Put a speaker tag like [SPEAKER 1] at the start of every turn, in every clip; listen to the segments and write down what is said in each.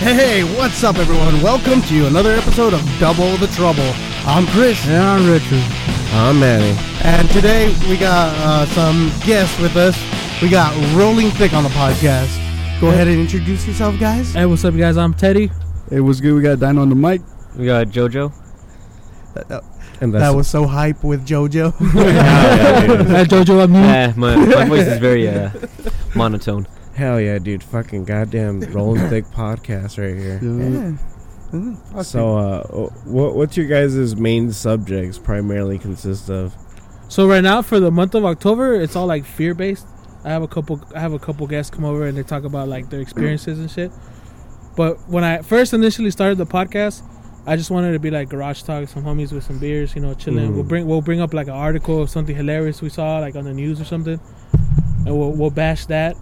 [SPEAKER 1] Hey, what's up, everyone? Welcome to another episode of Double the Trouble. I'm Chris.
[SPEAKER 2] And I'm Richard.
[SPEAKER 3] I'm Manny.
[SPEAKER 1] And today we got uh, some guests with us. We got Rolling Thick on the podcast. Go ahead and introduce yourself, guys.
[SPEAKER 2] Hey, what's up, you guys? I'm Teddy.
[SPEAKER 4] Hey, what's good? We got Dino on the mic.
[SPEAKER 5] We got JoJo.
[SPEAKER 3] And
[SPEAKER 1] That was so hype with JoJo.
[SPEAKER 2] Hey, JoJo, I'm you.
[SPEAKER 5] Yeah, my, my voice is very uh, monotone.
[SPEAKER 3] hell yeah, dude! Fucking goddamn rolling thick podcast right here. So, uh, what what's your guys' main subjects primarily consist of?
[SPEAKER 2] So right now, for the month of October, it's all like fear based. I have a couple. I have a couple guests come over and they talk about like their experiences and shit. But when I first initially started the podcast, I just wanted to be like garage talk, some homies with some beers, you know, chilling.
[SPEAKER 3] Mhm.
[SPEAKER 4] Mm.
[SPEAKER 2] We'll bring we'll bring up like an article of something hilarious we saw like on the news or something, and we'll we'll bash that.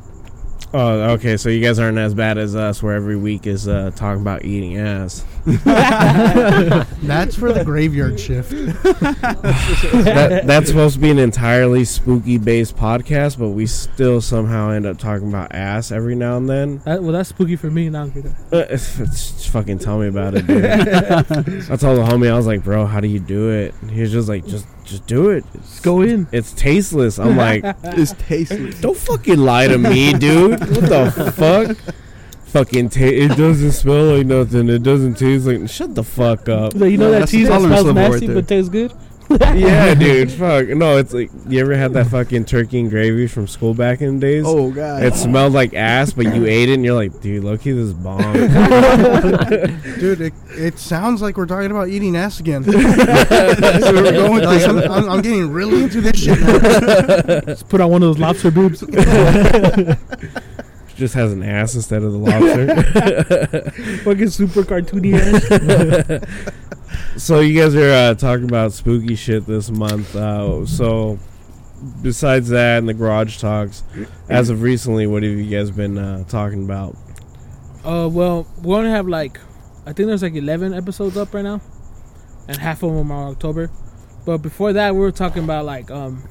[SPEAKER 3] Oh, okay. So you guys aren't as bad as us, where every week is uh, talking about eating ass.
[SPEAKER 1] That's for the graveyard shift.
[SPEAKER 3] that, that's supposed to be an entirely spooky based podcast, but we still somehow end up talking about ass every now and then.
[SPEAKER 2] That- well, that's spooky for me. Now
[SPEAKER 3] Uh, Just fucking tell me about it, dude. I told the homie, I was like, bro, how do you do it? And he was just like, just just do it. It's,
[SPEAKER 2] go in.
[SPEAKER 3] it's tasteless. I'm like,
[SPEAKER 4] It's tasteless.
[SPEAKER 3] don't fucking lie to me, dude. What the fuck? Fucking ta- it doesn't smell like nothing. It doesn't taste like. Shut the fuck up.
[SPEAKER 2] Like, you know
[SPEAKER 4] No,
[SPEAKER 2] that
[SPEAKER 4] that's the
[SPEAKER 2] cheese that
[SPEAKER 4] tolerance
[SPEAKER 2] smells
[SPEAKER 4] level right
[SPEAKER 2] nasty
[SPEAKER 4] there.
[SPEAKER 2] but tastes good.
[SPEAKER 3] yeah, dude. Fuck. No, it's like you ever had that fucking turkey and gravy from school back in the days?
[SPEAKER 4] Oh god.
[SPEAKER 3] It smelled like ass, but you ate it, and you're like, dude, Loki, this is bomb.
[SPEAKER 1] Dude, it, it sounds like we're talking about eating ass again. That's where we're going with this. I'm, I'm- I'm getting really into this shit. now.
[SPEAKER 2] Just put on one of those lobster boobs.
[SPEAKER 3] Just has an ass instead of the lobster.
[SPEAKER 2] Fucking super cartoony ass.
[SPEAKER 3] so you guys are uh, talking about spooky shit this month. Uh, so besides that and the garage talks, as of recently, what have you guys been uh, talking about?
[SPEAKER 2] Uh, well, we're gonna have like, I think there's like 11 episodes up right now, and half of them are October. But before that, we were talking about like, um,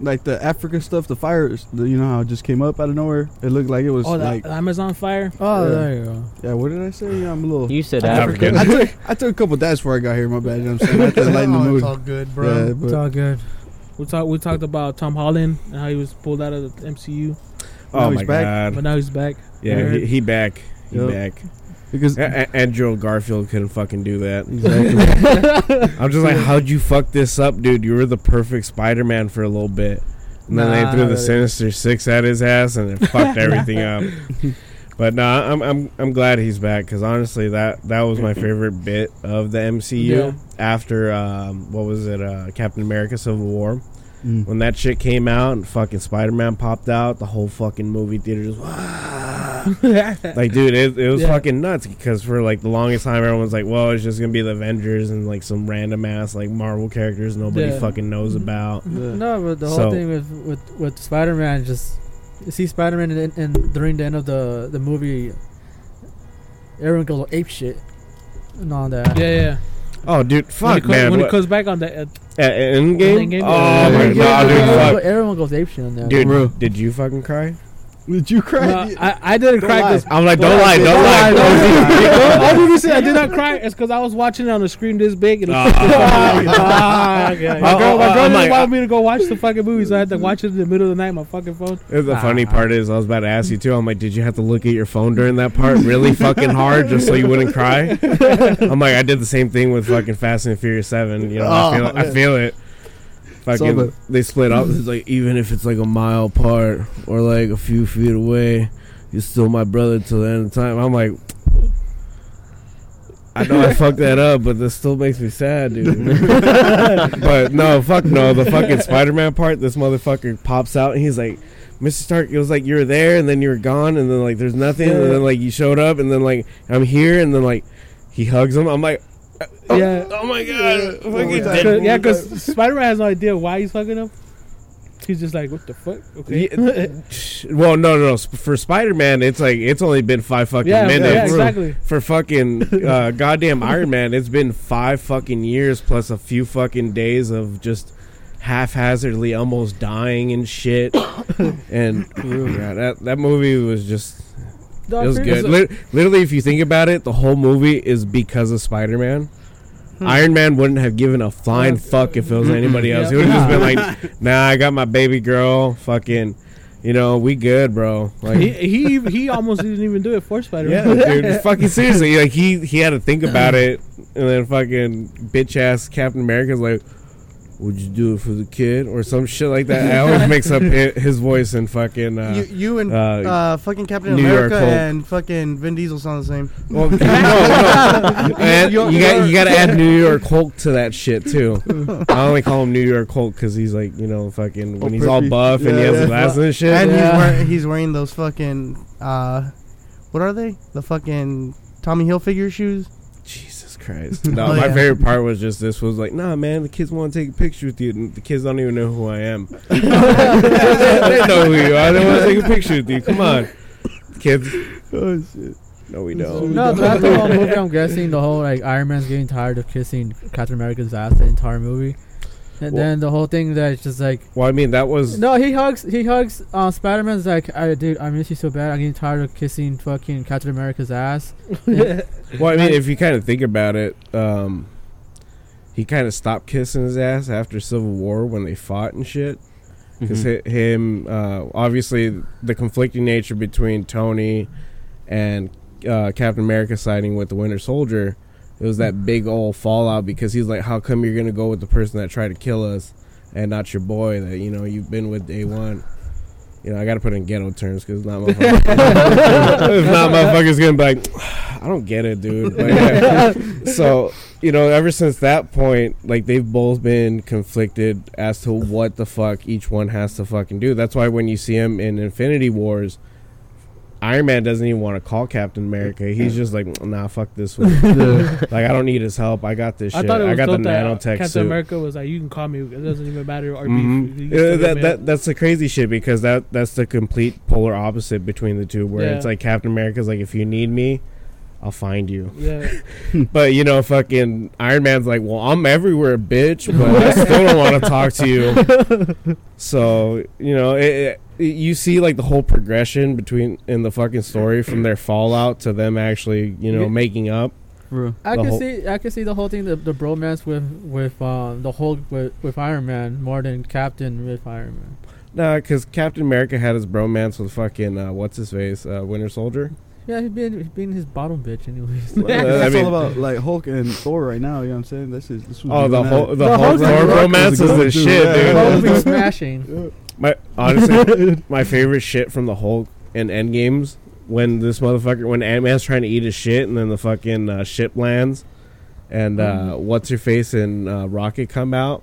[SPEAKER 4] like the Africa stuff, the fires. The, you know how it just came up out of nowhere. It looked like it was
[SPEAKER 2] oh, that
[SPEAKER 4] like
[SPEAKER 2] Amazon fire.
[SPEAKER 4] Oh, there
[SPEAKER 2] you go.
[SPEAKER 4] yeah. What did I say? Yeah, I'm a little.
[SPEAKER 5] You said
[SPEAKER 3] African.
[SPEAKER 5] African.
[SPEAKER 4] I took I took a couple dabs before I got here. My bad. You know what I'm saying? I had to lighten the
[SPEAKER 1] Oh,
[SPEAKER 4] mood.
[SPEAKER 1] it's all good, bro.
[SPEAKER 4] Yeah, but
[SPEAKER 2] good. We talked. We talked about Tom Holland and how he was pulled out of the MCU,
[SPEAKER 4] Now
[SPEAKER 3] Oh
[SPEAKER 4] he's
[SPEAKER 3] my
[SPEAKER 4] back.
[SPEAKER 2] but
[SPEAKER 3] god!
[SPEAKER 2] now he's back.
[SPEAKER 3] Yeah, he, he back. He
[SPEAKER 4] Yep.
[SPEAKER 3] back.
[SPEAKER 4] because
[SPEAKER 3] A- A- Andrew Garfield couldn't fucking do that.
[SPEAKER 4] exactly.
[SPEAKER 3] I'm just like, how'd you fuck this up, dude? You were the perfect Spider-Man for a little bit, and then
[SPEAKER 2] Nah,
[SPEAKER 3] they threw the
[SPEAKER 2] that-
[SPEAKER 3] Sinister Six at his ass, and it fucked everything up. But nah, I'm I'm I'm glad he's back because honestly, that that was my favorite bit of the MCU
[SPEAKER 2] Yeah.
[SPEAKER 3] after um, what was it, uh, Captain America: Civil War.
[SPEAKER 4] Mm.
[SPEAKER 3] When that shit came out and fucking Spider-Man popped out, the whole fucking movie theater just like dude it, it was
[SPEAKER 2] Yeah.
[SPEAKER 3] fucking nuts because for like the longest time everyone's like well it's just gonna be the avengers and like some random ass like marvel characters nobody
[SPEAKER 6] Yeah.
[SPEAKER 3] fucking knows about
[SPEAKER 4] Yeah.
[SPEAKER 6] No, but the whole
[SPEAKER 3] So-
[SPEAKER 6] thing with with, with Spider Man just you see Spider Man and, and during the end of the the movie, everyone goes ape shit and all that.
[SPEAKER 2] Yeah, yeah.
[SPEAKER 3] oh
[SPEAKER 2] when
[SPEAKER 3] dude
[SPEAKER 2] he
[SPEAKER 3] fuck
[SPEAKER 2] co-
[SPEAKER 3] man
[SPEAKER 2] when
[SPEAKER 3] what,
[SPEAKER 2] he comes back on the, uh,
[SPEAKER 3] at endgame?
[SPEAKER 2] Endgame?
[SPEAKER 3] oh my
[SPEAKER 4] Yeah.
[SPEAKER 3] god dude
[SPEAKER 6] everyone,
[SPEAKER 3] fuck
[SPEAKER 6] everyone goes ape shit on that.
[SPEAKER 3] dude
[SPEAKER 4] Bro.
[SPEAKER 3] did you fucking cry
[SPEAKER 4] Did you cry?
[SPEAKER 2] well, I, I didn't
[SPEAKER 4] Don't
[SPEAKER 2] cry
[SPEAKER 4] lie.
[SPEAKER 2] because
[SPEAKER 3] i'm like don't,
[SPEAKER 4] Don't
[SPEAKER 3] lie
[SPEAKER 4] lie,
[SPEAKER 3] don't,
[SPEAKER 4] bitch.
[SPEAKER 3] lie,
[SPEAKER 4] Don't lie,
[SPEAKER 3] bro.
[SPEAKER 4] don't lie.
[SPEAKER 2] The only reason I did not cry is because I was watching it on a screen this big. And
[SPEAKER 3] Ah.
[SPEAKER 2] my girl, my
[SPEAKER 3] oh, I'm
[SPEAKER 2] girl didn't
[SPEAKER 3] like-
[SPEAKER 2] want me to go watch the fucking movie, so I had to watch it in the middle of the night on my fucking phone.
[SPEAKER 3] the funny part is i was about to ask you too i'm like did you have to look at your phone during that part really fucking hard just so you wouldn't cry i'm like i did the same thing with fucking fast and furious 7 you know I,
[SPEAKER 4] Oh,
[SPEAKER 3] feel, I
[SPEAKER 4] yeah.
[SPEAKER 3] feel it
[SPEAKER 4] all
[SPEAKER 3] fucking
[SPEAKER 4] about-
[SPEAKER 3] they split up it's like even if it's like a mile apart or like a few feet away you're still my brother till the end of time i'm like I know I fucked that up, but this still makes me sad, dude. but no, fuck no. The fucking Spider Man part, this motherfucker pops out and he's like, Mr. Stark, it was like you were there and then you were gone and then like there's nothing and then like you showed up and then like I'm here and then like he hugs him. I'm like, oh,
[SPEAKER 2] Yeah.
[SPEAKER 3] oh my god, fucking
[SPEAKER 4] yeah.
[SPEAKER 3] dead.
[SPEAKER 2] Cause, yeah, because Spider Man has no idea why he's fucking him. He's just like, what the fuck? Okay.
[SPEAKER 3] Yeah, well, no, no, no. Sp- For Spider Man, it's like it's only been five fucking
[SPEAKER 2] Yeah, yeah,
[SPEAKER 3] minutes.
[SPEAKER 2] exactly.
[SPEAKER 3] For fucking uh, goddamn Iron Man, it's been five fucking years plus a few fucking days of just haphazardly almost dying and shit. and yeah, that that movie was just It was good. Lit- literally, if you think about it, the whole movie is because of Spider Man.
[SPEAKER 2] Hmm.
[SPEAKER 3] Iron Man wouldn't have given a flying fuck if it was anybody else. He would have just been like, "Nah, I got my baby girl. Fucking, you know, we good, bro."
[SPEAKER 2] He,
[SPEAKER 3] Like,
[SPEAKER 2] he he almost didn't even do it for Spider
[SPEAKER 3] yeah,
[SPEAKER 2] Man.
[SPEAKER 3] dude, fucking seriously. Like, he he had to think about it, and then fucking bitch ass Captain America's like, "Would you do it for the kid?" or some shit like that. I always mix up hi- his voice and fucking. Uh,
[SPEAKER 1] you, you and
[SPEAKER 3] uh,
[SPEAKER 1] uh, fucking Captain
[SPEAKER 3] New York
[SPEAKER 1] America
[SPEAKER 3] Hulk.
[SPEAKER 1] and fucking Vin Diesel sound the same.
[SPEAKER 3] Well, no, no. And
[SPEAKER 1] You're-
[SPEAKER 3] you got you
[SPEAKER 1] you're-
[SPEAKER 3] got to add New York Hulk to that shit too. I only call him New York Hulk because he's like you know fucking when
[SPEAKER 4] Oh,
[SPEAKER 3] he's all
[SPEAKER 4] perky.
[SPEAKER 3] buff and he
[SPEAKER 4] Yeah,
[SPEAKER 3] has
[SPEAKER 4] yeah.
[SPEAKER 3] glasses and shit.
[SPEAKER 1] And
[SPEAKER 6] Yeah.
[SPEAKER 1] he's, wearing, he's wearing those fucking uh, what are they? The fucking Tommy Hilfiger shoes.
[SPEAKER 3] Jesus Christ! No,
[SPEAKER 1] Oh,
[SPEAKER 3] my
[SPEAKER 1] yeah.
[SPEAKER 3] favorite part was just this was like, nah, man, the kids want to take a picture with you, and the kids don't even know who I am. they, they know who you are. They want to take a picture with you. Come on, kids.
[SPEAKER 4] Oh shit!
[SPEAKER 3] No, we don't.
[SPEAKER 6] No, throughout the whole movie, I'm guessing the whole like Iron Man's getting tired of kissing Captain America's ass the entire movie, and
[SPEAKER 3] Well-
[SPEAKER 6] then the whole thing that it's just like
[SPEAKER 3] Well, I mean, that was
[SPEAKER 6] no, he hugs, he hugs uh, Spider Man's like, I dude, I miss you so bad. I'm getting tired of kissing fucking Captain America's ass.
[SPEAKER 3] Well, I mean, if you kind of think about it, um, he kind of stopped kissing his ass after Civil War when they fought and shit. Because him, uh, obviously, the conflicting nature between Tony and uh, Captain America siding with the Winter Soldier, it was that big old fallout. Because he's like, "How come you're gonna go with the person that tried to kill us, and not your boy that you know you've been with day one?" You know, I got to put it in ghetto terms because not motherfuckers. if not, motherfuckers gonna be like, I don't get it, dude. But yeah. so you know, ever since that point, like they've both been conflicted as to what the fuck each one has to fucking do. That's why when you see him in Infinity Wars, Iron Man doesn't even want to call Captain America. He's just like, nah, fuck this one. like I don't need his help. I got this
[SPEAKER 2] I
[SPEAKER 3] shit.
[SPEAKER 2] thought it
[SPEAKER 3] I,
[SPEAKER 2] was
[SPEAKER 3] got the
[SPEAKER 2] dope that
[SPEAKER 3] nanotech
[SPEAKER 2] Captain
[SPEAKER 3] suit.
[SPEAKER 2] America was like, you can call me. It doesn't even matter. Or
[SPEAKER 3] Mhm.
[SPEAKER 2] beef. You
[SPEAKER 3] Uh,
[SPEAKER 2] still get
[SPEAKER 3] that,
[SPEAKER 2] mad.
[SPEAKER 3] that that's the crazy shit because that that's the complete polar opposite between the two. Where
[SPEAKER 2] Yeah.
[SPEAKER 3] it's like Captain America's like, if you need me, I'll find you.
[SPEAKER 2] yeah.
[SPEAKER 3] But you know, fucking Iron Man's like, well, I'm everywhere, bitch, but I still don't want to talk to you. So you know, it, it, you see like the whole progression between in the fucking story from their fallout to them actually, you know,
[SPEAKER 6] Yeah.
[SPEAKER 3] making up.
[SPEAKER 4] Bro.
[SPEAKER 6] I
[SPEAKER 3] The
[SPEAKER 6] can
[SPEAKER 3] whole-
[SPEAKER 6] see, I can see the whole thing, the, the bromance with with um, the Hulk with, with Iron Man more than Captain with Iron Man.
[SPEAKER 3] Nah, because Captain America had his bromance with fucking uh, what's his face, uh, Winter Soldier.
[SPEAKER 6] Yeah, he's being he's being his bottom bitch anyways.
[SPEAKER 3] Well, I
[SPEAKER 4] That's
[SPEAKER 3] mean-
[SPEAKER 4] all about like Hulk and Thor right now. You know what I'm saying? This is this was
[SPEAKER 3] Oh, the
[SPEAKER 4] doing
[SPEAKER 3] whole
[SPEAKER 4] that.
[SPEAKER 3] the, whole
[SPEAKER 6] Hulk
[SPEAKER 3] Thor
[SPEAKER 6] and Rock
[SPEAKER 3] romance
[SPEAKER 4] was
[SPEAKER 3] is
[SPEAKER 4] a good
[SPEAKER 3] the
[SPEAKER 4] one, too.
[SPEAKER 3] shit,
[SPEAKER 4] Yeah.
[SPEAKER 3] dude.
[SPEAKER 6] Hulk be smashing.
[SPEAKER 3] My honestly, my favorite shit from the Hulk in Endgames when this motherfucker when Ant Man's trying to eat his shit and then the fucking uh, ship lands and uh,
[SPEAKER 5] Mm.
[SPEAKER 3] what's her face and uh, Rocket come out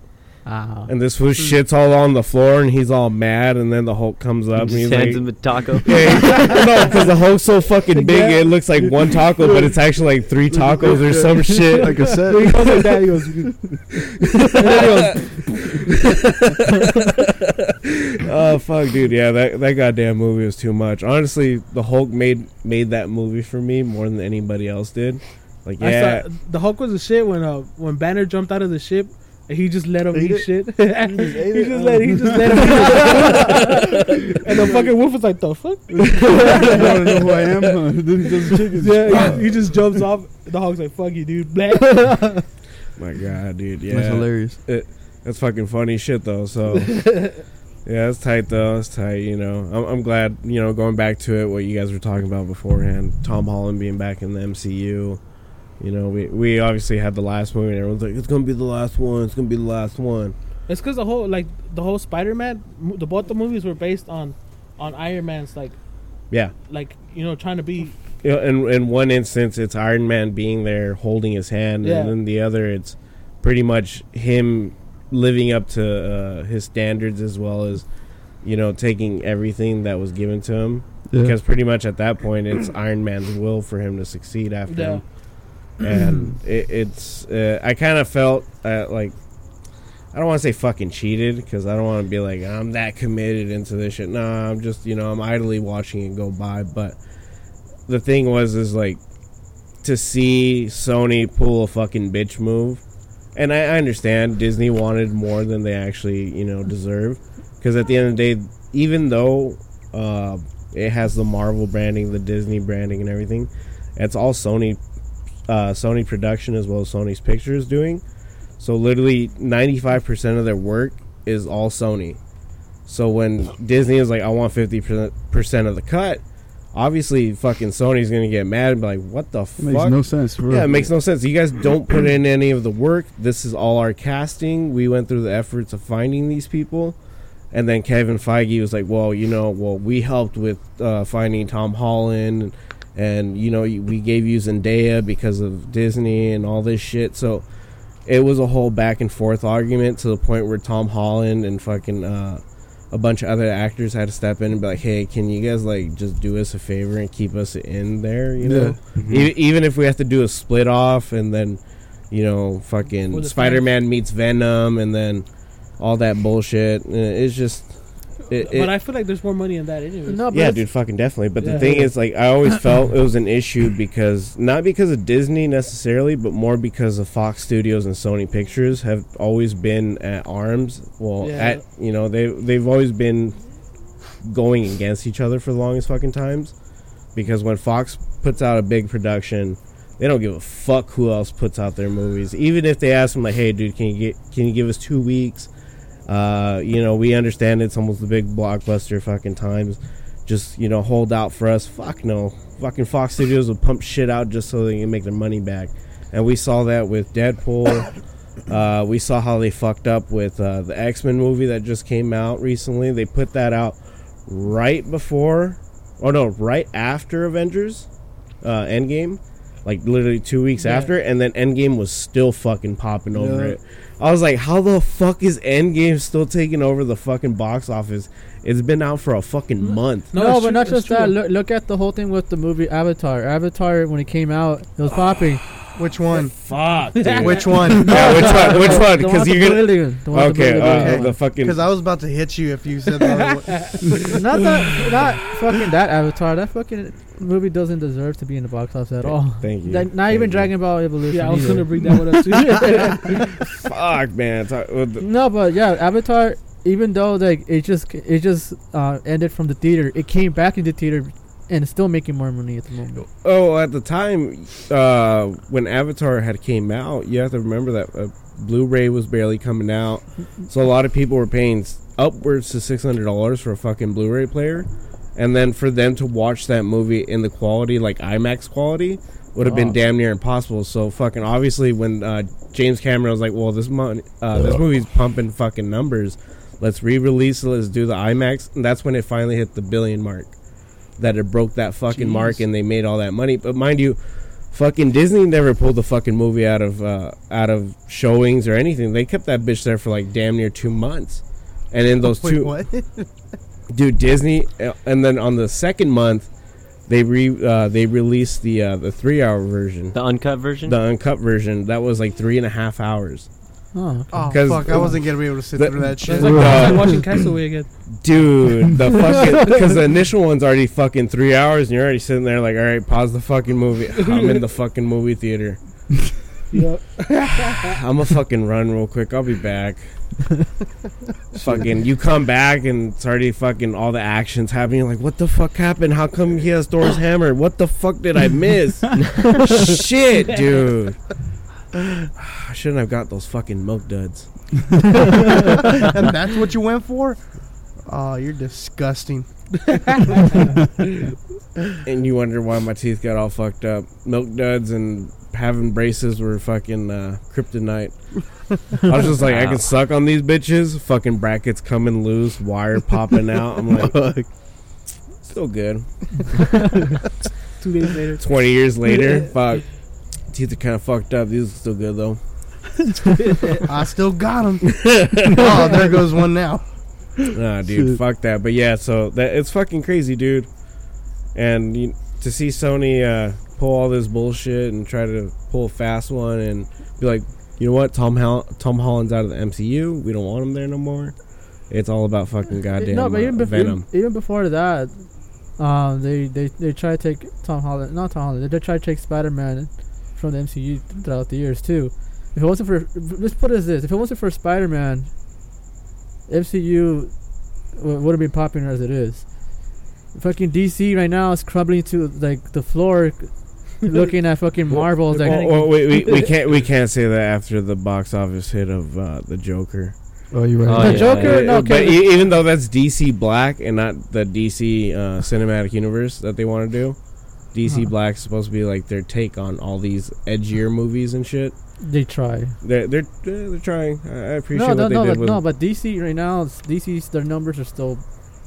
[SPEAKER 6] Ah.
[SPEAKER 3] and this was shits all on the floor and he's all mad and then the Hulk comes up and he's
[SPEAKER 5] Just
[SPEAKER 3] like.
[SPEAKER 5] hands him a taco.
[SPEAKER 3] Hey, no, because the Hulk's so fucking big, it looks like one taco, but it's actually like three tacos or some shit.
[SPEAKER 4] like a set.
[SPEAKER 6] He goes like that, he goes,
[SPEAKER 3] Oh fuck, dude! Yeah, that that goddamn movie was too much. Honestly, the Hulk made made that movie for me more than anybody else did. Like,
[SPEAKER 2] I
[SPEAKER 3] yeah,
[SPEAKER 2] saw, the Hulk was a shit when uh, when Banner jumped out of the ship. and He just let him eat, shit. he
[SPEAKER 4] ate
[SPEAKER 2] just
[SPEAKER 4] it?
[SPEAKER 2] let he just let him. Eat it. and the fucking wolf was like, "The fuck?"
[SPEAKER 4] I don't know who I am. Huh? Then he does chickens.
[SPEAKER 2] Yeah, he, he just jumps off. The Hulk's like, "Fuck you, dude." Blah.
[SPEAKER 3] my god, dude, yeah,
[SPEAKER 4] That's hilarious.
[SPEAKER 3] That's fucking funny shit though. So, yeah, it's tight though. It's tight. You know, I'm, I'm glad. You know, going back to it, what you guys were talking about beforehand, Tom Holland being back in the MCU. You know, we we obviously had the last movie, and everyone's like, it's gonna be the last one. It's gonna be the last one.
[SPEAKER 2] It's because the whole like the whole Spider-Man, mo- the both the movies were based on on Iron Man's like
[SPEAKER 3] Yeah.
[SPEAKER 2] like you know trying to be
[SPEAKER 3] You know, in in one instance, it's Iron Man being there holding his hand,
[SPEAKER 2] Yeah.
[SPEAKER 3] and in the other, it's pretty much him living up to uh, his standards as well as you know taking everything that was given to him. Because pretty much at that point, it's Iron Man's will for him to succeed after
[SPEAKER 2] Yeah.
[SPEAKER 3] him, and it, it's uh, I kind of felt uh, like. I don't want to say fucking cheated because I don't want to be like I'm that committed into this shit. Nah, I'm just you know I'm idly watching it go by. But the thing was is like to see Sony pull a fucking bitch move, and I, I understand Disney wanted more than they actually you know deserve because at the end of the day, even though uh, It has the Marvel branding, the Disney branding, and everything. It's all Sony, uh, Sony production as well as Sony's pictures doing. So literally, ninety five percent of their work is all Sony. So when Disney is like, "I want fifty percent of the cut," obviously, fucking Sony's gonna get mad and be like, "What the
[SPEAKER 4] It makes
[SPEAKER 3] fuck?"
[SPEAKER 4] no sense. For
[SPEAKER 3] Yeah, it makes no sense. You guys don't put in any of the work. This is all our casting. We went through the efforts of finding these people. And then Kevin Feige was like, well, you know, well, we helped with uh, finding Tom Holland. And, you know, we gave you Zendaya because of Disney and all this shit. So it was a whole back and forth argument to the point where Tom Holland and fucking uh, a bunch of other actors had to step in and be like, hey, can you guys, like, just do us a favor and keep us in there, you know?
[SPEAKER 4] Yeah.
[SPEAKER 3] E- even if we have to do a split off and then you know
[SPEAKER 2] For
[SPEAKER 3] fucking
[SPEAKER 2] the
[SPEAKER 3] spider-man meets venom and then all that bullshit uh, it's just it, it-
[SPEAKER 2] but I feel like there's more money in that anyway.
[SPEAKER 6] No, but
[SPEAKER 3] yeah
[SPEAKER 6] it's-
[SPEAKER 3] dude fucking definitely but
[SPEAKER 2] Yeah.
[SPEAKER 3] the thing is like i always felt it was an issue because not because of disney necessarily but more because of fox studios and sony pictures have always been at arms well
[SPEAKER 2] Yeah.
[SPEAKER 3] at you know they they've always been going against each other for the longest fucking times because when fox puts out a big production they don't give a fuck who else puts out their movies. Even if they ask them, like, "Hey, dude, can you get can you give us two weeks?" Uh, you know, we understand it's almost the big blockbuster fucking times. Just you know, hold out for us. Fuck no, fucking Fox Studios will pump shit out just so they can make their money back. And we saw that with Deadpool. Uh, we saw how they fucked up with uh, the X Men movie that just came out recently. They put that out right before, oh no, right after Avengers uh, Endgame, like literally two weeks
[SPEAKER 2] Yeah.
[SPEAKER 3] after, and then Endgame was still fucking popping over
[SPEAKER 4] Yeah.
[SPEAKER 3] it. I was like, how the fuck is Endgame still taking over the fucking box office? It's been out for a fucking month.
[SPEAKER 6] No,
[SPEAKER 2] it's
[SPEAKER 6] but
[SPEAKER 2] true-
[SPEAKER 6] not
[SPEAKER 2] it's
[SPEAKER 6] just
[SPEAKER 2] true.
[SPEAKER 6] that. Look, look at the whole thing with the movie Avatar. Avatar, when it came out, it was popping.
[SPEAKER 1] Which one?
[SPEAKER 3] Fuck.
[SPEAKER 1] Which one?
[SPEAKER 3] yeah, which one? Which one?
[SPEAKER 6] The one
[SPEAKER 3] Because
[SPEAKER 6] with the
[SPEAKER 3] you're gonna.
[SPEAKER 6] blue alien. The one with the
[SPEAKER 3] Okay,
[SPEAKER 6] blue
[SPEAKER 3] uh,
[SPEAKER 6] alien.
[SPEAKER 3] the fucking.
[SPEAKER 1] Because I was about to hit you if you said that.
[SPEAKER 6] not that, not fucking that Avatar. That fucking movie doesn't deserve to be in the box office at all.
[SPEAKER 3] Thank you.
[SPEAKER 6] Like, not
[SPEAKER 3] Thank
[SPEAKER 6] even
[SPEAKER 3] you.
[SPEAKER 6] Dragon Ball Evolution.
[SPEAKER 2] Yeah, I was
[SPEAKER 6] either.
[SPEAKER 2] gonna bring that one up too.
[SPEAKER 3] Fuck, man. It's, uh, with the-
[SPEAKER 6] No, but yeah, Avatar. Even though like it just it just uh, ended from the theater, it came back into theater and it's still making more money at the moment.
[SPEAKER 3] Oh, at the time uh, when Avatar had came out, you have to remember that uh, Blu-ray was barely coming out, so a lot of people were paying s- upwards to six hundred dollars for a fucking Blu-ray player, and then for them to watch that movie in the quality like IMAX quality would have been
[SPEAKER 6] Oh.
[SPEAKER 3] damn near impossible. So fucking obviously, when uh, James Cameron was like, "Well, this mon- uh, this movie's pumping fucking numbers, let's re-release it, let's do the IMAX," and that's when it finally hit the billion mark that it broke that fucking mark and they made all that money. But mind you, fucking Disney never pulled the fucking movie out of uh, out of showings or anything. They kept that bitch there for like damn near two months, and in those
[SPEAKER 1] Wait,
[SPEAKER 3] two,
[SPEAKER 1] what? Oh,
[SPEAKER 3] dude, Disney, uh, and then on the second month, they re uh, they released the uh, the three hour version,
[SPEAKER 5] The uncut version.
[SPEAKER 3] the uncut version that was like three and a half hours.
[SPEAKER 6] Oh,
[SPEAKER 1] Oh
[SPEAKER 3] 'Cause-
[SPEAKER 1] fuck! I wasn't gonna be able to sit
[SPEAKER 3] That-
[SPEAKER 1] through that shit.
[SPEAKER 2] That's like,
[SPEAKER 3] Uh,
[SPEAKER 2] that's like watching Castaway again.
[SPEAKER 3] Dude, the fucking because the initial one's already fucking three hours, and you're already sitting there like, all right, pause the fucking movie. I'm in the fucking movie theater. I'm gonna fucking run real quick. I'll be back. fucking, you come back and it's already fucking all the actions happening. You're like, what the fuck happened? How come he has Thor's hammer? What the fuck did I miss? Shit, dude. I shouldn't have got those fucking milk duds.
[SPEAKER 1] and that's what you went for? Oh, you're disgusting.
[SPEAKER 3] and you wonder why my teeth got all fucked up. Milk duds and having braces were fucking uh, kryptonite. I was just like, I
[SPEAKER 5] Wow.
[SPEAKER 3] can suck on these bitches. Fucking brackets coming loose, wire popping out. I'm like,
[SPEAKER 4] Fuck.
[SPEAKER 3] still good.
[SPEAKER 2] Two days later.
[SPEAKER 3] Twenty years later, fuck, teeth are kind of fucked up. These are still good though.
[SPEAKER 1] I still got him. oh, there goes one now.
[SPEAKER 3] Nah, dude,
[SPEAKER 4] Shit.
[SPEAKER 3] fuck that. But yeah, so that it's fucking crazy, dude. And you, to see Sony uh, pull all this bullshit and try to pull a fast one and be like, you know what, Tom Hol- Tom Holland's out of the MCU. We don't want him there no more. It's all about fucking goddamn
[SPEAKER 6] no, but
[SPEAKER 3] uh,
[SPEAKER 6] even, bef-
[SPEAKER 3] Venom.
[SPEAKER 6] even even before that, um, they they they try to take Tom Holland, not Tom Holland, they try to take Spider Man from the MCU throughout the years too. If it wasn't for, let's put it as this: if it wasn't for Spider Man, MCU w- would have been popular as it is. fucking DC right now is crumbling to like the floor, looking at fucking Marvel. Like,
[SPEAKER 3] Well, well, we, we, we can't we can't say that after the box office hit of uh, the Joker.
[SPEAKER 4] Oh, you're
[SPEAKER 5] right. Oh,
[SPEAKER 6] the
[SPEAKER 5] yeah,
[SPEAKER 6] Joker,
[SPEAKER 5] yeah.
[SPEAKER 6] no,
[SPEAKER 3] but
[SPEAKER 6] okay,
[SPEAKER 3] e- even though that's DC Black and not the DC uh, cinematic universe that they want to do, DC
[SPEAKER 6] Huh.
[SPEAKER 3] Black's supposed to be like their take on all these edgier movies and shit.
[SPEAKER 6] they try.
[SPEAKER 3] They're they're they're they're trying. I I appreciate
[SPEAKER 6] No,
[SPEAKER 3] what
[SPEAKER 6] no,
[SPEAKER 3] they
[SPEAKER 6] no,
[SPEAKER 3] did
[SPEAKER 6] but,
[SPEAKER 3] with
[SPEAKER 6] no, but DC right now, it's- DC's their numbers are still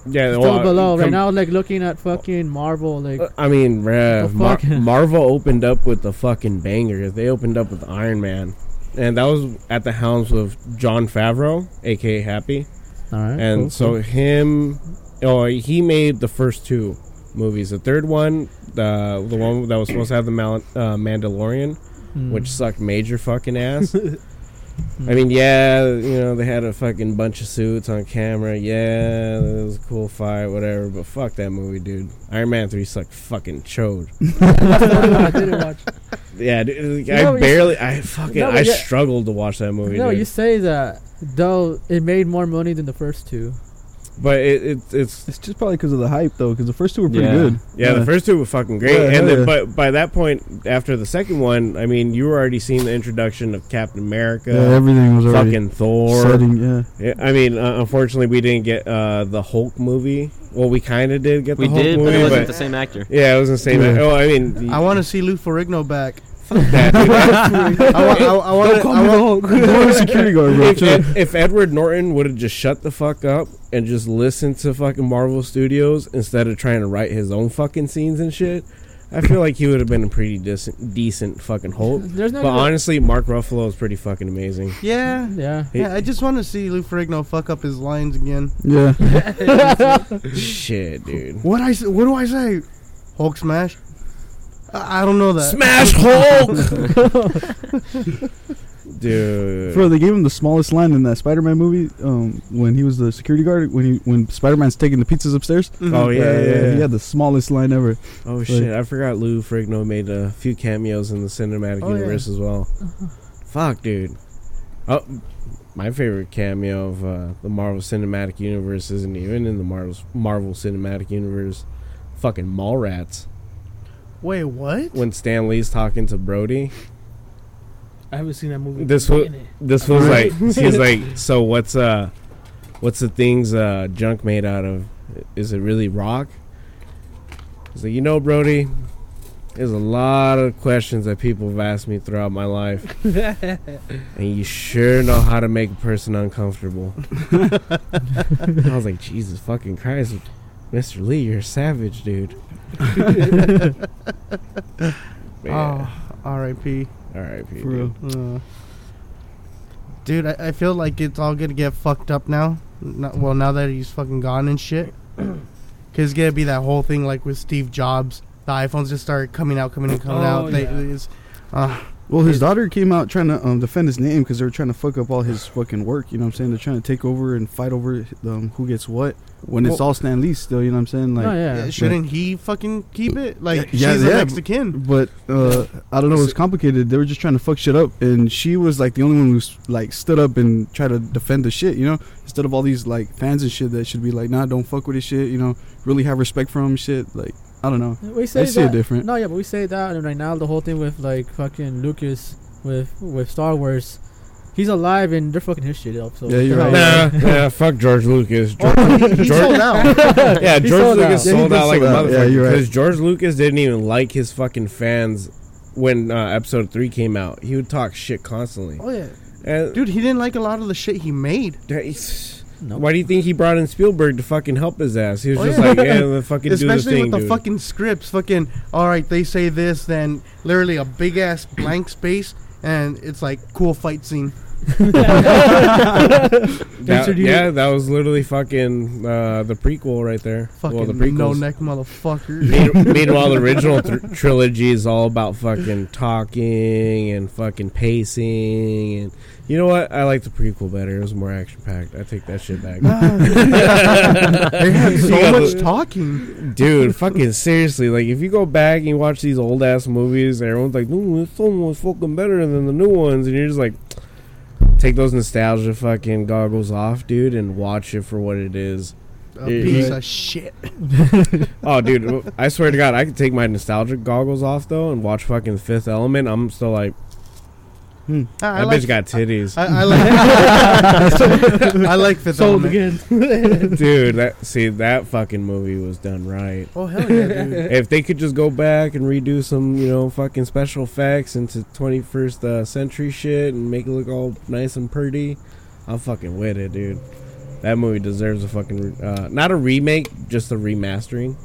[SPEAKER 3] yeah.
[SPEAKER 6] still
[SPEAKER 3] well,
[SPEAKER 6] below right
[SPEAKER 3] com-
[SPEAKER 6] now. Like looking at fucking Marvel, like
[SPEAKER 3] Oh, Uh, I mean, bruh,
[SPEAKER 6] The
[SPEAKER 3] Mar-
[SPEAKER 6] fuck?
[SPEAKER 3] Marvel opened up with the fucking banger. They opened up with Iron Man, and that was at the helms of John Favreau, aka Happy.
[SPEAKER 6] all right,
[SPEAKER 3] and
[SPEAKER 6] cool,
[SPEAKER 3] so
[SPEAKER 6] cool.
[SPEAKER 3] him, oh, he made the first two movies. The third one, the the one that was supposed to have the Mal- uh, Mandalorian,
[SPEAKER 6] Hmm.
[SPEAKER 3] which sucked major fucking ass. I mean, yeah, you know they had a fucking bunch of suits on camera. Yeah, it was a cool fight, whatever. But fuck that movie, dude. Iron Man three sucked fucking chode.
[SPEAKER 2] I didn't watch.
[SPEAKER 3] Yeah, dude,
[SPEAKER 6] No,
[SPEAKER 3] I
[SPEAKER 6] but you-
[SPEAKER 3] barely, I fucking,
[SPEAKER 6] No, but
[SPEAKER 3] I
[SPEAKER 6] yeah.
[SPEAKER 3] struggled to watch that movie.
[SPEAKER 6] No,
[SPEAKER 3] dude.
[SPEAKER 6] you say that though it made more money than the first two.
[SPEAKER 3] but it, it, it's
[SPEAKER 4] It's just probably because of the hype, though, because the first two were pretty
[SPEAKER 5] Yeah.
[SPEAKER 4] good.
[SPEAKER 3] Yeah, the first two were fucking great,
[SPEAKER 4] Yeah, hell
[SPEAKER 3] and then
[SPEAKER 4] yeah.
[SPEAKER 3] but by that point, after the second one, I mean, you were already seeing the introduction of Captain America,
[SPEAKER 4] Yeah, everything was already
[SPEAKER 3] uh, fucking Thor.
[SPEAKER 4] setting. Yeah,
[SPEAKER 3] Yeah, I mean, uh, unfortunately, we didn't get uh, the Hulk movie. Well, we kind of did get the
[SPEAKER 5] We
[SPEAKER 3] Hulk
[SPEAKER 5] did,
[SPEAKER 3] movie,
[SPEAKER 5] but it wasn't
[SPEAKER 3] but
[SPEAKER 5] the same actor.
[SPEAKER 3] yeah, it was the same.
[SPEAKER 4] Yeah.
[SPEAKER 3] Oh, I mean,
[SPEAKER 1] I want to see Lou Ferrigno back.
[SPEAKER 3] that,
[SPEAKER 1] I, wa- I, I want to. I want
[SPEAKER 4] Thor security guard, bro.
[SPEAKER 3] if, Ed, if Edward Norton would have just shut the fuck up and just listened to fucking Marvel Studios instead of trying to write his own fucking scenes and shit, I feel like he would have been a pretty decent, decent fucking Hulk.
[SPEAKER 6] There's no.
[SPEAKER 3] But honestly, Mark Ruffalo is pretty fucking amazing.
[SPEAKER 1] yeah.
[SPEAKER 6] yeah.
[SPEAKER 3] He-
[SPEAKER 1] Yeah, I just want to see Lou Ferrigno fuck up his lines again.
[SPEAKER 4] Yeah,
[SPEAKER 3] Shit, dude.
[SPEAKER 1] What I s- what do I say? Hulk smash? I, I don't know that.
[SPEAKER 3] Smash Hulk, dude.
[SPEAKER 4] bro. They gave him the smallest line in that Spider-Man movie um, when he was the security guard. When he when Spider-Man's taking the pizzas upstairs.
[SPEAKER 1] Mhm.
[SPEAKER 3] Oh, yeah.
[SPEAKER 4] He had the smallest line ever.
[SPEAKER 3] oh shit, I forgot Lou Ferrigno made a few cameos in the cinematic
[SPEAKER 1] Oh, yeah.
[SPEAKER 3] universe as well. Fuck, dude. Oh, my favorite cameo of uh, the Marvel Cinematic Universe isn't even in the Marvel Marvel Cinematic Universe. Fucking Mallrats.
[SPEAKER 1] Wait, what?
[SPEAKER 3] When Stan Lee's talking to Brody,
[SPEAKER 2] I haven't seen that movie.
[SPEAKER 3] This
[SPEAKER 2] in a
[SPEAKER 3] wa-
[SPEAKER 2] minute.
[SPEAKER 3] This was
[SPEAKER 2] Right.
[SPEAKER 3] like he's like, so what's uh what's the things uh junk made out of? Is it really rock? He's like, you know, Brody, there's a lot of questions that people have asked me throughout my life. and you sure know how to make a person uncomfortable. I was like, Jesus fucking Christ, Mr. Lee, you're a savage, dude. Man,
[SPEAKER 1] Oh, R.I.P.
[SPEAKER 3] all right,
[SPEAKER 4] For real.
[SPEAKER 1] Uh, dude, I, I feel like it's all gonna get fucked up now. No- well, now that he's fucking gone and shit, 'Cause it's gonna be that whole thing like with Steve Jobs. The iPhones just started coming out, coming and coming
[SPEAKER 2] Oh,
[SPEAKER 1] out. They,
[SPEAKER 2] yeah.
[SPEAKER 1] it's, uh,
[SPEAKER 4] Well, his
[SPEAKER 1] It-
[SPEAKER 4] daughter came out trying to um, defend his name because they were trying to fuck up all his fucking work. You know what I'm saying? They're trying to take over and fight over um, who gets what when it's
[SPEAKER 1] Well-
[SPEAKER 4] all Stan Lee still. You know what I'm saying? Like,
[SPEAKER 6] no, yeah.
[SPEAKER 1] shouldn't he fucking keep it? Like
[SPEAKER 4] Yeah,
[SPEAKER 1] she's a
[SPEAKER 4] yeah.
[SPEAKER 1] Mexican.
[SPEAKER 4] But uh, I don't know. It was complicated. They were just trying to fuck shit up, and she was like the only one who's like stood up and tried to defend the shit. You know, instead of all these like fans and shit that should be like, nah, don't fuck with this shit. You know, really have respect for him. Shit, like I don't know.
[SPEAKER 6] We say
[SPEAKER 4] I see it
[SPEAKER 6] that.
[SPEAKER 4] different.
[SPEAKER 6] No, yeah, but we say that, and right now the whole thing with like fucking Lucas with with Star Wars, he's alive and they're fucking his shit up. So
[SPEAKER 4] Yeah, you're
[SPEAKER 6] They're
[SPEAKER 4] right.
[SPEAKER 6] like,
[SPEAKER 3] Nah, nah, fuck George Lucas.
[SPEAKER 1] Oh,
[SPEAKER 3] George,
[SPEAKER 1] He
[SPEAKER 3] George-
[SPEAKER 1] sold out.
[SPEAKER 3] yeah,
[SPEAKER 6] He
[SPEAKER 3] George
[SPEAKER 6] sold
[SPEAKER 3] Lucas
[SPEAKER 6] out.
[SPEAKER 4] Yeah, he
[SPEAKER 3] sold
[SPEAKER 4] did
[SPEAKER 3] out like a
[SPEAKER 4] sold out. Yeah,
[SPEAKER 3] motherfucker
[SPEAKER 4] you're right.
[SPEAKER 3] because George Lucas didn't even like his fucking fans when uh, Episode Three came out. He would talk shit constantly.
[SPEAKER 1] Oh yeah,
[SPEAKER 3] And
[SPEAKER 1] dude, he didn't like a lot of the shit he made.
[SPEAKER 3] that is-
[SPEAKER 6] Nope.
[SPEAKER 3] Why do you think he brought in Spielberg to fucking help his ass? He was
[SPEAKER 1] Oh,
[SPEAKER 3] just
[SPEAKER 1] yeah.
[SPEAKER 3] like, yeah, the fucking do this
[SPEAKER 1] Especially
[SPEAKER 3] thing,
[SPEAKER 1] with the
[SPEAKER 3] dude.
[SPEAKER 1] fucking scripts. Fucking, all right, they say this, then literally a big ass blank space, and it's like cool fight scene.
[SPEAKER 3] That-
[SPEAKER 6] Richard, you-
[SPEAKER 3] yeah, that was literally fucking uh, the prequel right there.
[SPEAKER 1] Fucking
[SPEAKER 3] well, the
[SPEAKER 1] no
[SPEAKER 3] prequels.
[SPEAKER 1] neck motherfucker.
[SPEAKER 3] Mean- Meanwhile, the original thr trilogy is all about fucking talking and fucking pacing. And you know what? I like the prequel better. It was more action packed. I take that shit back.
[SPEAKER 1] they had so
[SPEAKER 3] Yeah,
[SPEAKER 1] much
[SPEAKER 3] but-
[SPEAKER 1] talking.
[SPEAKER 3] Dude, fucking seriously. Like, if you go back and you watch these old ass movies, everyone's like, ooh, this one was fucking better than the new ones. And you're just like, take those nostalgia fucking goggles off, dude, and watch it for what it is.
[SPEAKER 1] A
[SPEAKER 3] Yeah,
[SPEAKER 1] piece
[SPEAKER 3] right.
[SPEAKER 1] of shit.
[SPEAKER 3] Oh, dude, I swear to God, I could take my nostalgic goggles off though and watch fucking Fifth Element. I'm still like,
[SPEAKER 1] I, I
[SPEAKER 3] that
[SPEAKER 1] like,
[SPEAKER 3] bitch got titties,
[SPEAKER 1] I, I like. I like Fifth
[SPEAKER 2] Sold
[SPEAKER 1] Element.
[SPEAKER 2] again.
[SPEAKER 3] dude. That see, that fucking movie was done right.
[SPEAKER 1] Oh hell yeah, dude.
[SPEAKER 3] If they could just go back and redo some, you know, fucking special effects into 21st uh, century shit and make it look all nice and pretty, I'm fucking with it, dude. That movie deserves a fucking re- uh, not a remake, just a remastering.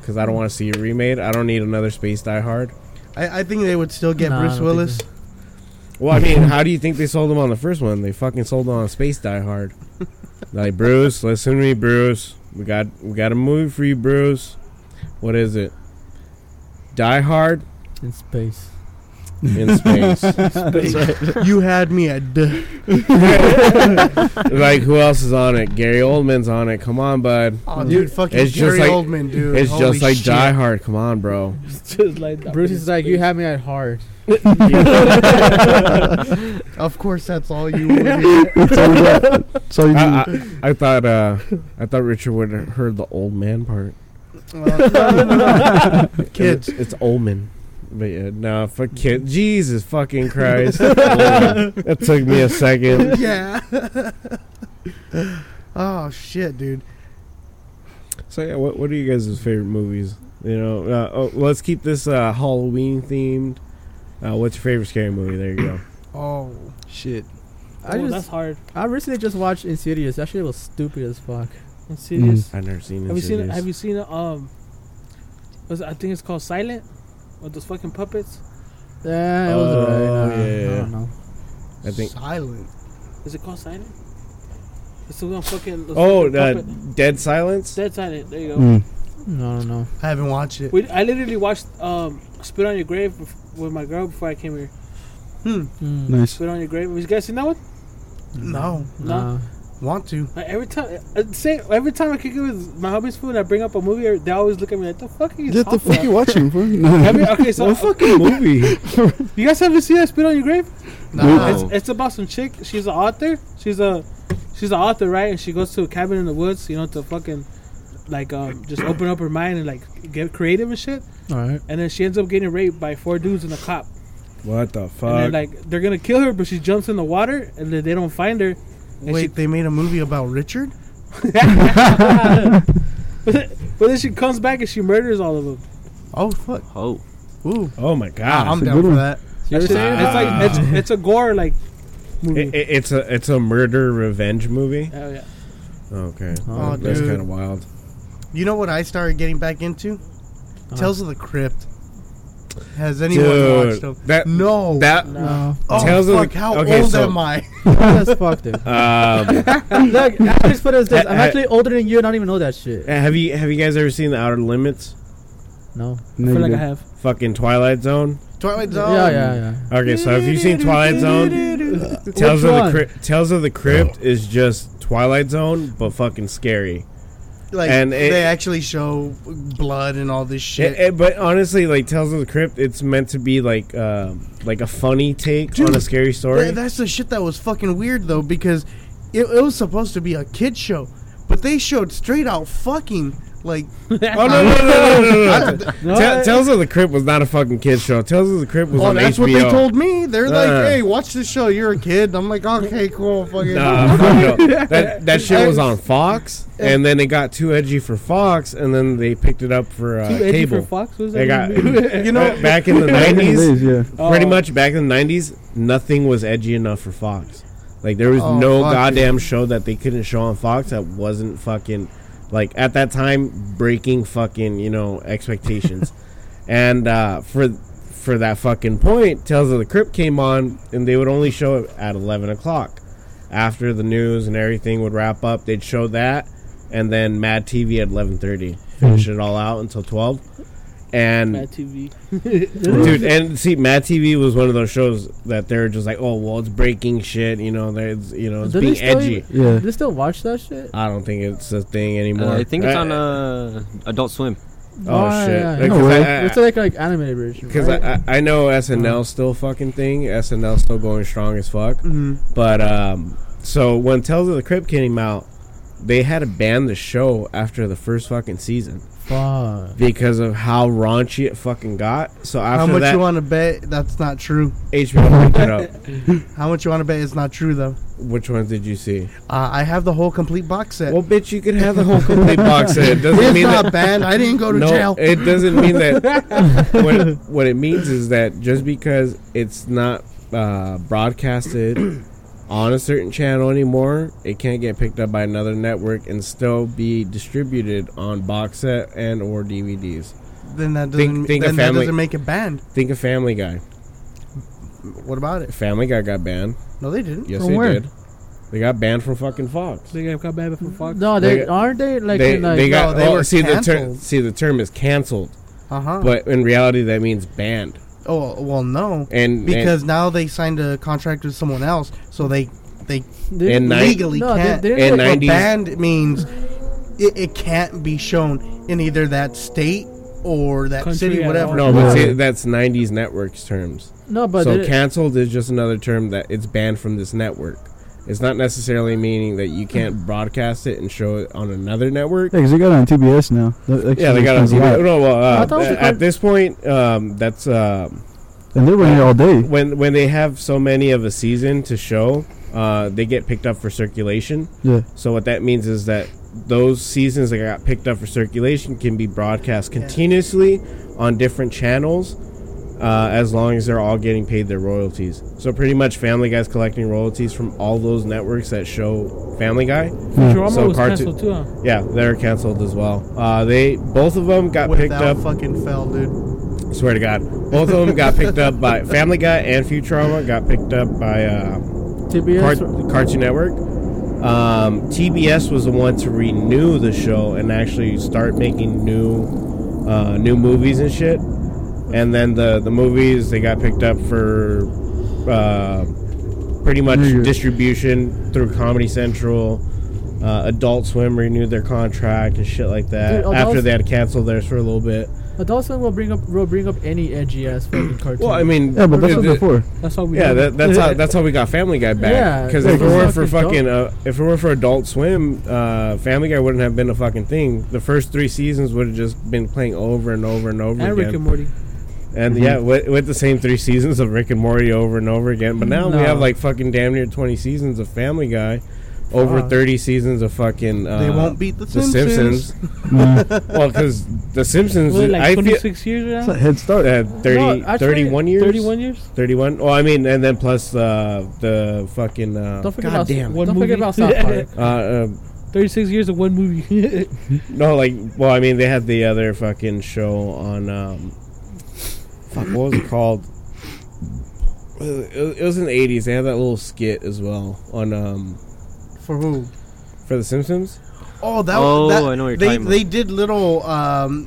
[SPEAKER 3] Because I don't want to see it remade. I don't need another Space Die Hard.
[SPEAKER 1] I, I think they would still get
[SPEAKER 6] Nah, I
[SPEAKER 1] Bruce
[SPEAKER 6] don't think
[SPEAKER 1] Willis.
[SPEAKER 3] Well, I mean, how do you think they sold them on the first one? They fucking sold them on Space Die Hard. like Bruce, listen to me, Bruce. We got we got a movie for you, Bruce. What is it? Die Hard
[SPEAKER 6] in space.
[SPEAKER 3] in space.
[SPEAKER 1] you had me at. Duh.
[SPEAKER 3] like who else is on it? Gary Oldman's on it. Come on, bud.
[SPEAKER 1] Oh, dude, fucking
[SPEAKER 3] It's just
[SPEAKER 1] Gary
[SPEAKER 3] like-
[SPEAKER 1] Oldman, dude.
[SPEAKER 3] it's
[SPEAKER 1] Holy
[SPEAKER 3] just like
[SPEAKER 1] shit.
[SPEAKER 3] Die Hard. Come on, bro.
[SPEAKER 2] It's just like
[SPEAKER 6] Bruce is like, you have me at heart.
[SPEAKER 1] Of course, that's all you. Would
[SPEAKER 4] So you
[SPEAKER 3] I, I, I thought uh, I thought Richard would have heard the old man part.
[SPEAKER 1] well, kids.
[SPEAKER 3] It's Oldman. But yeah, nah, fuck kid. Jesus fucking Christ. that took me a second.
[SPEAKER 1] Yeah. oh shit, dude.
[SPEAKER 3] So yeah, what what are you guys' favorite movies? You know, uh, oh, let's keep this uh, Halloween themed. Uh, what's your favorite scary movie? There you go.
[SPEAKER 1] Oh.
[SPEAKER 4] shit.
[SPEAKER 6] I
[SPEAKER 2] Oh, that's
[SPEAKER 6] just,
[SPEAKER 2] hard.
[SPEAKER 6] I recently just watched Insidious. That shit was stupid as fuck.
[SPEAKER 2] I'm
[SPEAKER 4] Mm.
[SPEAKER 2] serious.
[SPEAKER 3] I've never seen it.
[SPEAKER 2] Have you seen? Have you seen? Um, was it- I think it's called Silent with those fucking puppets.
[SPEAKER 6] Yeah, it was
[SPEAKER 3] Oh,
[SPEAKER 6] alright. Nah,
[SPEAKER 3] yeah.
[SPEAKER 6] I don't know.
[SPEAKER 3] I think.
[SPEAKER 1] silent.
[SPEAKER 2] Is it called Silent? It's the one fucking. those
[SPEAKER 3] Oh,
[SPEAKER 2] fucking
[SPEAKER 3] uh,
[SPEAKER 2] puppet-
[SPEAKER 3] Dead Silence.
[SPEAKER 2] Dead Silent. There you go.
[SPEAKER 4] Mm.
[SPEAKER 6] No, no, no.
[SPEAKER 1] I haven't watched it.
[SPEAKER 2] We, I literally watched um, Spit on Your Grave bef- with my girl before I came here.
[SPEAKER 1] Hmm.
[SPEAKER 6] Mm,
[SPEAKER 4] Nice.
[SPEAKER 2] Spit on Your Grave. Have you guys seen that one?
[SPEAKER 1] No.
[SPEAKER 6] Nah.
[SPEAKER 1] Want to?
[SPEAKER 2] Like, every time, uh, say every time I kick it with my hubby's food and I bring up a movie, they always look at me like, "The fuck are you
[SPEAKER 4] What the
[SPEAKER 2] talking
[SPEAKER 4] fuck you
[SPEAKER 2] about?"
[SPEAKER 4] watching, bro?
[SPEAKER 2] I mean, okay, so uh,
[SPEAKER 3] What fucking movie?
[SPEAKER 2] you guys haven't seen that Spit on Your Grave?
[SPEAKER 1] Nah.
[SPEAKER 5] It's-
[SPEAKER 2] It's about some chick. She's an author. She's a she's an author, right? And she goes to a cabin in the woods, you know, to fucking like um, just open up her mind and like get creative and shit.
[SPEAKER 6] Alright.
[SPEAKER 2] And then she ends up getting raped by four dudes and a cop.
[SPEAKER 3] What the fuck?
[SPEAKER 2] And then like they're gonna kill her, but she jumps in the water and then they don't find her. And
[SPEAKER 1] Wait, they made a movie about Richard?
[SPEAKER 2] She, but then she comes back and she murders all of them.
[SPEAKER 1] Oh fuck.
[SPEAKER 5] Oh,
[SPEAKER 1] Ooh.
[SPEAKER 3] oh my god!
[SPEAKER 1] I'm
[SPEAKER 4] a
[SPEAKER 1] down
[SPEAKER 4] good
[SPEAKER 1] for
[SPEAKER 4] one.
[SPEAKER 1] that.
[SPEAKER 2] It's,
[SPEAKER 3] serious?
[SPEAKER 2] like it's it's a gore like movie.
[SPEAKER 3] It- it- it's a it's a murder revenge movie.
[SPEAKER 2] Hell yeah.
[SPEAKER 3] Okay,
[SPEAKER 1] Oh,
[SPEAKER 3] that's
[SPEAKER 1] dude.
[SPEAKER 3] kind of wild.
[SPEAKER 1] You know what I started getting back into?
[SPEAKER 6] Uh-huh.
[SPEAKER 1] Tales of the Crypt. Has anyone watched
[SPEAKER 3] Dude,
[SPEAKER 1] them?
[SPEAKER 3] that
[SPEAKER 1] No.
[SPEAKER 3] that
[SPEAKER 2] Uh,
[SPEAKER 6] No.
[SPEAKER 1] oh
[SPEAKER 3] Tales of the-
[SPEAKER 1] fuck! how
[SPEAKER 3] okay,
[SPEAKER 1] old
[SPEAKER 3] so-
[SPEAKER 1] am I?
[SPEAKER 6] That's fuck, dude.
[SPEAKER 3] um,
[SPEAKER 6] Look, I just put it as this. I'm
[SPEAKER 3] I- I-
[SPEAKER 6] actually older than you and I don't even know that shit.
[SPEAKER 3] have you have you guys ever seen The Outer Limits?
[SPEAKER 6] No.
[SPEAKER 2] I feel
[SPEAKER 4] No, you
[SPEAKER 2] like I
[SPEAKER 4] didn't.
[SPEAKER 2] have.
[SPEAKER 3] Fucking Twilight Zone.
[SPEAKER 1] Twilight Zone.
[SPEAKER 3] Oh.
[SPEAKER 6] Yeah, yeah, yeah.
[SPEAKER 3] Okay, so have you seen Twilight Zone? Tales
[SPEAKER 6] Which
[SPEAKER 3] of the
[SPEAKER 6] one?
[SPEAKER 3] Crypt, Tales of the Crypt is just Twilight Zone, but fucking scary.
[SPEAKER 1] Like
[SPEAKER 3] And it-
[SPEAKER 1] they actually show blood and all this shit.
[SPEAKER 3] It- it- but honestly, like Tales of the Crypt, it's meant to be like um, like a funny take on a
[SPEAKER 1] Dude,
[SPEAKER 3] scary story.
[SPEAKER 1] Yeah, that's the shit that was fucking weird though, because it, it was supposed to be a kid show, but they showed straight out fucking like
[SPEAKER 3] Oh no no no no no! no. Ta- Tales of the Crypt was not a fucking kids show. Tales of the Crypt was
[SPEAKER 1] oh,
[SPEAKER 3] on
[SPEAKER 1] that's
[SPEAKER 3] HBO.
[SPEAKER 1] what they told me. They're
[SPEAKER 3] Uh.
[SPEAKER 1] like, hey, watch this show. You're a kid. I'm like, okay, cool. Fucking.
[SPEAKER 3] Nah, fuck Uh, no. That that shit was on Fox, and then it got too edgy for Fox, and then they picked it up for uh,
[SPEAKER 2] Too edgy for
[SPEAKER 3] cable.
[SPEAKER 2] Fox? What is
[SPEAKER 3] They got
[SPEAKER 2] that? movie?
[SPEAKER 3] you know back in the
[SPEAKER 4] Back in the
[SPEAKER 3] nineties.
[SPEAKER 4] days, yeah.
[SPEAKER 2] Oh.
[SPEAKER 3] Pretty much back in the nineties, nothing was edgy enough for Fox. Like there was
[SPEAKER 1] Oh,
[SPEAKER 3] no
[SPEAKER 1] fuck,
[SPEAKER 3] goddamn show that they couldn't show on Fox that wasn't fucking like at that time breaking fucking you know expectations. and uh, for for that fucking point, Tales of the Crypt came on, and they would only show it at eleven o'clock. After the news and everything would wrap up, they'd show that, and then Mad TV at eleven thirty, finish it all out until twelve. And
[SPEAKER 2] Mad TV.
[SPEAKER 3] dude and see mad tv was one of those shows that they're just like oh well it's breaking shit you know there's you know it's
[SPEAKER 6] Do they
[SPEAKER 3] being
[SPEAKER 6] still
[SPEAKER 3] edgy
[SPEAKER 6] even-
[SPEAKER 4] Yeah.
[SPEAKER 6] Do they still watch that shit?
[SPEAKER 3] i don't think it's a thing anymore
[SPEAKER 5] I think it's on uh, Adult Swim.
[SPEAKER 3] oh shit
[SPEAKER 6] yeah.
[SPEAKER 4] No way.
[SPEAKER 6] It's like like animated version.
[SPEAKER 3] uh, because
[SPEAKER 6] right?
[SPEAKER 3] I, I, I know SNL's still fucking thing. SNL's still going strong as fuck.
[SPEAKER 1] Mhm.
[SPEAKER 3] But um, so when Tales of the Crypt came out, they had to ban the show after the first fucking season
[SPEAKER 6] Fuck.
[SPEAKER 3] because of how raunchy it fucking got. So
[SPEAKER 1] How
[SPEAKER 3] after
[SPEAKER 1] much
[SPEAKER 3] that,
[SPEAKER 1] you want to bet that's not true?
[SPEAKER 3] HBO picked it up.
[SPEAKER 1] How much you want to bet it's not true though?
[SPEAKER 3] Which ones did you see?
[SPEAKER 1] Uh, I have the whole complete box set.
[SPEAKER 3] Well, bitch, you could have the whole complete box set. It doesn't
[SPEAKER 1] it's
[SPEAKER 3] mean
[SPEAKER 1] not
[SPEAKER 3] that.
[SPEAKER 1] banned. I didn't go to
[SPEAKER 3] no,
[SPEAKER 1] jail.
[SPEAKER 3] it doesn't mean that. what, what it means is that just because it's not uh, broadcasted on a certain channel anymore, it can't get picked up by another network and still be distributed on box set and or DVDs.
[SPEAKER 1] Then that doesn't.
[SPEAKER 3] Think- think a
[SPEAKER 1] then that
[SPEAKER 3] family-
[SPEAKER 1] doesn't make it banned.
[SPEAKER 3] Think of Family Guy.
[SPEAKER 1] What about it?
[SPEAKER 3] Family Guy got banned.
[SPEAKER 1] No, they didn't.
[SPEAKER 3] Yes,
[SPEAKER 6] From
[SPEAKER 3] they
[SPEAKER 6] where?
[SPEAKER 3] did. They got banned from fucking Fox.
[SPEAKER 2] They got banned from Fox.
[SPEAKER 6] No, they,
[SPEAKER 3] They-
[SPEAKER 6] aren't they like
[SPEAKER 3] they,
[SPEAKER 6] in like
[SPEAKER 3] they got
[SPEAKER 1] No, they
[SPEAKER 3] oh,
[SPEAKER 1] were
[SPEAKER 3] see the term
[SPEAKER 1] canceled.
[SPEAKER 3] see the term is canceled,
[SPEAKER 1] Uh huh.
[SPEAKER 3] but in reality that means banned.
[SPEAKER 1] Oh well, no,
[SPEAKER 3] And
[SPEAKER 1] because now they signed a contract with someone else, so they they
[SPEAKER 6] they-
[SPEAKER 3] in nine-
[SPEAKER 1] legally
[SPEAKER 6] no,
[SPEAKER 1] can't.
[SPEAKER 6] They, they
[SPEAKER 3] in
[SPEAKER 6] like,
[SPEAKER 1] Well,
[SPEAKER 3] 90s
[SPEAKER 1] banned means it, it can't be shown in either that state or that
[SPEAKER 2] Country
[SPEAKER 1] city,
[SPEAKER 2] at
[SPEAKER 1] whatever.
[SPEAKER 2] all.
[SPEAKER 3] no, but see,
[SPEAKER 6] Right.
[SPEAKER 3] that's '90s networks terms.
[SPEAKER 6] no, but
[SPEAKER 3] so
[SPEAKER 6] they,
[SPEAKER 3] canceled is just another term that it's banned from this network. It's not necessarily meaning that you can't broadcast it and show it on another network.
[SPEAKER 4] Yeah, 'cause they got it on TBS now. That actually
[SPEAKER 3] Yeah, they got on
[SPEAKER 4] explains a
[SPEAKER 3] TV.
[SPEAKER 4] lot.
[SPEAKER 3] No, well,
[SPEAKER 6] I
[SPEAKER 3] uh,
[SPEAKER 6] thought it was
[SPEAKER 3] at
[SPEAKER 6] part-
[SPEAKER 3] this point, um, that's um,
[SPEAKER 4] And they were here all day.
[SPEAKER 3] when when they have so many of a season to show, uh, they get picked up for circulation.
[SPEAKER 4] Yeah.
[SPEAKER 3] So what that means is that those seasons that got picked up for circulation can be broadcast continuously on different channels, uh, as long as they're all getting paid their royalties. So pretty much, Family Guy's collecting royalties from all those networks that show Family Guy.
[SPEAKER 2] Futurama
[SPEAKER 3] Hmm. So
[SPEAKER 2] was
[SPEAKER 3] cartoon-
[SPEAKER 2] canceled too. Huh?
[SPEAKER 3] Yeah, they're canceled as well. Uh, they both of them got picked
[SPEAKER 1] Without
[SPEAKER 3] up.
[SPEAKER 1] fucking fell, dude.
[SPEAKER 3] Swear to God, both of them got picked up by Family Guy and Futurama got picked up by. Uh,
[SPEAKER 6] TBS.
[SPEAKER 3] Cart- Cartoon Network. Um, TBS was the one to renew the show and actually start making new uh, new movies and shit. And then the the movies they got picked up for uh, pretty much
[SPEAKER 4] Yeah, yeah.
[SPEAKER 3] distribution through Comedy Central. Uh, Adult Swim renewed their contract and shit like that
[SPEAKER 6] Dude,
[SPEAKER 3] after
[SPEAKER 6] Adult-
[SPEAKER 3] they had canceled theirs for a little bit.
[SPEAKER 6] Adult Swim will bring up will bring up any edgy ass fucking cartoon.
[SPEAKER 3] Well, I mean,
[SPEAKER 4] Yeah, but that's what
[SPEAKER 3] it-
[SPEAKER 4] they're for.
[SPEAKER 2] That's all we.
[SPEAKER 3] Yeah,
[SPEAKER 2] did.
[SPEAKER 3] that, that's how that's how we got Family Guy
[SPEAKER 6] Yeah,
[SPEAKER 3] back. Because
[SPEAKER 6] like,
[SPEAKER 3] if it
[SPEAKER 6] it's
[SPEAKER 3] weren't
[SPEAKER 6] not
[SPEAKER 3] for
[SPEAKER 6] good
[SPEAKER 3] fucking uh, if it weren't for Adult Swim, uh, Family Guy wouldn't have been a fucking thing. The first three seasons would have just been playing over and over and over
[SPEAKER 2] and Rick
[SPEAKER 3] again.
[SPEAKER 2] and Morty.
[SPEAKER 3] and yeah, with, with the same three seasons of Rick and Morty over and over again. But now we
[SPEAKER 6] No.
[SPEAKER 3] have like fucking damn near twenty seasons of Family Guy, over
[SPEAKER 1] Fuck.
[SPEAKER 3] thirty seasons of fucking. Uh,
[SPEAKER 1] They won't beat the,
[SPEAKER 3] the
[SPEAKER 1] Simpsons.
[SPEAKER 3] Simpsons.
[SPEAKER 4] Nah,
[SPEAKER 3] well, because the Simpsons,
[SPEAKER 2] Was it like
[SPEAKER 3] I feel.
[SPEAKER 2] twenty six years
[SPEAKER 4] it's a
[SPEAKER 2] now?
[SPEAKER 4] head start.
[SPEAKER 3] Uh, 30,
[SPEAKER 6] No, actually,
[SPEAKER 3] 31 years
[SPEAKER 2] Thirty one years.
[SPEAKER 3] 31 oh i mean and then plus uh, the fucking uh,
[SPEAKER 6] don't forget
[SPEAKER 3] God
[SPEAKER 6] about
[SPEAKER 3] damn
[SPEAKER 2] One
[SPEAKER 6] don't
[SPEAKER 2] movie.
[SPEAKER 6] forget about South Park.
[SPEAKER 3] uh, uh,
[SPEAKER 2] Thirty six years of one movie.
[SPEAKER 3] no like well i mean they had the other fucking show on um fuck what was it called Uh, it it was in the 80s they had that little skit as well on um
[SPEAKER 1] For who?
[SPEAKER 3] for the simpsons
[SPEAKER 1] Oh, that.
[SPEAKER 5] Oh,
[SPEAKER 1] that,
[SPEAKER 5] I know what you're
[SPEAKER 1] they
[SPEAKER 5] talking about.
[SPEAKER 1] they did little um,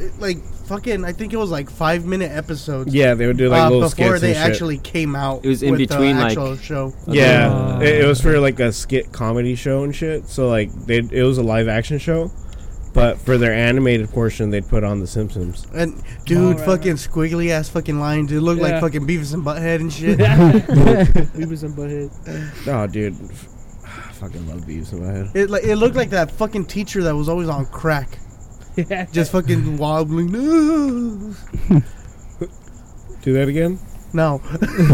[SPEAKER 1] it- like fucking. I think it was like five minute episodes.
[SPEAKER 3] yeah they would do like
[SPEAKER 1] uh,
[SPEAKER 3] little
[SPEAKER 1] before
[SPEAKER 3] skits
[SPEAKER 1] they
[SPEAKER 3] and shit.
[SPEAKER 1] actually came out.
[SPEAKER 5] It was in
[SPEAKER 1] with the
[SPEAKER 5] between, like-
[SPEAKER 1] actual show.
[SPEAKER 3] Yeah,
[SPEAKER 6] Ah.
[SPEAKER 2] Uh,
[SPEAKER 3] it, it was for like a skit comedy show and shit. So like they, it was a live action show, but for their animated portion, they'd put on The Simpsons.
[SPEAKER 1] And dude,
[SPEAKER 2] right,
[SPEAKER 1] fucking squiggly ass fucking lion, dude, looked like
[SPEAKER 2] Yeah.
[SPEAKER 1] fucking Beavis and Butthead and shit.
[SPEAKER 2] Beavis and Butthead.
[SPEAKER 3] Oh, dude, I fucking love these in my head.
[SPEAKER 1] It like it looked like that fucking teacher that was always on crack,
[SPEAKER 2] Yeah.
[SPEAKER 1] just fucking wobbling.
[SPEAKER 3] Do that again.
[SPEAKER 1] No,
[SPEAKER 3] Wh-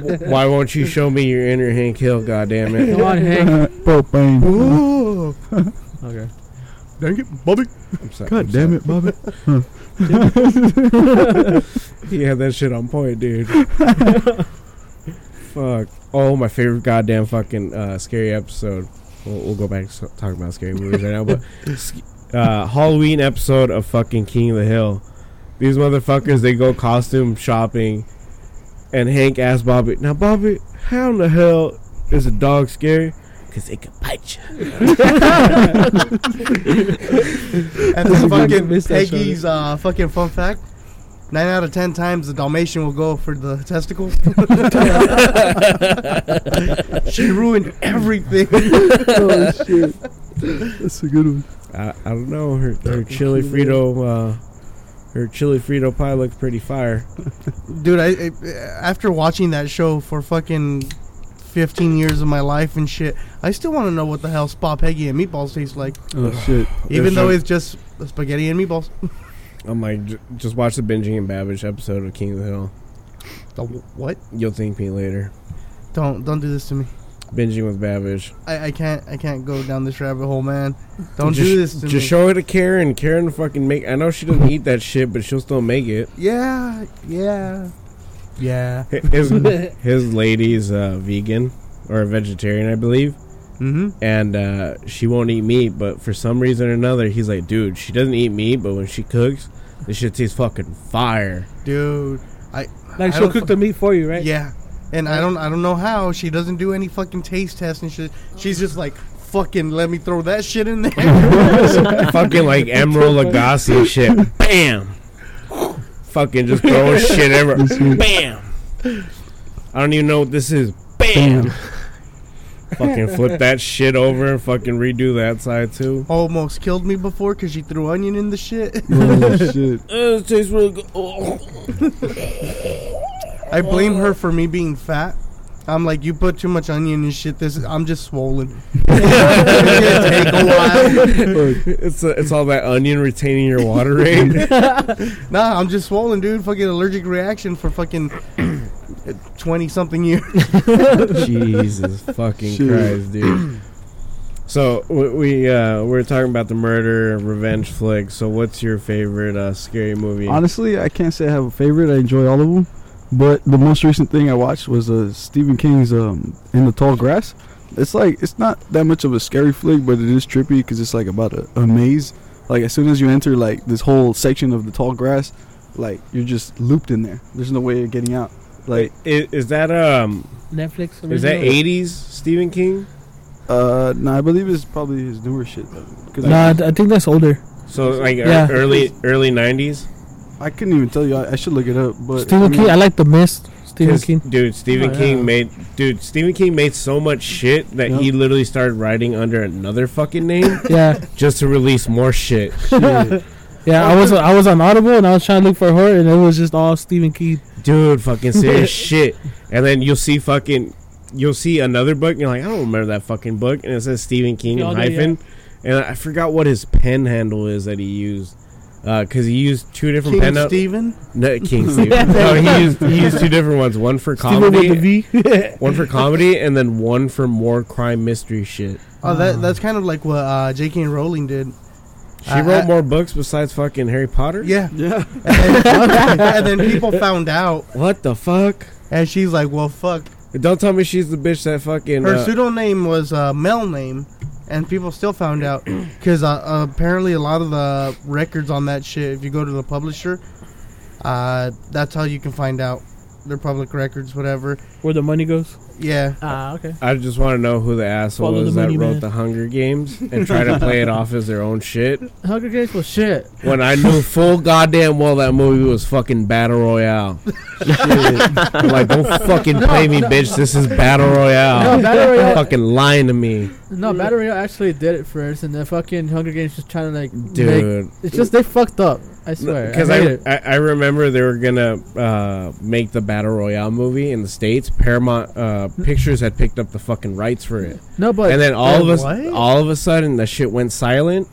[SPEAKER 3] wh- Why won't you show me your inner Hank Hill? God damn it!
[SPEAKER 6] Come on, Hank.
[SPEAKER 4] Propane.
[SPEAKER 1] Ooh.
[SPEAKER 6] Okay.
[SPEAKER 1] Dang it, Bobby.
[SPEAKER 3] I'm sorry.
[SPEAKER 4] God damn it, Bobby.
[SPEAKER 3] You had that shit on point, dude. Fuck. Oh, my favorite goddamn fucking uh, scary episode. We'll, we'll go back to talking about scary movies right now, but sc- uh, Halloween episode of fucking King of the Hill. These motherfuckers, they go costume shopping, and Hank asks Bobby, "Now, Bobby, how in the hell is a dog scary? Cause it can bite you."
[SPEAKER 1] And then fucking
[SPEAKER 2] missed that show.
[SPEAKER 1] Peggy's uh, fucking fun fact. Nine out of ten times the Dalmatian will go for the testicles. she ruined everything.
[SPEAKER 4] oh shit. That's a good one.
[SPEAKER 3] I, I don't know. Her, her chili Frito, uh, her chili Frito pie looks pretty fire.
[SPEAKER 1] Dude, I, I after watching that show for fucking 15 years of my life and shit. I still want to know what the hell Spa Peggy and meatballs taste like,
[SPEAKER 4] Oh shit!
[SPEAKER 1] even
[SPEAKER 3] There's
[SPEAKER 1] though
[SPEAKER 3] no-
[SPEAKER 1] it's just spaghetti and meatballs.
[SPEAKER 3] I'm like, j- just watch the Binging and Babbage episode of King of the Hill.
[SPEAKER 1] The wh- what?
[SPEAKER 3] You'll thank me later.
[SPEAKER 1] Don't don't do this to me.
[SPEAKER 3] Binging with Babbage.
[SPEAKER 1] I, I can't I can't go down this rabbit hole, man. Don't
[SPEAKER 3] Just-
[SPEAKER 1] do this to
[SPEAKER 3] Just
[SPEAKER 1] me.
[SPEAKER 3] show it to Karen. Karen fucking make. I know she doesn't eat that shit, but she'll still make it.
[SPEAKER 1] yeah, yeah, yeah.
[SPEAKER 3] His his lady's uh, vegan or a vegetarian, I believe,
[SPEAKER 1] Mm-hmm.
[SPEAKER 3] and uh, she won't eat meat. But for some reason or another, he's like, dude, she doesn't eat meat, but when she cooks, this shit tastes fucking fire.
[SPEAKER 1] Dude,
[SPEAKER 2] Like
[SPEAKER 1] I
[SPEAKER 2] she'll
[SPEAKER 1] don't
[SPEAKER 2] cook the meat for you, right?
[SPEAKER 1] yeah. And I don't I don't know how she doesn't do any fucking taste test and shit. She's just like fucking let me throw that shit in there.
[SPEAKER 3] fucking like Emerald Lagasse shit. Bam. Fucking just throwing shit everywhere. Bam. I don't even know what this is. Bam. fucking flip that shit over and fucking redo that side too.
[SPEAKER 1] Almost killed me before because she threw onion in the shit.
[SPEAKER 4] Oh shit!
[SPEAKER 3] Uh, it tastes really good. Oh.
[SPEAKER 1] I blame her for me being fat. I'm like, you put too much onion and shit. This I'm just swollen. It's gonna take a while.
[SPEAKER 3] it's it's all that onion retaining your water rate.
[SPEAKER 1] Nah, I'm just swollen, dude. Fucking allergic reaction for fucking twenty something years.
[SPEAKER 3] Jesus fucking
[SPEAKER 4] Shit.
[SPEAKER 3] Christ, dude. So we we, uh, we are talking about the murder revenge flick. So what's your favorite uh, scary movie?
[SPEAKER 4] Honestly, I can't say I have a favorite. I enjoy all of them, but the most recent thing I watched was uh, Stephen King's um, "In the Tall Grass." It's like it's not that much of a scary flick, but it is trippy because it's like about a, a maze. Like as soon as you enter like this whole section of the tall grass, like you're just looped in there. There's no way of getting out. Like
[SPEAKER 3] is, is that um
[SPEAKER 2] Netflix.
[SPEAKER 3] is that
[SPEAKER 2] original?
[SPEAKER 3] eighties Stephen King?
[SPEAKER 4] Uh, no, I believe it's probably his newer shit. Because
[SPEAKER 2] Nah, I think that's older.
[SPEAKER 3] So like ear-
[SPEAKER 2] Yeah.
[SPEAKER 3] early early nineties.
[SPEAKER 4] I, couldn't even tell you. I, I should look it up. But
[SPEAKER 2] Stephen
[SPEAKER 4] I mean,
[SPEAKER 2] King. I like the Mist. Stephen King.
[SPEAKER 3] Dude, Stephen
[SPEAKER 6] Oh, yeah.
[SPEAKER 3] King made dude Stephen King made so much shit that he
[SPEAKER 4] Yep.
[SPEAKER 3] literally started writing under another fucking name
[SPEAKER 2] Yeah,
[SPEAKER 3] just to release more shit.
[SPEAKER 4] shit.
[SPEAKER 2] yeah. I was I was on Audible and I was trying to look for her, and it was just all Stephen King.
[SPEAKER 3] Dude, fucking serious shit. And then you'll see fucking you'll see another book and you're like, I don't remember that fucking book and it says Stephen King
[SPEAKER 2] Yeah,
[SPEAKER 3] and
[SPEAKER 2] I'll do-
[SPEAKER 3] hyphen. And I forgot what his pen handle is that he used. Uh 'cause cause he used two different
[SPEAKER 1] King
[SPEAKER 3] pen handles.
[SPEAKER 1] Steven.
[SPEAKER 3] No, King Stephen. no, he used he used two different ones. One for
[SPEAKER 2] Stephen with the
[SPEAKER 3] comedy,
[SPEAKER 2] V.
[SPEAKER 3] one for comedy, and then one for more crime mystery shit.
[SPEAKER 1] Oh, that that's kind of like what uh, J.K. Rowling did.
[SPEAKER 3] She
[SPEAKER 1] I-
[SPEAKER 3] wrote
[SPEAKER 1] I-
[SPEAKER 3] more books besides fucking Harry Potter.
[SPEAKER 1] Yeah,
[SPEAKER 4] yeah.
[SPEAKER 1] and then, and then people found out,
[SPEAKER 3] What the fuck?
[SPEAKER 1] and she's like, "Well, fuck."
[SPEAKER 3] Don't tell me she's the bitch that fucking.
[SPEAKER 1] Her
[SPEAKER 3] uh,
[SPEAKER 1] pseudonym was uh, Mel name, and people still found out because uh, apparently a lot of the records on that shit, if you go to the publisher, uh, that's how you can find out their public records, whatever.
[SPEAKER 2] Where the money goes.
[SPEAKER 1] Yeah,
[SPEAKER 6] Ah, okay.
[SPEAKER 3] I just want to know who the asshole
[SPEAKER 2] Follow
[SPEAKER 3] is
[SPEAKER 2] the
[SPEAKER 3] that
[SPEAKER 2] money,
[SPEAKER 3] wrote
[SPEAKER 2] man.
[SPEAKER 3] the Hunger Games and try to play it off as their own shit
[SPEAKER 6] Hunger Games was shit.
[SPEAKER 3] when I knew full goddamn well that movie was fucking battle royale. I'm like, don't fucking play me, bitch. This is battle royale.
[SPEAKER 6] No, Battle Royale-
[SPEAKER 3] Fucking lying to me,
[SPEAKER 6] No, Battle Royale actually did it first, and the fucking Hunger Games just trying to like Make,
[SPEAKER 3] dude.
[SPEAKER 6] it's just they fucked up. I swear.
[SPEAKER 3] Because
[SPEAKER 6] I, hate
[SPEAKER 3] I,
[SPEAKER 6] it.
[SPEAKER 3] I, I remember they were gonna uh, make the battle royale movie in the states. Paramount uh, Pictures had picked up the fucking rights for it,
[SPEAKER 6] no, but
[SPEAKER 3] and then all of
[SPEAKER 1] uh,
[SPEAKER 3] us,
[SPEAKER 1] what?
[SPEAKER 3] all of a sudden, the shit went silent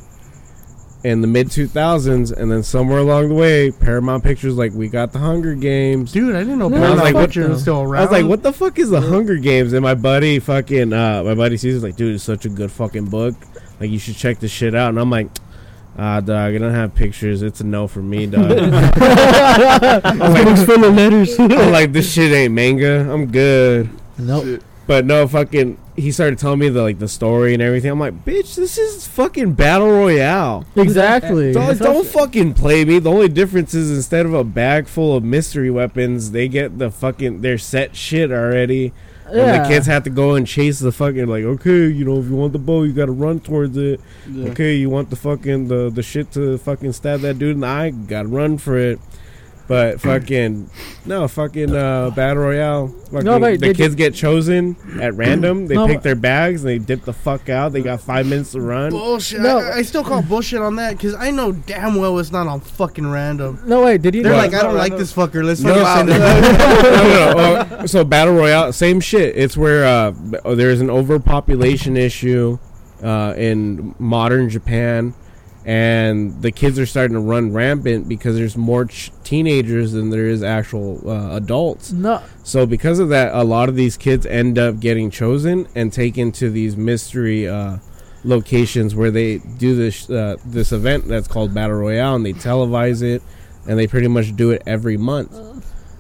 [SPEAKER 3] in the mid two thousands, and then somewhere along the way, Paramount Pictures like we got the Hunger Games.
[SPEAKER 1] dude, I didn't know
[SPEAKER 6] No,
[SPEAKER 1] Paramount
[SPEAKER 3] like, what-
[SPEAKER 1] Pictures was still around.
[SPEAKER 3] I was like, "What the fuck is the Hunger Games?" And my buddy, fucking, uh, my buddy Caesar's like, "Dude, it's such a good fucking book. Like, you should check this shit out." And I'm like, "Ah, dog, I don't have pictures. It's a no for me, dog."
[SPEAKER 2] Books full of letters.
[SPEAKER 3] I'm like, this shit ain't manga. I'm good.
[SPEAKER 6] nope.
[SPEAKER 3] But no, fucking. He started telling me the like the story and everything. I'm like, bitch, this is fucking battle royale.
[SPEAKER 6] Exactly.
[SPEAKER 3] Don't, don't fucking play me. The only difference is instead of a bag full of mystery weapons, they get the fucking their set shit already. And the kids have to go and chase the fucking like, okay, you know, if you want the bow, you gotta run towards it.
[SPEAKER 4] yeah.
[SPEAKER 3] Okay, you want the fucking the the shit to fucking stab that dude in the eye? Gotta run for it. But fucking no, fucking uh, battle royale. Fucking,
[SPEAKER 6] No, wait,
[SPEAKER 3] the
[SPEAKER 6] they
[SPEAKER 3] kids get chosen at random. They
[SPEAKER 6] No,
[SPEAKER 3] pick
[SPEAKER 6] but-
[SPEAKER 3] their bags and they dip the fuck out. They got five minutes to run.
[SPEAKER 1] Bullshit.
[SPEAKER 6] No.
[SPEAKER 1] I, I still call bullshit on that because I know damn well it's not on fucking random.
[SPEAKER 6] No way. Did you?
[SPEAKER 1] They're
[SPEAKER 6] know-
[SPEAKER 1] like, I don't like this fucker. Let's
[SPEAKER 3] No,
[SPEAKER 1] fucking send
[SPEAKER 3] no,
[SPEAKER 1] him.
[SPEAKER 3] no, no, no. So battle royale, same shit. It's where uh, b- oh, there's an overpopulation issue uh, in modern Japan, and the kids are starting to run rampant because there's more ch- teenagers than there is actual uh, adults.
[SPEAKER 6] no.
[SPEAKER 3] So because of that, a lot of these kids end up getting chosen and taken to these mystery uh, locations where they do this uh, this event that's called Battle Royale, and they televise it, and they pretty much do it every month,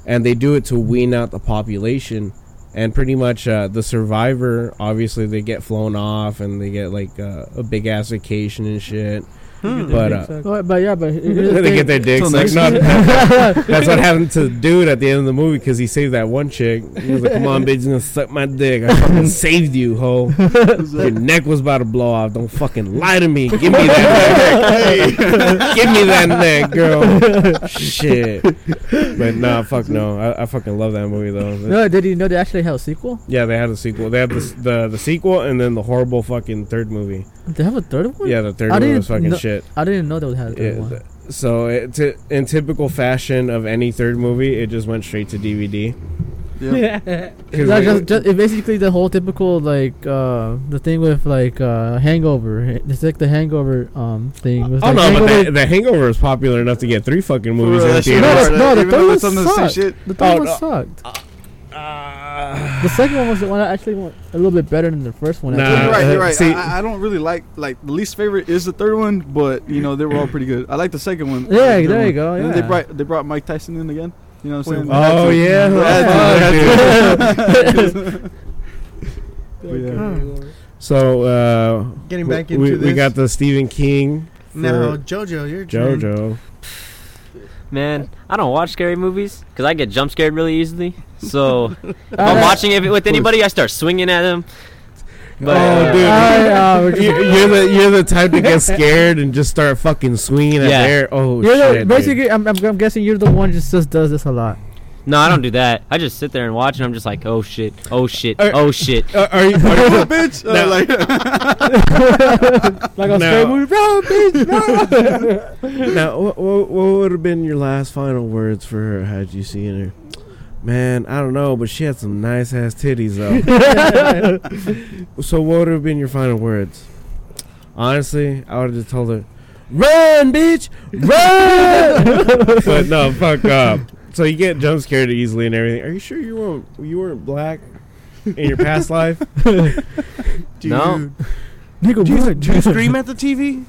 [SPEAKER 3] and they do it to wean out the population. And pretty much uh, the survivor, obviously, they get flown off and they get like uh, a big ass vacation and shit.
[SPEAKER 1] Hmm.
[SPEAKER 3] But uh,
[SPEAKER 6] No, But yeah, but here's
[SPEAKER 3] they
[SPEAKER 6] the thing.
[SPEAKER 3] get their dicks.
[SPEAKER 4] Till
[SPEAKER 3] Like,
[SPEAKER 4] next
[SPEAKER 3] not, that's what happened to the dude at the end of the movie because he saved that one chick. He was like, "Come on, bitch, you gonna suck my dick? I fucking saved you, hoe. Your neck was about to blow off. Don't fucking lie to me. Give me that neck. Give me that neck, girl. Shit. But nah, fuck no. I, I fucking love that movie though.
[SPEAKER 6] No, did you know they actually have a sequel?
[SPEAKER 3] Yeah, they had a sequel. They had the the, the sequel and then the horrible fucking third movie.
[SPEAKER 6] They have a third one.
[SPEAKER 3] Yeah, the third
[SPEAKER 6] I
[SPEAKER 3] movie
[SPEAKER 6] didn't
[SPEAKER 3] was fucking
[SPEAKER 6] kno-
[SPEAKER 3] shit.
[SPEAKER 6] I didn't know they would have a third
[SPEAKER 3] Yeah,
[SPEAKER 6] one.
[SPEAKER 3] th- so it, t- in typical fashion of any third movie, it just went straight to DVD.
[SPEAKER 6] No, just, just, it basically the whole typical like uh, the thing with like uh, Hangover. It's like the Hangover um thing. With,
[SPEAKER 3] oh
[SPEAKER 6] like,
[SPEAKER 3] no,
[SPEAKER 6] hangover,
[SPEAKER 3] but the, the Hangover is popular enough to get three fucking movies in
[SPEAKER 6] shit
[SPEAKER 3] theaters.
[SPEAKER 6] was-
[SPEAKER 4] Even
[SPEAKER 6] no, the
[SPEAKER 4] though
[SPEAKER 6] third
[SPEAKER 4] it's
[SPEAKER 6] one
[SPEAKER 4] on the same
[SPEAKER 6] sucked.
[SPEAKER 4] shit.
[SPEAKER 6] the third
[SPEAKER 3] oh,
[SPEAKER 6] one
[SPEAKER 3] no.
[SPEAKER 6] sucked.
[SPEAKER 3] Ah.
[SPEAKER 6] The second one was the one I actually went a little bit better than the first one.
[SPEAKER 3] Nah.
[SPEAKER 6] actually.
[SPEAKER 4] You're right. You're right.
[SPEAKER 3] see-
[SPEAKER 4] I, I don't really like like the least favorite is the third one, but you know they were all pretty good. I like the second one.
[SPEAKER 6] Yeah,
[SPEAKER 4] The third
[SPEAKER 6] there you
[SPEAKER 4] one.
[SPEAKER 6] go,
[SPEAKER 4] And then
[SPEAKER 6] yeah.
[SPEAKER 4] they brought they brought Mike Tyson in again. You know what I'm saying?
[SPEAKER 3] Oh yeah, fuck, dude.
[SPEAKER 2] Oh,
[SPEAKER 4] Oh,
[SPEAKER 3] so uh,
[SPEAKER 1] Getting back
[SPEAKER 3] we-
[SPEAKER 1] into
[SPEAKER 3] we,
[SPEAKER 1] this.
[SPEAKER 3] we got the Stephen King, for
[SPEAKER 1] Now, JoJo, your turn.
[SPEAKER 3] JoJo.
[SPEAKER 5] Man, I don't watch scary movies because I get jump scared really easily. So if I'm
[SPEAKER 6] Alright.
[SPEAKER 5] watching it with anybody, I start swinging at them. But
[SPEAKER 3] oh, dude.
[SPEAKER 6] Alright, uh, we're
[SPEAKER 3] You-
[SPEAKER 6] just-
[SPEAKER 3] You're the you're the type to get scared and just start fucking swinging at
[SPEAKER 5] Yeah.
[SPEAKER 3] air. Oh
[SPEAKER 6] you're the-
[SPEAKER 3] shit! dude.
[SPEAKER 6] basically, I'm, I'm, I'm guessing you're the one just just does this a lot.
[SPEAKER 5] no, I don't do that. I just sit there and watch, and I'm just like, oh shit, oh shit,
[SPEAKER 3] Alright.
[SPEAKER 5] oh shit.
[SPEAKER 3] Are- Uh, are you- are you-
[SPEAKER 4] bitch. Uh,
[SPEAKER 3] Now-
[SPEAKER 4] like,
[SPEAKER 2] Like a
[SPEAKER 3] No.
[SPEAKER 2] scary movie. Bro, bitch, bro.
[SPEAKER 3] now, what, what, what would have been your last final words for her had you seen her? Man, I don't know, but she had some nice ass titties though. so, what would have been your final words? Honestly, I would have just told her, "Run, bitch, run!" but no, fuck up. So you get jump scared easily and everything. Are you sure you weren't you weren't black in your past life?
[SPEAKER 1] Do
[SPEAKER 5] No.
[SPEAKER 1] you,
[SPEAKER 6] Nigga,
[SPEAKER 1] do you,
[SPEAKER 6] what?
[SPEAKER 1] do you scream at the TV?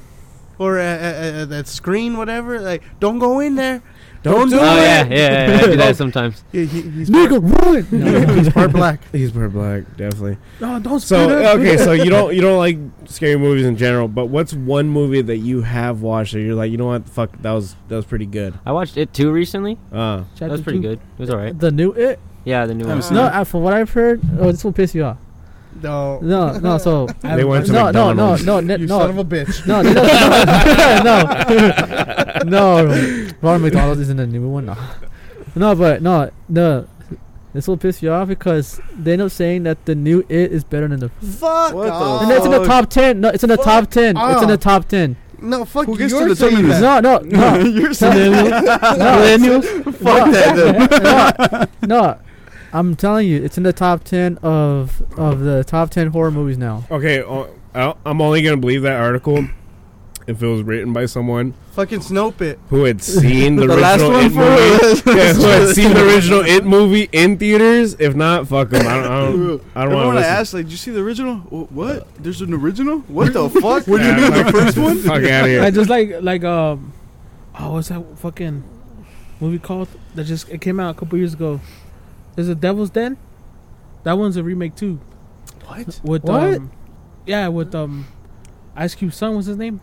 [SPEAKER 1] Or uh, uh, uh, that screen, whatever? Like, don't go in there. Don't do
[SPEAKER 5] Oh
[SPEAKER 1] it.
[SPEAKER 5] yeah, yeah, yeah, yeah, I do that sometimes.
[SPEAKER 1] He- he- he's,
[SPEAKER 6] Nigga, what?
[SPEAKER 1] he's part black.
[SPEAKER 3] He's part black, definitely.
[SPEAKER 2] No, don't
[SPEAKER 3] So
[SPEAKER 2] spit it.
[SPEAKER 3] okay, so you don't you don't like scary movies in general, but what's one movie that you have watched that you're like, you know what, fuck, that was that was pretty good.
[SPEAKER 5] I watched it too recently.
[SPEAKER 3] Uh,
[SPEAKER 5] That was pretty good. It was alright.
[SPEAKER 6] The new it?
[SPEAKER 5] Yeah, the new
[SPEAKER 4] Haven't
[SPEAKER 5] one.
[SPEAKER 4] seen
[SPEAKER 6] No, uh, from what I've heard, oh, this will piss you off.
[SPEAKER 1] No.
[SPEAKER 6] No, no, so
[SPEAKER 3] they went to
[SPEAKER 6] no, no, no,
[SPEAKER 3] McDonald's.
[SPEAKER 6] no, no,
[SPEAKER 1] You
[SPEAKER 6] no,
[SPEAKER 1] son of a bitch.
[SPEAKER 6] No, no, no, no. Ronald McDonald isn't a new one. No, no, but no, no. This will piss you off because they end up saying that the new it is better than the.
[SPEAKER 1] Fuck
[SPEAKER 4] What the
[SPEAKER 1] off.
[SPEAKER 6] And that's in the
[SPEAKER 4] Fuck.
[SPEAKER 6] top ten. No, it's in the top ten. It's in the
[SPEAKER 1] off.
[SPEAKER 6] top ten.
[SPEAKER 1] No, fuck
[SPEAKER 4] Who
[SPEAKER 1] you.
[SPEAKER 4] gets to
[SPEAKER 1] You're
[SPEAKER 4] determine
[SPEAKER 1] saying that.
[SPEAKER 4] that?
[SPEAKER 6] No, no, no.
[SPEAKER 4] you're
[SPEAKER 6] No,
[SPEAKER 4] saying
[SPEAKER 6] no,
[SPEAKER 4] fuck that. Then.
[SPEAKER 6] no, no. I'm telling you, it's in the top ten of of the top ten horror movies now.
[SPEAKER 3] okay, uh, I- I'm only gonna believe that article if it was written by someone
[SPEAKER 1] Fucking Snope it.
[SPEAKER 3] who had seen the,
[SPEAKER 4] The last
[SPEAKER 3] original
[SPEAKER 4] one
[SPEAKER 3] It
[SPEAKER 4] for
[SPEAKER 3] movie.
[SPEAKER 4] us.
[SPEAKER 3] yeah, who had seen the original It movie in theaters. If not, fuck them. I don't. I don't, I don't
[SPEAKER 4] Remember
[SPEAKER 3] want
[SPEAKER 4] when I
[SPEAKER 3] to
[SPEAKER 4] asked, like, did you see the original? Wh- What? There's an original? What the fuck? What do you
[SPEAKER 3] Yeah,
[SPEAKER 4] mean the
[SPEAKER 3] fuck-
[SPEAKER 4] first one?
[SPEAKER 3] Fuck out of
[SPEAKER 2] I
[SPEAKER 3] here.
[SPEAKER 2] just like like um, oh, what's that fucking movie called that just it came out a couple years ago? Is it Devil's Den? That one's a remake too.
[SPEAKER 4] What?
[SPEAKER 2] With
[SPEAKER 6] What?
[SPEAKER 2] um, yeah, with um, Ice Cube's son. What's his name?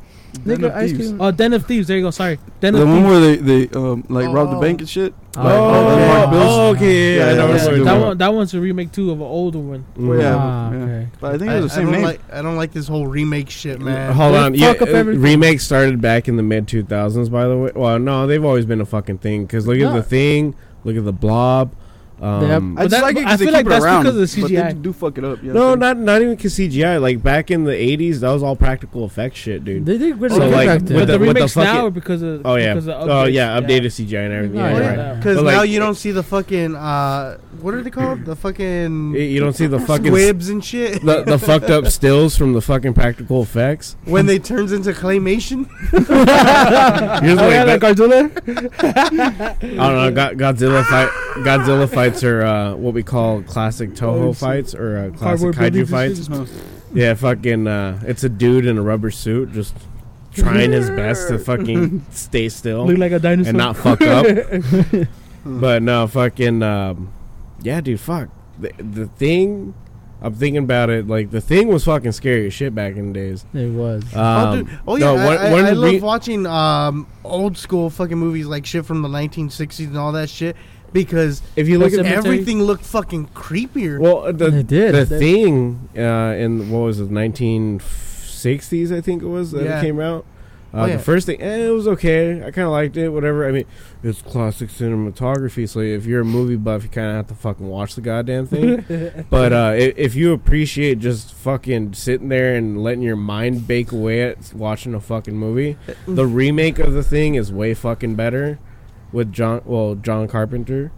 [SPEAKER 4] Den
[SPEAKER 6] Nigga,
[SPEAKER 4] of
[SPEAKER 6] Ice
[SPEAKER 4] Thieves.
[SPEAKER 6] Cube.
[SPEAKER 2] Oh, Den of Thieves. There you go. Sorry, Den
[SPEAKER 4] The
[SPEAKER 2] of
[SPEAKER 4] one
[SPEAKER 2] Thieves.
[SPEAKER 4] where they they um like robbed the
[SPEAKER 1] Oh.
[SPEAKER 4] bank and shit.
[SPEAKER 6] Oh,
[SPEAKER 4] Like, all the
[SPEAKER 6] okay.
[SPEAKER 4] Mark Bills.
[SPEAKER 6] Oh,
[SPEAKER 3] okay,
[SPEAKER 4] yeah, I know
[SPEAKER 3] yeah,
[SPEAKER 4] what you're
[SPEAKER 3] yeah.
[SPEAKER 4] talking
[SPEAKER 2] That
[SPEAKER 4] about.
[SPEAKER 2] one. That one's a remake too of an older one.
[SPEAKER 3] Mm.
[SPEAKER 4] Yeah,
[SPEAKER 6] Ah,
[SPEAKER 4] yeah.
[SPEAKER 6] okay.
[SPEAKER 4] But I think it
[SPEAKER 1] I,
[SPEAKER 4] was the
[SPEAKER 1] I don't
[SPEAKER 4] same name.
[SPEAKER 1] like I don't like this whole remake shit, man.
[SPEAKER 3] Hold
[SPEAKER 6] They
[SPEAKER 3] on. Yeah,
[SPEAKER 6] fuck up
[SPEAKER 3] uh,
[SPEAKER 6] everything.
[SPEAKER 3] remake started back in the mid 2000s, by the way. Well, no, they've always been a fucking thing. Because look at
[SPEAKER 6] Yeah.
[SPEAKER 3] the thing, look at the blob. Um,
[SPEAKER 2] But
[SPEAKER 4] I just
[SPEAKER 2] that-
[SPEAKER 4] like it
[SPEAKER 2] I
[SPEAKER 4] because they
[SPEAKER 2] feel
[SPEAKER 4] keep
[SPEAKER 2] like
[SPEAKER 4] it
[SPEAKER 2] that's
[SPEAKER 4] around.
[SPEAKER 2] because of
[SPEAKER 4] but
[SPEAKER 2] CGI.
[SPEAKER 4] they do fuck it up. Yeah,
[SPEAKER 3] no,
[SPEAKER 4] so-
[SPEAKER 3] not not even 'cause CGI. Like back in the 80s, that was all practical effects shit, dude.
[SPEAKER 6] They did good
[SPEAKER 3] So,
[SPEAKER 6] so
[SPEAKER 3] like,
[SPEAKER 6] back
[SPEAKER 3] with
[SPEAKER 6] then.
[SPEAKER 2] But the,
[SPEAKER 3] the- with the
[SPEAKER 2] remakes now
[SPEAKER 3] fucking-
[SPEAKER 2] are because of
[SPEAKER 3] Oh yeah.
[SPEAKER 2] because of
[SPEAKER 3] Oh
[SPEAKER 2] updates.
[SPEAKER 3] yeah. Updated CGI and everything.
[SPEAKER 6] No,
[SPEAKER 3] Yeah,
[SPEAKER 6] yeah.
[SPEAKER 3] you're right.
[SPEAKER 6] right.
[SPEAKER 1] Because
[SPEAKER 3] But, like-
[SPEAKER 1] now you don't see the fucking uh, what are they called? The fucking
[SPEAKER 3] You- You don't see the fucking
[SPEAKER 1] squibs and shit
[SPEAKER 3] the, the fucked up stills from the fucking practical effects.
[SPEAKER 1] when they turns into claymation.
[SPEAKER 3] Here's
[SPEAKER 1] Oh,
[SPEAKER 3] like, I don't know. Go- Godzilla fight. Godzilla fights are uh, what we call classic Toho fights or uh, classic
[SPEAKER 2] Cardboard
[SPEAKER 3] kaiju
[SPEAKER 2] buildings and
[SPEAKER 3] fights. Yeah, fucking. Uh, it's a dude in a rubber suit just trying his best to fucking stay still
[SPEAKER 2] Look like a dinosaur.
[SPEAKER 3] and not fuck up. but no, fucking. Um, yeah, dude. Fuck the the thing. I'm thinking about it. Like the thing was fucking scary as shit back in the days.
[SPEAKER 6] It was.
[SPEAKER 3] Um,
[SPEAKER 1] oh, dude. oh yeah,
[SPEAKER 3] no, one-
[SPEAKER 1] I, I-
[SPEAKER 3] one
[SPEAKER 1] I
[SPEAKER 3] re-
[SPEAKER 1] love watching um, old school fucking movies like shit from the 1960s and all that shit because
[SPEAKER 3] if you look at
[SPEAKER 1] everything looked fucking creepier.
[SPEAKER 3] Well, uh, the
[SPEAKER 6] They did.
[SPEAKER 3] the
[SPEAKER 6] They-
[SPEAKER 3] thing uh, in what was it, nineteen sixties? I think it was that
[SPEAKER 1] Yeah.
[SPEAKER 3] it came out. Uh,
[SPEAKER 1] Oh, yeah.
[SPEAKER 3] The first thing, eh, it was okay. I kind of liked it. Whatever. I mean, it's classic cinematography. So if you're a movie buff, you kind of have to fucking watch the goddamn thing. but uh, i- if you appreciate just fucking sitting there and letting your mind bake away at watching a fucking movie,
[SPEAKER 1] Mm-hmm.
[SPEAKER 3] the remake of the thing is way fucking better with John. Well, John Carpenter.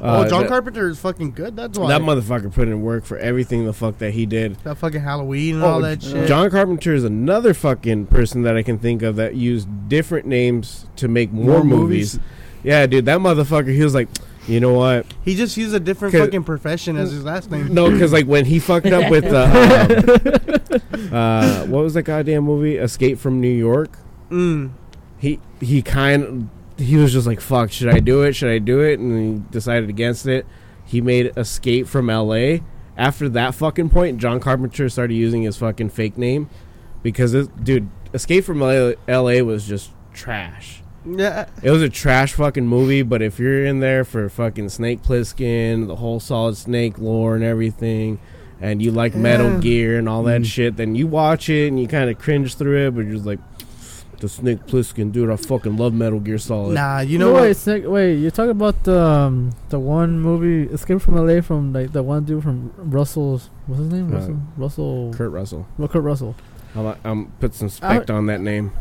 [SPEAKER 1] oh,
[SPEAKER 3] Uh,
[SPEAKER 1] John
[SPEAKER 3] that-
[SPEAKER 1] Carpenter is fucking good. That's why
[SPEAKER 3] that
[SPEAKER 1] that,
[SPEAKER 3] motherfucker put in work for everything the fuck that he did.
[SPEAKER 1] fucking Halloween and
[SPEAKER 3] Oh,
[SPEAKER 1] all that shit.
[SPEAKER 3] John Carpenter is another fucking person that I can think of that used different names to make more, movies. Yeah, dude, that motherfucker. He was like, you know what?
[SPEAKER 1] he just used a different
[SPEAKER 3] Cause-
[SPEAKER 1] fucking profession as his last name.
[SPEAKER 3] No, because like when he fucked up with uh, um, uh, what was that goddamn movie? Escape from New York.
[SPEAKER 1] Mm.
[SPEAKER 3] He he kind he was just like, fuck, should I do it? Should I do it? And he decided against it. He made Escape from L.A. After that fucking point, John Carpenter started using his fucking fake name because this dude, Escape from LA, L.A. was just trash.
[SPEAKER 1] Yeah,
[SPEAKER 3] It was a trash fucking movie, but if you're in there for fucking Snake Plissken, the whole Solid Snake lore and everything, and you like Metal
[SPEAKER 1] Yeah.
[SPEAKER 3] Gear and all that
[SPEAKER 4] Mm.
[SPEAKER 3] shit, then you watch it and you kind of cringe through it, but you're just like, the Snake Plissken, dude, I fucking love Metal Gear Solid.
[SPEAKER 1] nah, you
[SPEAKER 6] You
[SPEAKER 1] know
[SPEAKER 6] know wait,
[SPEAKER 1] what?
[SPEAKER 6] Snake, wait, you're talking about the um, the one movie Escape from LA from like the one dude from Russell's what's his name?
[SPEAKER 3] Uh,
[SPEAKER 6] Russell Russell
[SPEAKER 3] Kurt Russell.
[SPEAKER 6] well, Kurt Russell.
[SPEAKER 3] I'll, I'll put some spect on that name.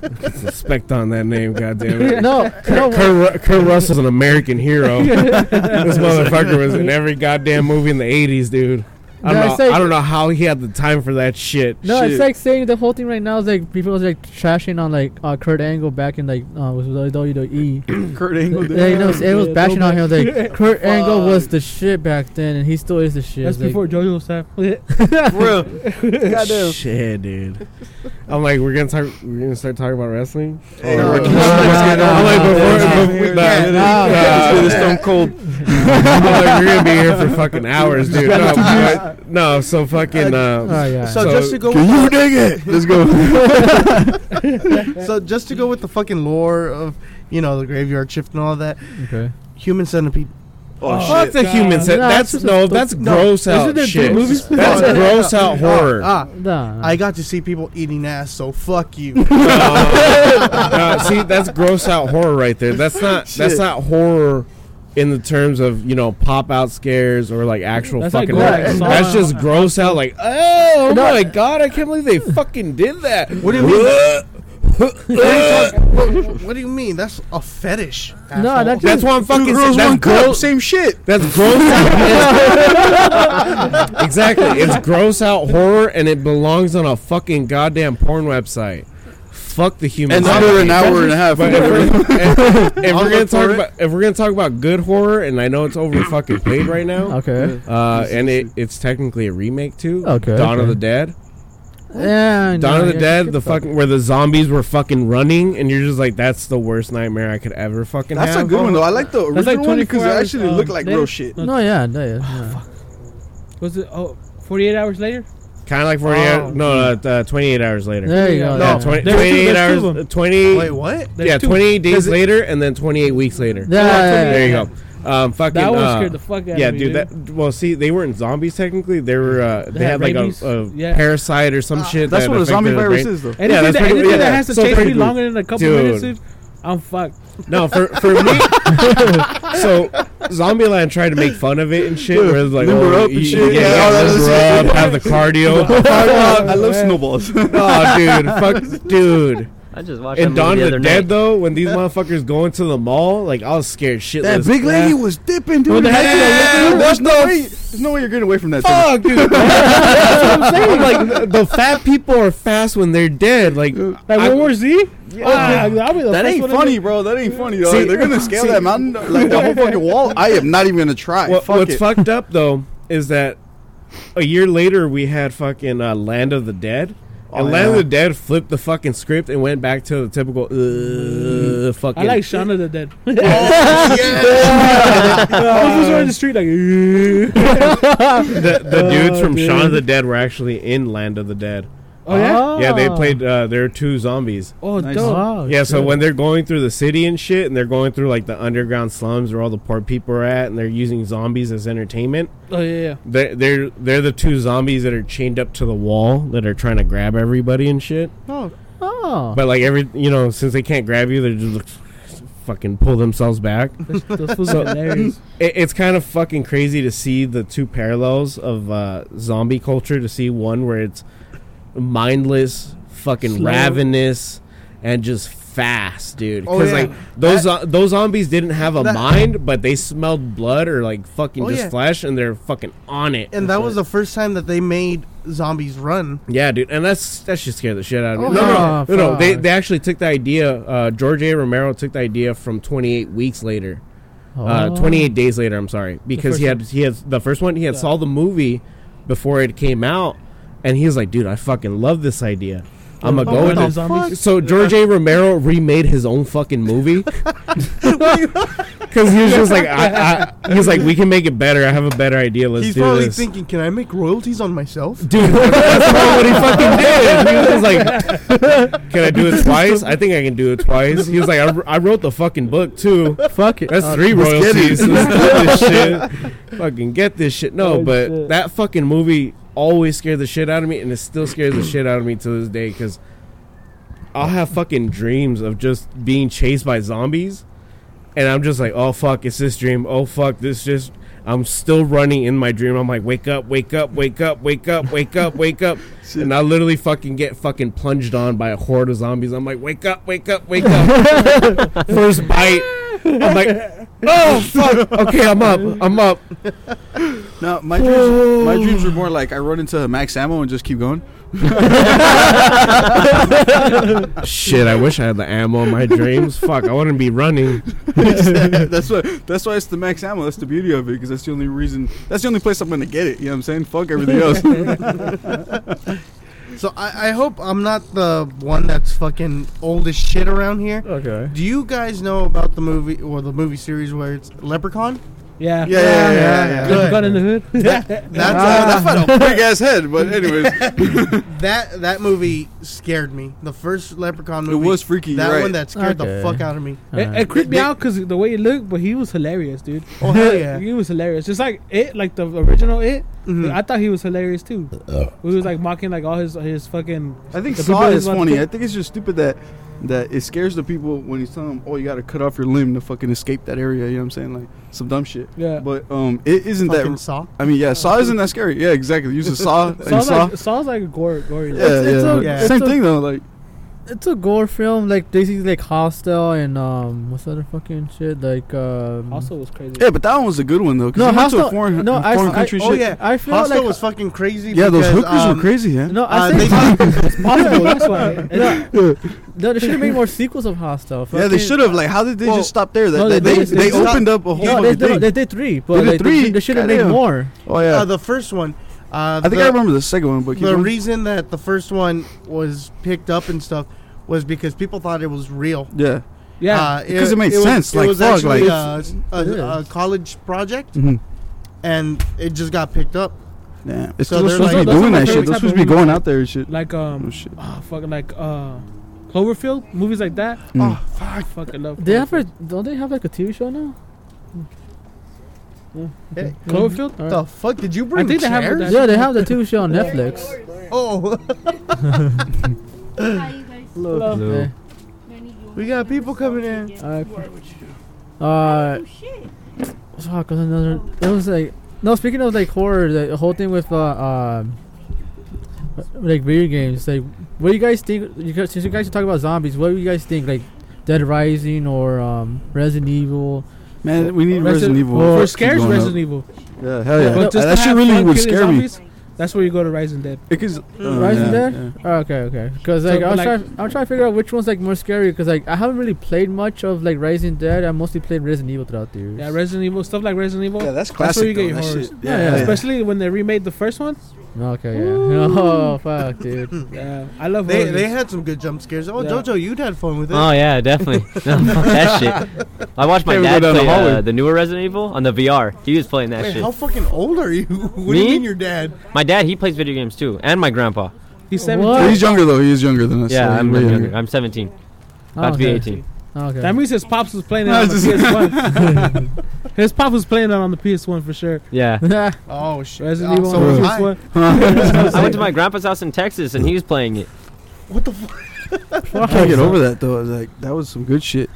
[SPEAKER 3] put some spect on that name, goddammit.
[SPEAKER 6] no, no,
[SPEAKER 3] Kurt, Kurt, Ru- Kurt Russell's an American hero. this motherfucker was in every goddamn movie in the 80s, dude. I
[SPEAKER 6] No,
[SPEAKER 3] don't,
[SPEAKER 6] it's
[SPEAKER 3] know,
[SPEAKER 6] like-
[SPEAKER 3] I don't know how he had the time for that shit.
[SPEAKER 6] no,
[SPEAKER 3] Shit.
[SPEAKER 6] it's like saying the whole thing right now is like people was like trashing on like uh, Kurt Angle back in like uh, was WWE.
[SPEAKER 4] Kurt Angle.
[SPEAKER 6] yeah, you know, it was
[SPEAKER 2] Yeah,
[SPEAKER 6] bashing on him
[SPEAKER 2] throwback.
[SPEAKER 6] like Kurt Angle was
[SPEAKER 1] Fuck.
[SPEAKER 6] the shit back then, and he still is the shit.
[SPEAKER 2] That's
[SPEAKER 6] Like,
[SPEAKER 2] before JoJo's time.
[SPEAKER 4] Goddamn.
[SPEAKER 3] Shit, dude. I'm like, we're gonna talk. We're gonna start talking about wrestling.
[SPEAKER 6] Oh,
[SPEAKER 4] Hey,
[SPEAKER 3] Or-
[SPEAKER 4] we're
[SPEAKER 3] I'm
[SPEAKER 4] keeping
[SPEAKER 3] like,
[SPEAKER 6] this-
[SPEAKER 3] I'm like,
[SPEAKER 6] no,
[SPEAKER 3] before-
[SPEAKER 4] no,
[SPEAKER 3] before-
[SPEAKER 4] no,
[SPEAKER 3] nah,
[SPEAKER 4] no,
[SPEAKER 3] nah.
[SPEAKER 4] Let's do this Stone Cold.
[SPEAKER 3] I'm like, we're gonna be here for fucking hours, dude. No, but- no, so fucking.
[SPEAKER 6] oh
[SPEAKER 3] Uh,
[SPEAKER 6] yeah.
[SPEAKER 1] So,
[SPEAKER 3] So-
[SPEAKER 1] just to go,
[SPEAKER 4] Can you dig it? Let's go.
[SPEAKER 1] so just to go with the fucking lore of you know the graveyard shift and all that,
[SPEAKER 6] okay.
[SPEAKER 1] human centipede.
[SPEAKER 3] oh, that's a human. set.
[SPEAKER 6] No,
[SPEAKER 3] that's
[SPEAKER 6] it's just
[SPEAKER 3] no.
[SPEAKER 6] a-
[SPEAKER 3] That's
[SPEAKER 1] no.
[SPEAKER 3] gross
[SPEAKER 2] Isn't
[SPEAKER 3] out
[SPEAKER 2] there
[SPEAKER 3] shit.
[SPEAKER 2] two movies?
[SPEAKER 3] That's
[SPEAKER 1] Oh, yeah,
[SPEAKER 3] gross out horror.
[SPEAKER 1] Ah,
[SPEAKER 6] Nah.
[SPEAKER 1] I got to see people eating ass, so fuck you.
[SPEAKER 3] No, Uh, see, that's gross out horror right there. That's not that's
[SPEAKER 4] Shit.
[SPEAKER 3] not horror in the terms of you know pop out scares or like actual
[SPEAKER 2] That's like
[SPEAKER 3] fucking.
[SPEAKER 2] gross
[SPEAKER 3] horror.
[SPEAKER 2] out.
[SPEAKER 3] that's just gross out. Like oh,
[SPEAKER 6] No.
[SPEAKER 3] my god, I can't believe they fucking did that. What
[SPEAKER 1] do you
[SPEAKER 3] mean?
[SPEAKER 1] what do you mean? That's a fetish.
[SPEAKER 6] no, that's
[SPEAKER 3] that's why I'm fucking. saying that's gross.
[SPEAKER 4] Same shit.
[SPEAKER 3] That's gross. out. exactly, it's gross out horror, and it belongs on a fucking goddamn porn website. Fuck the human.
[SPEAKER 4] And under an
[SPEAKER 3] psyche.
[SPEAKER 4] hour and a half.
[SPEAKER 3] But if we're, if, if
[SPEAKER 1] I'll
[SPEAKER 3] we're gonna
[SPEAKER 1] look
[SPEAKER 3] talk
[SPEAKER 1] for it.
[SPEAKER 3] about if we're gonna talk about good horror, and I know it's over fucking played right now,
[SPEAKER 6] okay.
[SPEAKER 3] uh, and it, it's technically a remake too.
[SPEAKER 6] Okay,
[SPEAKER 3] Dawn of
[SPEAKER 6] okay.
[SPEAKER 3] the Dead.
[SPEAKER 6] Yeah,
[SPEAKER 3] Dawn
[SPEAKER 6] no,
[SPEAKER 3] of the
[SPEAKER 6] yeah,
[SPEAKER 3] Dead,
[SPEAKER 6] shit
[SPEAKER 3] the
[SPEAKER 6] fuck.
[SPEAKER 3] fucking where the zombies were fucking running, and you're just like, that's the worst nightmare I could ever fucking
[SPEAKER 4] That's a
[SPEAKER 3] have.
[SPEAKER 4] good one though. I like the
[SPEAKER 2] That's like
[SPEAKER 4] original one because it
[SPEAKER 2] 24
[SPEAKER 4] actually
[SPEAKER 2] hours,
[SPEAKER 4] looked
[SPEAKER 2] um,
[SPEAKER 4] like
[SPEAKER 2] they-
[SPEAKER 4] real shit.
[SPEAKER 6] No, yeah, no, yeah. no.
[SPEAKER 2] Was it oh, 48 hours later?
[SPEAKER 3] Kinda Kind of like 48
[SPEAKER 1] Oh.
[SPEAKER 3] no, uh, uh, 28 hours later.
[SPEAKER 6] There you go.
[SPEAKER 3] no,
[SPEAKER 1] yeah.
[SPEAKER 3] 20,
[SPEAKER 2] There's two-
[SPEAKER 3] 28
[SPEAKER 2] there's two of
[SPEAKER 3] hours,
[SPEAKER 2] them.
[SPEAKER 3] uh, 20,
[SPEAKER 1] Wait, what?
[SPEAKER 2] There's
[SPEAKER 3] yeah,
[SPEAKER 2] two.
[SPEAKER 3] 28 days
[SPEAKER 2] There's-
[SPEAKER 3] later and then 28 weeks later.
[SPEAKER 6] Yeah, yeah,
[SPEAKER 3] There you
[SPEAKER 2] yeah.
[SPEAKER 3] go. Um, fucking,
[SPEAKER 2] That one
[SPEAKER 3] uh,
[SPEAKER 2] scared the fuck out
[SPEAKER 3] yeah,
[SPEAKER 2] of me.
[SPEAKER 3] dude. That well, see, they weren't zombies technically. They were. Uh, they,
[SPEAKER 2] had
[SPEAKER 3] had, like
[SPEAKER 2] rabies.
[SPEAKER 3] a, a
[SPEAKER 2] Yeah.
[SPEAKER 3] parasite or some shit.
[SPEAKER 4] Ah, That's
[SPEAKER 3] that
[SPEAKER 4] what a
[SPEAKER 3] affected
[SPEAKER 4] zombie
[SPEAKER 3] their
[SPEAKER 4] virus
[SPEAKER 3] brain.
[SPEAKER 4] is, though.
[SPEAKER 2] Anything,
[SPEAKER 3] Yeah, that's
[SPEAKER 2] that,
[SPEAKER 3] pretty-
[SPEAKER 2] anything
[SPEAKER 3] yeah,
[SPEAKER 2] that has to
[SPEAKER 3] so
[SPEAKER 2] chase me
[SPEAKER 3] pretty-
[SPEAKER 2] longer than a couple
[SPEAKER 3] Dude.
[SPEAKER 2] minutes, dude, I'm fucked.
[SPEAKER 3] No, for for me. so, Zombieland tried to make fun of it and shit. Where it's like,
[SPEAKER 4] Limber
[SPEAKER 3] oh,
[SPEAKER 4] up and
[SPEAKER 3] you-
[SPEAKER 4] shit.
[SPEAKER 3] Yeah,
[SPEAKER 4] Yeah, all
[SPEAKER 3] yeah,
[SPEAKER 4] that
[SPEAKER 3] limber up, have the cardio.
[SPEAKER 4] I love snowballs.
[SPEAKER 3] oh, dude, fuck, dude.
[SPEAKER 5] I just watched
[SPEAKER 3] And
[SPEAKER 5] that
[SPEAKER 3] Dawn
[SPEAKER 5] movie
[SPEAKER 3] of
[SPEAKER 5] the
[SPEAKER 3] the
[SPEAKER 5] other
[SPEAKER 3] Dead
[SPEAKER 5] night.
[SPEAKER 3] though, when these motherfuckers go into the mall, like I was scared shitless.
[SPEAKER 4] that big lady was dipping, dude.
[SPEAKER 2] Well, they had to go
[SPEAKER 4] Yeah,
[SPEAKER 2] look
[SPEAKER 4] there's no way. There's no way you're getting away from that. Thomas.
[SPEAKER 3] Fuck, dude. That's what I'm saying. like the fat people are fast when they're dead. Like,
[SPEAKER 2] Like
[SPEAKER 3] I-
[SPEAKER 2] World War Z?
[SPEAKER 3] Yeah.
[SPEAKER 2] Oh, dude, I'll be the
[SPEAKER 4] That
[SPEAKER 2] first
[SPEAKER 4] ain't
[SPEAKER 2] one to
[SPEAKER 4] funny,
[SPEAKER 2] do-
[SPEAKER 4] bro. That ain't funny.
[SPEAKER 3] See-
[SPEAKER 4] dog. They're gonna scale
[SPEAKER 3] see-
[SPEAKER 4] that mountain, like the whole fucking wall. I am not even gonna try.
[SPEAKER 3] What-
[SPEAKER 4] Fuck
[SPEAKER 3] what's
[SPEAKER 4] it.
[SPEAKER 3] fucked up though is that a year later we had fucking uh, Land of the Dead.
[SPEAKER 4] Oh,
[SPEAKER 3] and Land of
[SPEAKER 4] yeah.
[SPEAKER 3] the Dead flipped the fucking script and went back to the typical uh, fucking.
[SPEAKER 2] I like Shaun of the Dead.
[SPEAKER 3] Oh,
[SPEAKER 2] I was just
[SPEAKER 3] Uh,
[SPEAKER 2] running the street like. "Ugh."
[SPEAKER 3] the, the
[SPEAKER 2] Oh,
[SPEAKER 3] dudes from Shaun of
[SPEAKER 2] dude.
[SPEAKER 3] the Dead were actually in Land of the Dead.
[SPEAKER 2] Oh yeah.
[SPEAKER 3] Yeah, they played. Uh, there are two zombies.
[SPEAKER 2] Oh,
[SPEAKER 4] Nice.
[SPEAKER 2] dope.
[SPEAKER 6] Wow,
[SPEAKER 3] yeah, so
[SPEAKER 6] shit.
[SPEAKER 3] when they're going through the city and shit, and they're going through like the underground slums where all the poor people are at, and they're using zombies as entertainment.
[SPEAKER 2] Oh yeah, yeah.
[SPEAKER 3] They're they're they're the two zombies that are chained up to the wall that are trying to grab everybody and shit.
[SPEAKER 6] oh,
[SPEAKER 3] But like every you know, since they can't grab you, they just look, fucking pull themselves back.
[SPEAKER 2] Those, those fools are hilarious.
[SPEAKER 3] It, it's kind of fucking crazy to see the two parallels of uh, zombie culture. To see one where it's mindless, fucking
[SPEAKER 2] Slow.
[SPEAKER 3] ravenous, and just fast, dude.
[SPEAKER 1] Oh,
[SPEAKER 3] Because
[SPEAKER 1] yeah.
[SPEAKER 3] like those zo- those zombies didn't have a
[SPEAKER 1] That-
[SPEAKER 3] mind, but they smelled blood or like fucking
[SPEAKER 1] Oh,
[SPEAKER 3] just
[SPEAKER 1] yeah.
[SPEAKER 3] flesh, and they're fucking on it.
[SPEAKER 1] And that was the first time that they made zombies run.
[SPEAKER 3] Yeah, dude, and that's that should scare the shit out of me.
[SPEAKER 1] Oh,
[SPEAKER 3] no, no,
[SPEAKER 6] yeah.
[SPEAKER 3] no, no, They
[SPEAKER 6] Fuck.
[SPEAKER 3] they actually took the idea. Uh, George A. Romero took the idea from 28 weeks later, uh,
[SPEAKER 6] Oh.
[SPEAKER 3] 28 days later. I'm sorry, because
[SPEAKER 2] first
[SPEAKER 3] he had he had the first one. He had
[SPEAKER 2] Yeah.
[SPEAKER 3] saw the movie before it came out, and he was like, "Dude, I fucking love this idea. I'm gonna
[SPEAKER 2] Oh,
[SPEAKER 3] go with
[SPEAKER 2] they're
[SPEAKER 3] it."
[SPEAKER 2] zombies.
[SPEAKER 3] So George A. Romero remade his own fucking movie because he was just like, I, I, he's like, we can make it better. I have a better idea. Let's
[SPEAKER 1] He's
[SPEAKER 3] do
[SPEAKER 1] probably
[SPEAKER 3] this.
[SPEAKER 1] thinking, can I make royalties on myself?
[SPEAKER 3] Dude, that's probably what he fucking did. He was like, "Can I do it twice? I think I can do it twice." He was like, "I, wr- I wrote the fucking book too.
[SPEAKER 6] fuck it.
[SPEAKER 3] That's
[SPEAKER 6] Uh,
[SPEAKER 3] three
[SPEAKER 4] let's get
[SPEAKER 3] royalties.
[SPEAKER 4] it."
[SPEAKER 3] Let's do this shit. Fucking get this shit." No,
[SPEAKER 2] Oh,
[SPEAKER 3] but
[SPEAKER 2] shit.
[SPEAKER 3] that fucking movie always scared the shit out of me, and it still scares the shit out of me to this day because I'll have fucking dreams of just being chased by zombies, and I'm just like, "Oh fuck, it's this dream. Oh fuck, this just." I'm still running in my dream. I'm like, wake up, wake up, wake up, wake up, wake up, wake up. and I literally fucking get fucking plunged on by a horde of zombies. I'm like, wake up, wake up, wake up. First bite. I'm like, oh fuck. Okay, I'm up. I'm up.
[SPEAKER 4] No, my dreams, my dreams were more like I run into max ammo and just keep going.
[SPEAKER 3] Shit, I wish I had the ammo in my dreams. Fuck, I wouldn't be running.
[SPEAKER 4] that's why. That's why it's the max ammo. That's the beauty of it because that's the only reason. That's the only place I'm gonna get it. You know what I'm saying? Fuck everything else.
[SPEAKER 1] So I, I hope I'm not the one that's fucking old as shit around here.
[SPEAKER 6] Okay.
[SPEAKER 1] Do you guys know about the movie or the movie series where it's Leprechaun?
[SPEAKER 2] Yeah.
[SPEAKER 4] Yeah, yeah, yeah, yeah, yeah.
[SPEAKER 2] Good gun in the hood.
[SPEAKER 1] That's
[SPEAKER 4] That's a, that's a big ass head. But anyways,
[SPEAKER 1] that that movie scared me. The first Leprechaun
[SPEAKER 4] it
[SPEAKER 1] movie.
[SPEAKER 4] was freaky.
[SPEAKER 1] that
[SPEAKER 4] right.
[SPEAKER 1] one that scared
[SPEAKER 6] Okay.
[SPEAKER 1] the fuck out of me.
[SPEAKER 2] It, it creeped me out because the way it looked, but he was hilarious, dude.
[SPEAKER 1] Oh hell yeah!
[SPEAKER 2] He was hilarious, just like it, like the original it.
[SPEAKER 1] Mhm.
[SPEAKER 3] Hmm.
[SPEAKER 2] I thought he was hilarious too.
[SPEAKER 3] Uh.
[SPEAKER 2] We was like mocking like all his his fucking.
[SPEAKER 4] I think
[SPEAKER 2] The
[SPEAKER 4] Saw
[SPEAKER 2] people
[SPEAKER 4] is
[SPEAKER 2] that-
[SPEAKER 4] funny. I think it's just stupid that that it scares the people when he's telling them, "Oh, you got to cut off your limb to fucking escape that area." You know what I'm saying? Like some dumb shit.
[SPEAKER 2] Yeah.
[SPEAKER 4] But um, it isn't
[SPEAKER 1] Fucking
[SPEAKER 4] that.
[SPEAKER 1] saw.
[SPEAKER 4] I mean, yeah, Saw isn't that scary. Yeah, exactly. Use a saw. and
[SPEAKER 2] Saul's
[SPEAKER 4] saw.
[SPEAKER 2] like Saul's like a gore, gory.
[SPEAKER 4] yeah,
[SPEAKER 6] It's- it's
[SPEAKER 4] yeah.
[SPEAKER 6] a-
[SPEAKER 4] but
[SPEAKER 1] yeah.
[SPEAKER 4] Same
[SPEAKER 6] it's a-
[SPEAKER 4] thing though. Like
[SPEAKER 6] It's a gore film, like basically like Hostile and um, what's the other fucking shit? Like um,
[SPEAKER 2] Also was crazy.
[SPEAKER 4] yeah, but that one was a good one though. 'cause
[SPEAKER 6] No,
[SPEAKER 4] he went to a
[SPEAKER 6] Hostile-
[SPEAKER 4] foreign,
[SPEAKER 6] no, I-
[SPEAKER 4] foreign
[SPEAKER 6] I-
[SPEAKER 4] country
[SPEAKER 1] oh,
[SPEAKER 4] shit.
[SPEAKER 1] yeah.
[SPEAKER 6] I feel
[SPEAKER 1] Hostel
[SPEAKER 6] like
[SPEAKER 1] was fucking crazy.
[SPEAKER 4] Yeah, those
[SPEAKER 1] because,
[SPEAKER 4] hookers
[SPEAKER 1] um,
[SPEAKER 4] were crazy. Yeah.
[SPEAKER 6] no, I
[SPEAKER 1] Uh,
[SPEAKER 6] think
[SPEAKER 1] they talk-
[SPEAKER 2] Hostile, that's why.
[SPEAKER 6] no, no, they uh, should have made more sequels of Hostile.
[SPEAKER 4] yeah, they
[SPEAKER 6] Fucking-
[SPEAKER 4] should have. Like, how did they
[SPEAKER 1] Well,
[SPEAKER 4] just stop there? That,
[SPEAKER 6] no,
[SPEAKER 4] they,
[SPEAKER 6] they-
[SPEAKER 4] they,
[SPEAKER 6] they- they
[SPEAKER 1] stopped-
[SPEAKER 4] opened up a whole
[SPEAKER 6] No,
[SPEAKER 4] fucking
[SPEAKER 6] they,
[SPEAKER 4] thing.
[SPEAKER 6] did, they did three, but
[SPEAKER 4] did
[SPEAKER 6] like,
[SPEAKER 4] three?
[SPEAKER 6] They, they should have made
[SPEAKER 4] Goddamn.
[SPEAKER 6] more.
[SPEAKER 4] oh yeah,
[SPEAKER 1] uh, the first one. Uh,
[SPEAKER 4] I think
[SPEAKER 1] the-
[SPEAKER 4] I remember the second one, but keep
[SPEAKER 1] the
[SPEAKER 4] going.
[SPEAKER 1] reason that the first one was picked up and stuff was because people thought it was real.
[SPEAKER 4] yeah,
[SPEAKER 2] Yeah,
[SPEAKER 1] Uh,
[SPEAKER 4] Because it makes
[SPEAKER 1] was-
[SPEAKER 4] sense,
[SPEAKER 1] It
[SPEAKER 4] like,
[SPEAKER 1] was
[SPEAKER 4] fuck,
[SPEAKER 1] actually
[SPEAKER 4] like-
[SPEAKER 1] uh, a,
[SPEAKER 6] Yeah.
[SPEAKER 1] a college project,
[SPEAKER 4] Mhm.
[SPEAKER 1] and it just got picked up.
[SPEAKER 4] Damn.
[SPEAKER 1] So
[SPEAKER 4] It's because
[SPEAKER 1] they're
[SPEAKER 4] they're supposed to
[SPEAKER 1] like-
[SPEAKER 4] be
[SPEAKER 2] Those are
[SPEAKER 4] doing
[SPEAKER 2] my
[SPEAKER 4] that shit.
[SPEAKER 2] favorite type
[SPEAKER 4] They're supposed
[SPEAKER 2] of
[SPEAKER 4] to be going
[SPEAKER 2] movies.
[SPEAKER 4] out there and shit.
[SPEAKER 2] Like um,
[SPEAKER 4] Oh, shit.
[SPEAKER 2] oh, fuck, like uh, Cloverfield movies like that.
[SPEAKER 4] Mm.
[SPEAKER 1] Ah,
[SPEAKER 2] I fucking love.
[SPEAKER 6] They have
[SPEAKER 2] Cloverfield.
[SPEAKER 6] a, don't they have like a TV show now?
[SPEAKER 1] Hey,
[SPEAKER 2] Cloverfield.
[SPEAKER 6] All right.
[SPEAKER 1] the fuck did you bring?
[SPEAKER 2] think they have it
[SPEAKER 1] chairs?
[SPEAKER 2] that-
[SPEAKER 6] Yeah, they have the TV show on Netflix.
[SPEAKER 1] Oh,
[SPEAKER 7] Hi, you guys.
[SPEAKER 6] Hello.
[SPEAKER 5] Hello.
[SPEAKER 1] we got people coming in.
[SPEAKER 6] Alright. Uh,
[SPEAKER 7] Oh, shit.
[SPEAKER 6] fuck, was another. It was like no. Speaking of like horror, the whole thing with uh, um, like video games. Like, what do you guys think? You guys, since you guys talk about zombies, what do you guys think? Like, Dead Rising or um, Resident Evil?
[SPEAKER 4] Man, we need Resident Evil.
[SPEAKER 6] well,
[SPEAKER 2] For
[SPEAKER 4] Keep
[SPEAKER 2] scares,
[SPEAKER 4] going up.
[SPEAKER 2] Resident Evil.
[SPEAKER 4] Yeah, hell yeah.
[SPEAKER 2] But just to
[SPEAKER 4] that shit
[SPEAKER 2] have
[SPEAKER 4] really
[SPEAKER 2] fun
[SPEAKER 4] would
[SPEAKER 2] killing
[SPEAKER 4] scare me.
[SPEAKER 2] zombies, That's where you go to Rising Dead.
[SPEAKER 4] Because
[SPEAKER 6] Rising
[SPEAKER 4] yeah,
[SPEAKER 6] Dead?
[SPEAKER 4] yeah.
[SPEAKER 6] Oh, okay, okay. Because like,
[SPEAKER 2] So,
[SPEAKER 6] I
[SPEAKER 2] but,
[SPEAKER 6] was
[SPEAKER 2] like-
[SPEAKER 6] trying, I'm trying to figure out which one's like more scary. Because like, I haven't really played much of like Rising Dead. I mostly played Resident Evil throughout the years.
[SPEAKER 2] Yeah, Resident Evil stuff like Resident Evil.
[SPEAKER 4] Yeah, that's
[SPEAKER 2] That's where you
[SPEAKER 4] classic.
[SPEAKER 2] get
[SPEAKER 4] though,
[SPEAKER 2] your
[SPEAKER 4] That
[SPEAKER 2] horrors.
[SPEAKER 4] shit.
[SPEAKER 6] Yeah, yeah.
[SPEAKER 4] Yeah,
[SPEAKER 2] Especially when they remade the first one.
[SPEAKER 6] okay, yeah. Oh fuck, dude.
[SPEAKER 2] Yeah, I love
[SPEAKER 1] They
[SPEAKER 2] horror
[SPEAKER 1] they
[SPEAKER 2] games.
[SPEAKER 1] had some good jump scares. Oh,
[SPEAKER 2] Yeah.
[SPEAKER 1] Jojo, you'd had fun with it.
[SPEAKER 5] Oh yeah, definitely. No, fuck that shit. I watched my
[SPEAKER 4] Can't
[SPEAKER 5] dad
[SPEAKER 4] even go down the
[SPEAKER 5] play uh,
[SPEAKER 4] hallway.
[SPEAKER 5] the newer Resident Evil on the VR. He was playing that
[SPEAKER 1] Wait,
[SPEAKER 5] shit.
[SPEAKER 1] how fucking old are you? what do
[SPEAKER 5] Me?
[SPEAKER 1] you mean, your dad?
[SPEAKER 5] My dad, he plays video games too, and my grandpa.
[SPEAKER 2] He's
[SPEAKER 6] What?
[SPEAKER 4] But
[SPEAKER 2] 17.
[SPEAKER 4] he's younger though. He is younger than us.
[SPEAKER 5] yeah,
[SPEAKER 4] so
[SPEAKER 5] I'm
[SPEAKER 4] way
[SPEAKER 5] I'm younger. I'm 17, about to be
[SPEAKER 6] Oh, okay.
[SPEAKER 5] 18.
[SPEAKER 6] Okay.
[SPEAKER 2] That means his pops was playing it
[SPEAKER 4] I
[SPEAKER 2] on the
[SPEAKER 4] was
[SPEAKER 2] PS1. his pop was playing it on the PS1 for sure.
[SPEAKER 5] Yeah.
[SPEAKER 1] Oh shit!
[SPEAKER 2] Resident
[SPEAKER 1] Oh,
[SPEAKER 2] Evil
[SPEAKER 1] so
[SPEAKER 2] on
[SPEAKER 1] was
[SPEAKER 2] the
[SPEAKER 1] I.
[SPEAKER 2] PS1.
[SPEAKER 5] I went to my grandpa's house in Texas, and he was playing it.
[SPEAKER 1] What the? Fuck?
[SPEAKER 4] I can't get over that though. I was like, that was some good shit.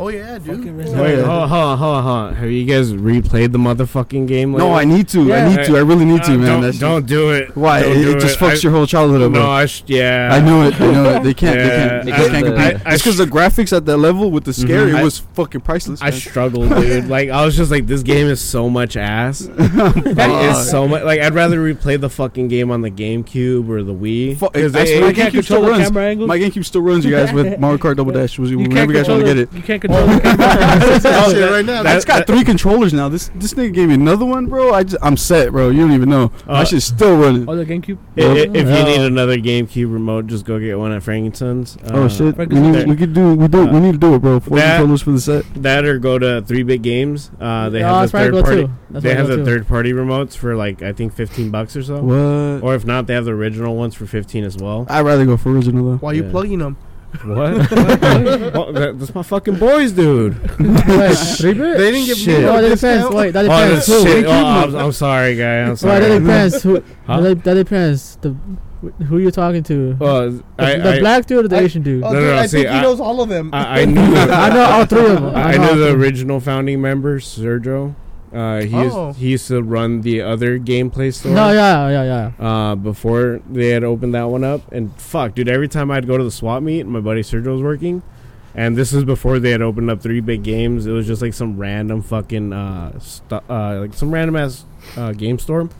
[SPEAKER 1] Oh yeah,
[SPEAKER 2] Fucking
[SPEAKER 1] dude.
[SPEAKER 2] Resident
[SPEAKER 3] Wait,
[SPEAKER 4] Yeah.
[SPEAKER 3] hold on, hold on, hold on, hold on. Have you guys replayed the motherfucking game?
[SPEAKER 4] No, I
[SPEAKER 3] lately?
[SPEAKER 4] need to.
[SPEAKER 2] Yeah.
[SPEAKER 4] I need to. I really need
[SPEAKER 3] Uh,
[SPEAKER 4] to, man.
[SPEAKER 3] Don't,
[SPEAKER 4] That's
[SPEAKER 3] don't do it.
[SPEAKER 4] Why?
[SPEAKER 3] Don't
[SPEAKER 4] It,
[SPEAKER 3] do
[SPEAKER 4] it just fucks
[SPEAKER 3] I-
[SPEAKER 4] your whole childhood up.
[SPEAKER 3] No,
[SPEAKER 4] bro.
[SPEAKER 3] I sh- yeah.
[SPEAKER 4] I know it. I know it. They can't.
[SPEAKER 3] Yeah.
[SPEAKER 4] They
[SPEAKER 5] I-
[SPEAKER 4] can't. They can't
[SPEAKER 5] I-
[SPEAKER 4] compete.
[SPEAKER 3] I
[SPEAKER 4] It's because the graphics at that level with the scare,
[SPEAKER 3] Mhm. I-
[SPEAKER 4] it was fucking priceless.
[SPEAKER 3] I
[SPEAKER 4] man.
[SPEAKER 3] struggled, dude. Like I was just like, this game is so much ass. Like,
[SPEAKER 4] Fuck.
[SPEAKER 3] it's so much. Like I'd rather replay the fucking game on the GameCube or the Wii.
[SPEAKER 4] Fuck,
[SPEAKER 3] Because
[SPEAKER 4] that's
[SPEAKER 3] it, it,
[SPEAKER 4] what I can't
[SPEAKER 3] it,
[SPEAKER 4] keep
[SPEAKER 2] control
[SPEAKER 4] still
[SPEAKER 2] the
[SPEAKER 4] runs.
[SPEAKER 2] camera angle.
[SPEAKER 4] My GameCube still runs, you guys, with Mario Kart Double Dash. Was
[SPEAKER 2] You
[SPEAKER 4] whenever
[SPEAKER 2] can't
[SPEAKER 4] you guys want to
[SPEAKER 2] control
[SPEAKER 4] get it.
[SPEAKER 2] the- You can't control the
[SPEAKER 1] That's that
[SPEAKER 3] Oh,
[SPEAKER 1] shit
[SPEAKER 3] that-
[SPEAKER 1] right now.
[SPEAKER 3] that-
[SPEAKER 4] It's got three controllers now. This this nigga gave me another one, bro. I just, I'm set, bro. You don't even know. My
[SPEAKER 3] Uh,
[SPEAKER 4] shit's still running.
[SPEAKER 2] Oh, the GameCube.
[SPEAKER 3] it, if you
[SPEAKER 6] Yeah.
[SPEAKER 3] need another GameCube remote, just go get one at Frankenstein's.
[SPEAKER 4] Oh
[SPEAKER 3] Uh,
[SPEAKER 4] shit! We,
[SPEAKER 2] Frankenstein.
[SPEAKER 4] need, we could do. We do.
[SPEAKER 3] Uh,
[SPEAKER 4] we need to do it, bro. Four
[SPEAKER 3] that-
[SPEAKER 4] controllers for the set.
[SPEAKER 3] That or go to Three Bit Games. Uh, they
[SPEAKER 6] No,
[SPEAKER 3] have
[SPEAKER 6] that's
[SPEAKER 3] the
[SPEAKER 6] where I
[SPEAKER 3] third
[SPEAKER 6] go
[SPEAKER 3] party.
[SPEAKER 6] too. That's
[SPEAKER 3] They
[SPEAKER 6] where I
[SPEAKER 3] have
[SPEAKER 6] go
[SPEAKER 3] the
[SPEAKER 6] too.
[SPEAKER 3] third party remotes for like I think fifteen bucks or so.
[SPEAKER 4] What?
[SPEAKER 3] Or if not, they have the original ones for fifteen as well.
[SPEAKER 4] I'd rather go for original though.
[SPEAKER 1] Why you
[SPEAKER 3] Yeah.
[SPEAKER 1] plugging them?
[SPEAKER 3] What? Well, that- that's my fucking boys, dude.
[SPEAKER 6] Wait, three bit?
[SPEAKER 1] They didn't give me
[SPEAKER 3] Shit.
[SPEAKER 1] no
[SPEAKER 6] No, that depends.
[SPEAKER 1] discount.
[SPEAKER 6] Wait, that
[SPEAKER 3] Oh,
[SPEAKER 6] depends.
[SPEAKER 3] that's
[SPEAKER 6] who.
[SPEAKER 3] shit. Oh, I'm, I'm sorry, guy. I'm
[SPEAKER 6] Well, that
[SPEAKER 3] sorry.
[SPEAKER 6] depends. Who?
[SPEAKER 3] Huh?
[SPEAKER 6] That, that depends. The who you talking to? The,
[SPEAKER 3] Well, I,
[SPEAKER 6] the
[SPEAKER 3] I,
[SPEAKER 6] black dude or the
[SPEAKER 1] I-
[SPEAKER 6] Asian dude?
[SPEAKER 1] Oh,
[SPEAKER 3] No, no,
[SPEAKER 1] dude,
[SPEAKER 3] no,
[SPEAKER 1] I
[SPEAKER 3] see,
[SPEAKER 1] think he
[SPEAKER 3] I-
[SPEAKER 1] knows all of them.
[SPEAKER 3] I, I knew.
[SPEAKER 6] I know all three of them.
[SPEAKER 3] I,
[SPEAKER 6] know all
[SPEAKER 3] know the
[SPEAKER 6] three.
[SPEAKER 3] original founding member, Sergio. Uh, he
[SPEAKER 1] Oh.
[SPEAKER 3] used, he used to run the other gameplay store.
[SPEAKER 6] No, yeah, yeah, yeah.
[SPEAKER 3] Uh, before they had opened that one up, and fuck, dude, every time I'd go to the swap meet, my buddy Sergio was working, and this is before they had opened up three big games. It was just like some random fucking uh, stu- uh like some random ass uh, game store.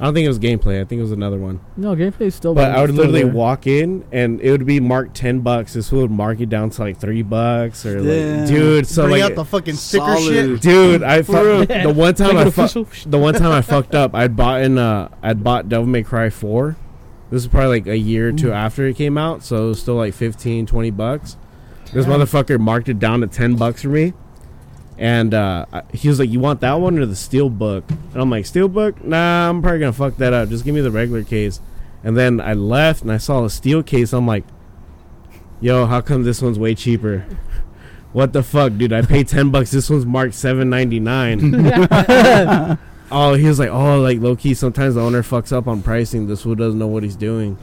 [SPEAKER 3] I don't think it was gameplay. I think it was another one.
[SPEAKER 6] No, gameplay is still.
[SPEAKER 3] But I would
[SPEAKER 6] still
[SPEAKER 3] literally
[SPEAKER 6] there.
[SPEAKER 3] walk in and it would be marked ten bucks. This would mark it down to like three bucks or
[SPEAKER 4] Damn.
[SPEAKER 3] like, dude. So
[SPEAKER 1] Bring
[SPEAKER 3] like,
[SPEAKER 1] out the fucking sticker
[SPEAKER 4] Solid.
[SPEAKER 1] shit.
[SPEAKER 3] dude, I fu-
[SPEAKER 2] real.
[SPEAKER 3] the one time
[SPEAKER 2] Make
[SPEAKER 3] I
[SPEAKER 2] it
[SPEAKER 3] fu-
[SPEAKER 2] official.
[SPEAKER 3] the one time I fucked up. I'd bought in uh I'd bought Devil May Cry four. This is probably like a year or two
[SPEAKER 2] Mm.
[SPEAKER 3] after it came out, so it was still like 15, 20 bucks. This motherfucker marked it down to ten bucks for me. And uh, I- he was like, "You want that one or the steel book?" And I'm like, "Steel book? Nah, I'm probably gonna fuck that up. Just give me the regular case." And then I left and I saw a steel case. I'm like, "Yo, how come this one's way cheaper?" What the fuck, dude? I paid ten bucks. This one's marked seven ninety nine. oh, he was like, "Oh, like low key. Sometimes the owner fucks up on pricing. This fool doesn't know what he's doing."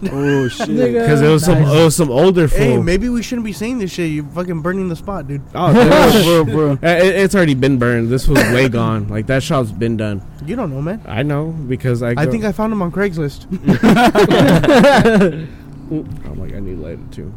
[SPEAKER 4] Oh shit!
[SPEAKER 6] Nigga.
[SPEAKER 3] Because it was some,
[SPEAKER 6] Nice.
[SPEAKER 3] it was some older fool.
[SPEAKER 1] Hey, maybe we shouldn't be saying this shit. You fucking burning the spot, dude.
[SPEAKER 3] oh, dude,
[SPEAKER 4] bro, bro.
[SPEAKER 3] Uh, it, it's already been burned. This was way gone. Like that shop's been done.
[SPEAKER 1] You don't know, man.
[SPEAKER 3] I know because I.
[SPEAKER 1] I think I found him on Craigslist.
[SPEAKER 3] I'm like I need lighter too.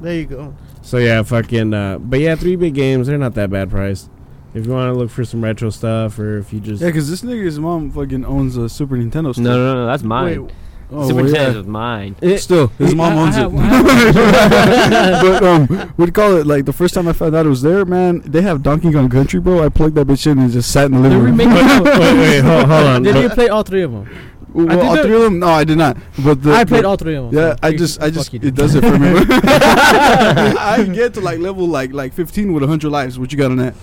[SPEAKER 1] There you go.
[SPEAKER 3] So yeah, fucking. Uh, but yeah, three big games. They're not that bad priced. If you want to look for some retro stuff, or if you just
[SPEAKER 4] Yeah, because this nigga's mom fucking owns a Super Nintendo. Still.
[SPEAKER 5] No, no, no, that's mine.
[SPEAKER 1] Wait,
[SPEAKER 4] Oh,
[SPEAKER 5] Super
[SPEAKER 4] well, yeah.
[SPEAKER 5] Nintendo's mine.
[SPEAKER 4] Still, his mom
[SPEAKER 2] I- I
[SPEAKER 4] owns
[SPEAKER 2] have-
[SPEAKER 4] it.
[SPEAKER 2] I have-
[SPEAKER 4] but um, we'd call it like the first time I found out it was there, man. They have Donkey Kong Country, bro. I plugged that bitch in and just sat in the
[SPEAKER 6] They
[SPEAKER 4] living room.
[SPEAKER 6] remake.
[SPEAKER 3] wait, wait, wait, hold, hold on.
[SPEAKER 6] Did
[SPEAKER 3] But-
[SPEAKER 6] you play all three of them?
[SPEAKER 4] Well,
[SPEAKER 2] did
[SPEAKER 4] all
[SPEAKER 2] that-
[SPEAKER 4] three of them? No, I did not. But the,
[SPEAKER 6] I played
[SPEAKER 4] the-
[SPEAKER 6] all three of them.
[SPEAKER 4] Yeah, I just, I just, it does it for me. I get to like level like like 15 with 100 lives. What you got on that?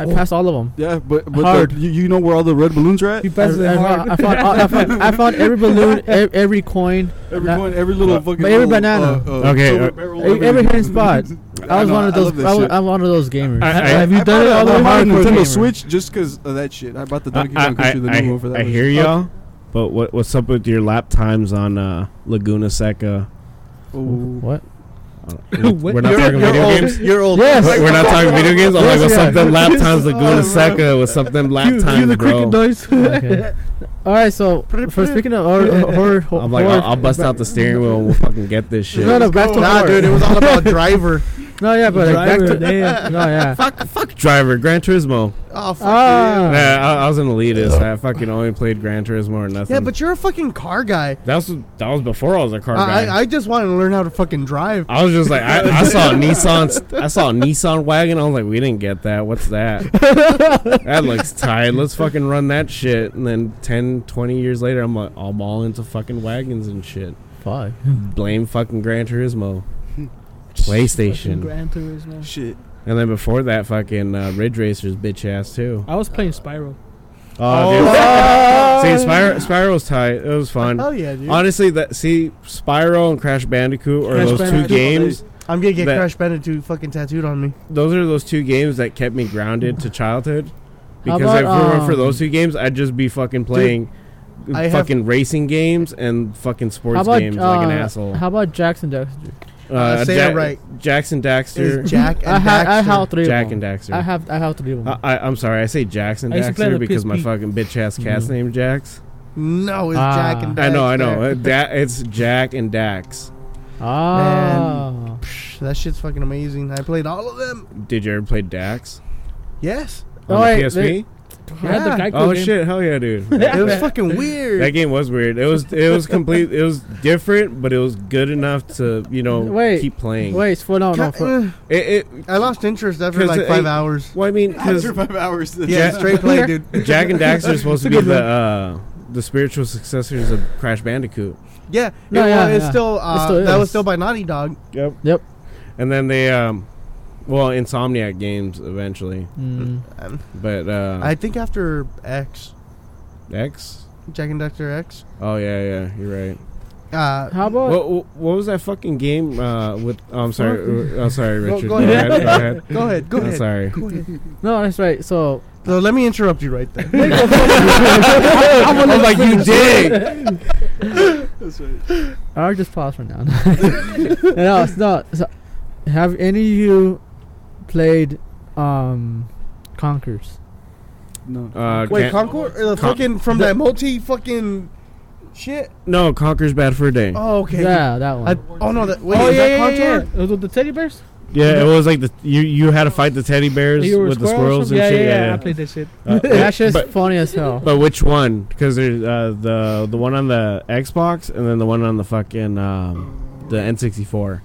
[SPEAKER 6] I passed all of them.
[SPEAKER 4] Yeah, but but
[SPEAKER 6] Hard.
[SPEAKER 4] the, you, you know where all the red balloons are at?
[SPEAKER 2] He
[SPEAKER 6] I,
[SPEAKER 2] passes
[SPEAKER 6] I
[SPEAKER 2] it
[SPEAKER 6] found,
[SPEAKER 2] hard.
[SPEAKER 6] I, found, all- I, found, I found every balloon, every, every coin.
[SPEAKER 4] Every
[SPEAKER 6] Nah.
[SPEAKER 4] coin, every little fucking
[SPEAKER 6] every
[SPEAKER 4] little,
[SPEAKER 6] banana.
[SPEAKER 4] uh, uh,
[SPEAKER 3] Okay,
[SPEAKER 4] silver
[SPEAKER 3] uh,
[SPEAKER 4] barrel,
[SPEAKER 6] Every, every
[SPEAKER 4] everything.
[SPEAKER 6] hidden spot. I was
[SPEAKER 4] know,
[SPEAKER 6] one of
[SPEAKER 4] I love
[SPEAKER 6] those.
[SPEAKER 4] this
[SPEAKER 6] I, was,
[SPEAKER 4] shit.
[SPEAKER 6] I'm one of those gamers.
[SPEAKER 3] I- I-
[SPEAKER 2] Have you
[SPEAKER 4] I
[SPEAKER 2] done
[SPEAKER 4] bought
[SPEAKER 2] it
[SPEAKER 4] a-
[SPEAKER 2] all the
[SPEAKER 4] I
[SPEAKER 2] way
[SPEAKER 4] bought a
[SPEAKER 2] hardcore
[SPEAKER 4] Nintendo
[SPEAKER 2] gamer?
[SPEAKER 4] Switch just because of that shit. I bought the Donkey Kong Country, the
[SPEAKER 3] I-
[SPEAKER 4] new one for that.
[SPEAKER 3] I
[SPEAKER 4] one. Oh.
[SPEAKER 3] hear y'all, but what what's up with your lap times on uh, Laguna Seca?
[SPEAKER 4] Oh.
[SPEAKER 6] What?
[SPEAKER 3] We're
[SPEAKER 2] What?
[SPEAKER 3] not
[SPEAKER 2] You're-
[SPEAKER 3] talking
[SPEAKER 2] you're
[SPEAKER 3] video
[SPEAKER 2] old.
[SPEAKER 3] games.
[SPEAKER 1] You're old.
[SPEAKER 6] Yes.
[SPEAKER 3] Wait, we're not talking video games. Oh I'm like,
[SPEAKER 6] Yes,
[SPEAKER 3] what's
[SPEAKER 6] yeah.
[SPEAKER 3] up them lap times,
[SPEAKER 4] Oh,
[SPEAKER 3] Laguna
[SPEAKER 4] bro.
[SPEAKER 3] Seca? What's up them lap
[SPEAKER 2] You
[SPEAKER 3] times,
[SPEAKER 2] the cricket
[SPEAKER 3] bro?
[SPEAKER 2] noise.
[SPEAKER 6] Okay. all right. So for speaking of horror, horror, horror
[SPEAKER 3] I'm like, I'll, I'll bust out the steering wheel and we'll fucking get this shit.
[SPEAKER 6] No, no, back to
[SPEAKER 1] Nah,
[SPEAKER 6] horror.
[SPEAKER 1] dude, it was all about driver.
[SPEAKER 6] No, yeah, but like, back
[SPEAKER 2] Driver,
[SPEAKER 6] to
[SPEAKER 2] damn.
[SPEAKER 6] no, yeah.
[SPEAKER 3] Fuck, fuck, driver, Gran Turismo.
[SPEAKER 1] Oh, fuck
[SPEAKER 6] Ah.
[SPEAKER 3] Nah, I, I was an elitist. I fucking only played Gran Turismo or nothing.
[SPEAKER 1] you. Yeah, but you're a fucking car guy.
[SPEAKER 3] that's that was before I was a car
[SPEAKER 1] I,
[SPEAKER 3] guy.
[SPEAKER 1] I, I just wanted to learn how to fucking drive.
[SPEAKER 3] I was just like, I, I saw a Nissan, I saw a Nissan wagon. I was like, we didn't get that. What's that? that looks tight. Let's fucking run that shit. And then 10, 20 years later, I'm like, I'm all into fucking wagons and shit.
[SPEAKER 6] Fuck.
[SPEAKER 3] Blame fucking Gran Turismo, PlayStation,
[SPEAKER 2] Gran Turismo.
[SPEAKER 4] Shit.
[SPEAKER 3] and then before that, fucking uh, Ridge Racers, bitch ass too.
[SPEAKER 2] I was playing Spyro.
[SPEAKER 3] Oh,
[SPEAKER 2] Uh,
[SPEAKER 3] dude. see, Spyro, Spyro's tight. It was fun.
[SPEAKER 1] Hell yeah, Oh, dude.
[SPEAKER 3] Honestly, that see, Spyro and Crash Bandicoot are
[SPEAKER 2] Crash
[SPEAKER 3] those
[SPEAKER 2] Bandicoot.
[SPEAKER 3] two games.
[SPEAKER 1] I'm gonna get
[SPEAKER 3] that-
[SPEAKER 1] Crash Bandicoot fucking tattooed on me.
[SPEAKER 3] Those are those two games that kept me grounded to childhood.
[SPEAKER 6] How
[SPEAKER 3] Because
[SPEAKER 6] about,
[SPEAKER 3] if it weren't for
[SPEAKER 6] um,
[SPEAKER 3] those two games, I'd just be fucking playing
[SPEAKER 1] I have-
[SPEAKER 3] fucking racing games and fucking sports
[SPEAKER 6] How about
[SPEAKER 3] games like an
[SPEAKER 6] uh,
[SPEAKER 3] asshole.
[SPEAKER 6] How about Jackson Dexter?
[SPEAKER 1] Uh, say it right.
[SPEAKER 3] Jackson Daxter.
[SPEAKER 1] Is Jack
[SPEAKER 6] I
[SPEAKER 1] and
[SPEAKER 6] had I
[SPEAKER 1] Daxter.
[SPEAKER 6] have three.
[SPEAKER 3] Jack
[SPEAKER 6] of
[SPEAKER 3] and
[SPEAKER 6] them.
[SPEAKER 3] Daxter.
[SPEAKER 6] I have I have three of them.
[SPEAKER 3] I, I, I'm sorry, I say Jackson
[SPEAKER 2] I used to play on
[SPEAKER 3] Daxter
[SPEAKER 2] the
[SPEAKER 3] because my
[SPEAKER 2] PSP.
[SPEAKER 3] fucking bitch ass cat's
[SPEAKER 6] Mhm.
[SPEAKER 3] named Jax.
[SPEAKER 1] No, it's
[SPEAKER 6] Ah.
[SPEAKER 1] Jack and Daxter.
[SPEAKER 3] I know, I know. Uh, Da- it's Jack and Dax.
[SPEAKER 6] ah.
[SPEAKER 1] Psh, that shit's fucking amazing. I played all of them.
[SPEAKER 3] Did you ever play Dax?
[SPEAKER 1] Yes.
[SPEAKER 3] On
[SPEAKER 6] Oh,
[SPEAKER 3] the
[SPEAKER 6] wait,
[SPEAKER 3] PSP?
[SPEAKER 6] they-
[SPEAKER 2] I had the
[SPEAKER 1] Yeah.
[SPEAKER 2] Geico
[SPEAKER 3] oh
[SPEAKER 2] game.
[SPEAKER 3] shit, hell yeah, dude.
[SPEAKER 1] It was fucking weird.
[SPEAKER 3] That game was weird. It was it was complete. It was different, but it was good enough to you know
[SPEAKER 6] Wait,
[SPEAKER 3] keep playing.
[SPEAKER 6] Wait, for no,
[SPEAKER 1] Ca-
[SPEAKER 6] no. For,
[SPEAKER 1] eh,
[SPEAKER 3] It, it,
[SPEAKER 1] I lost interest after
[SPEAKER 3] 'Cause
[SPEAKER 1] like
[SPEAKER 3] it-
[SPEAKER 1] five
[SPEAKER 3] it-
[SPEAKER 1] hours.
[SPEAKER 3] well, I mean, because
[SPEAKER 4] After five hours.
[SPEAKER 1] Yeah, straight play, dude.
[SPEAKER 3] Jack and Dax are supposed to be the uh, the spiritual successors of Crash Bandicoot.
[SPEAKER 1] Yeah,
[SPEAKER 6] No,
[SPEAKER 1] it,
[SPEAKER 6] yeah,
[SPEAKER 1] well, it's
[SPEAKER 6] yeah.
[SPEAKER 1] still, uh,
[SPEAKER 6] It still
[SPEAKER 1] that was
[SPEAKER 6] is.
[SPEAKER 1] still by Naughty Dog.
[SPEAKER 3] Yep.
[SPEAKER 6] Yep.
[SPEAKER 3] And then they, um, well, Insomniac games eventually,
[SPEAKER 6] mm,
[SPEAKER 1] Um,
[SPEAKER 3] but uh,
[SPEAKER 1] I think after X,
[SPEAKER 3] X.
[SPEAKER 1] Jack and Daxter X.
[SPEAKER 3] Oh yeah, yeah, you're right.
[SPEAKER 1] Uh,
[SPEAKER 6] how about
[SPEAKER 3] What, what what was that fucking game uh, with? Oh, I'm sorry. I'm sorry,
[SPEAKER 1] Go-
[SPEAKER 3] Richard.
[SPEAKER 1] go ahead.
[SPEAKER 3] Go ahead.
[SPEAKER 1] go ahead, go
[SPEAKER 3] I'm
[SPEAKER 1] ahead.
[SPEAKER 3] sorry.
[SPEAKER 1] Go ahead.
[SPEAKER 6] no? That's right. So
[SPEAKER 1] So let me interrupt you right there.
[SPEAKER 3] I'm
[SPEAKER 1] Oh,
[SPEAKER 3] like you did.
[SPEAKER 4] That's right.
[SPEAKER 6] I'll just pause for now. no, it's not. So, have any of you played um, Conkers?
[SPEAKER 4] No.
[SPEAKER 3] Uh,
[SPEAKER 1] Wait,
[SPEAKER 3] can't-
[SPEAKER 1] Concord? Uh, fucking from that multi fucking shit?
[SPEAKER 3] No, Conker's bad for a day.
[SPEAKER 1] Oh, okay.
[SPEAKER 6] Yeah, that
[SPEAKER 1] I,
[SPEAKER 6] one.
[SPEAKER 1] oh, no. That, wait,
[SPEAKER 2] Oh
[SPEAKER 1] is
[SPEAKER 2] yeah,
[SPEAKER 1] that
[SPEAKER 2] yeah,
[SPEAKER 1] Contour?
[SPEAKER 2] yeah. It was with the teddy bears.
[SPEAKER 3] Yeah, it was like the you you had to fight the teddy bears
[SPEAKER 2] You were
[SPEAKER 3] with the
[SPEAKER 2] squirrel or
[SPEAKER 3] squirrels and
[SPEAKER 2] something? yeah,
[SPEAKER 3] shit.
[SPEAKER 2] Yeah, yeah, I played that shit.
[SPEAKER 3] Uh,
[SPEAKER 6] That's just
[SPEAKER 3] but,
[SPEAKER 6] funny as hell.
[SPEAKER 3] but which one? Because there's uh, the the one on the Xbox and then the one on the fucking um, the N64.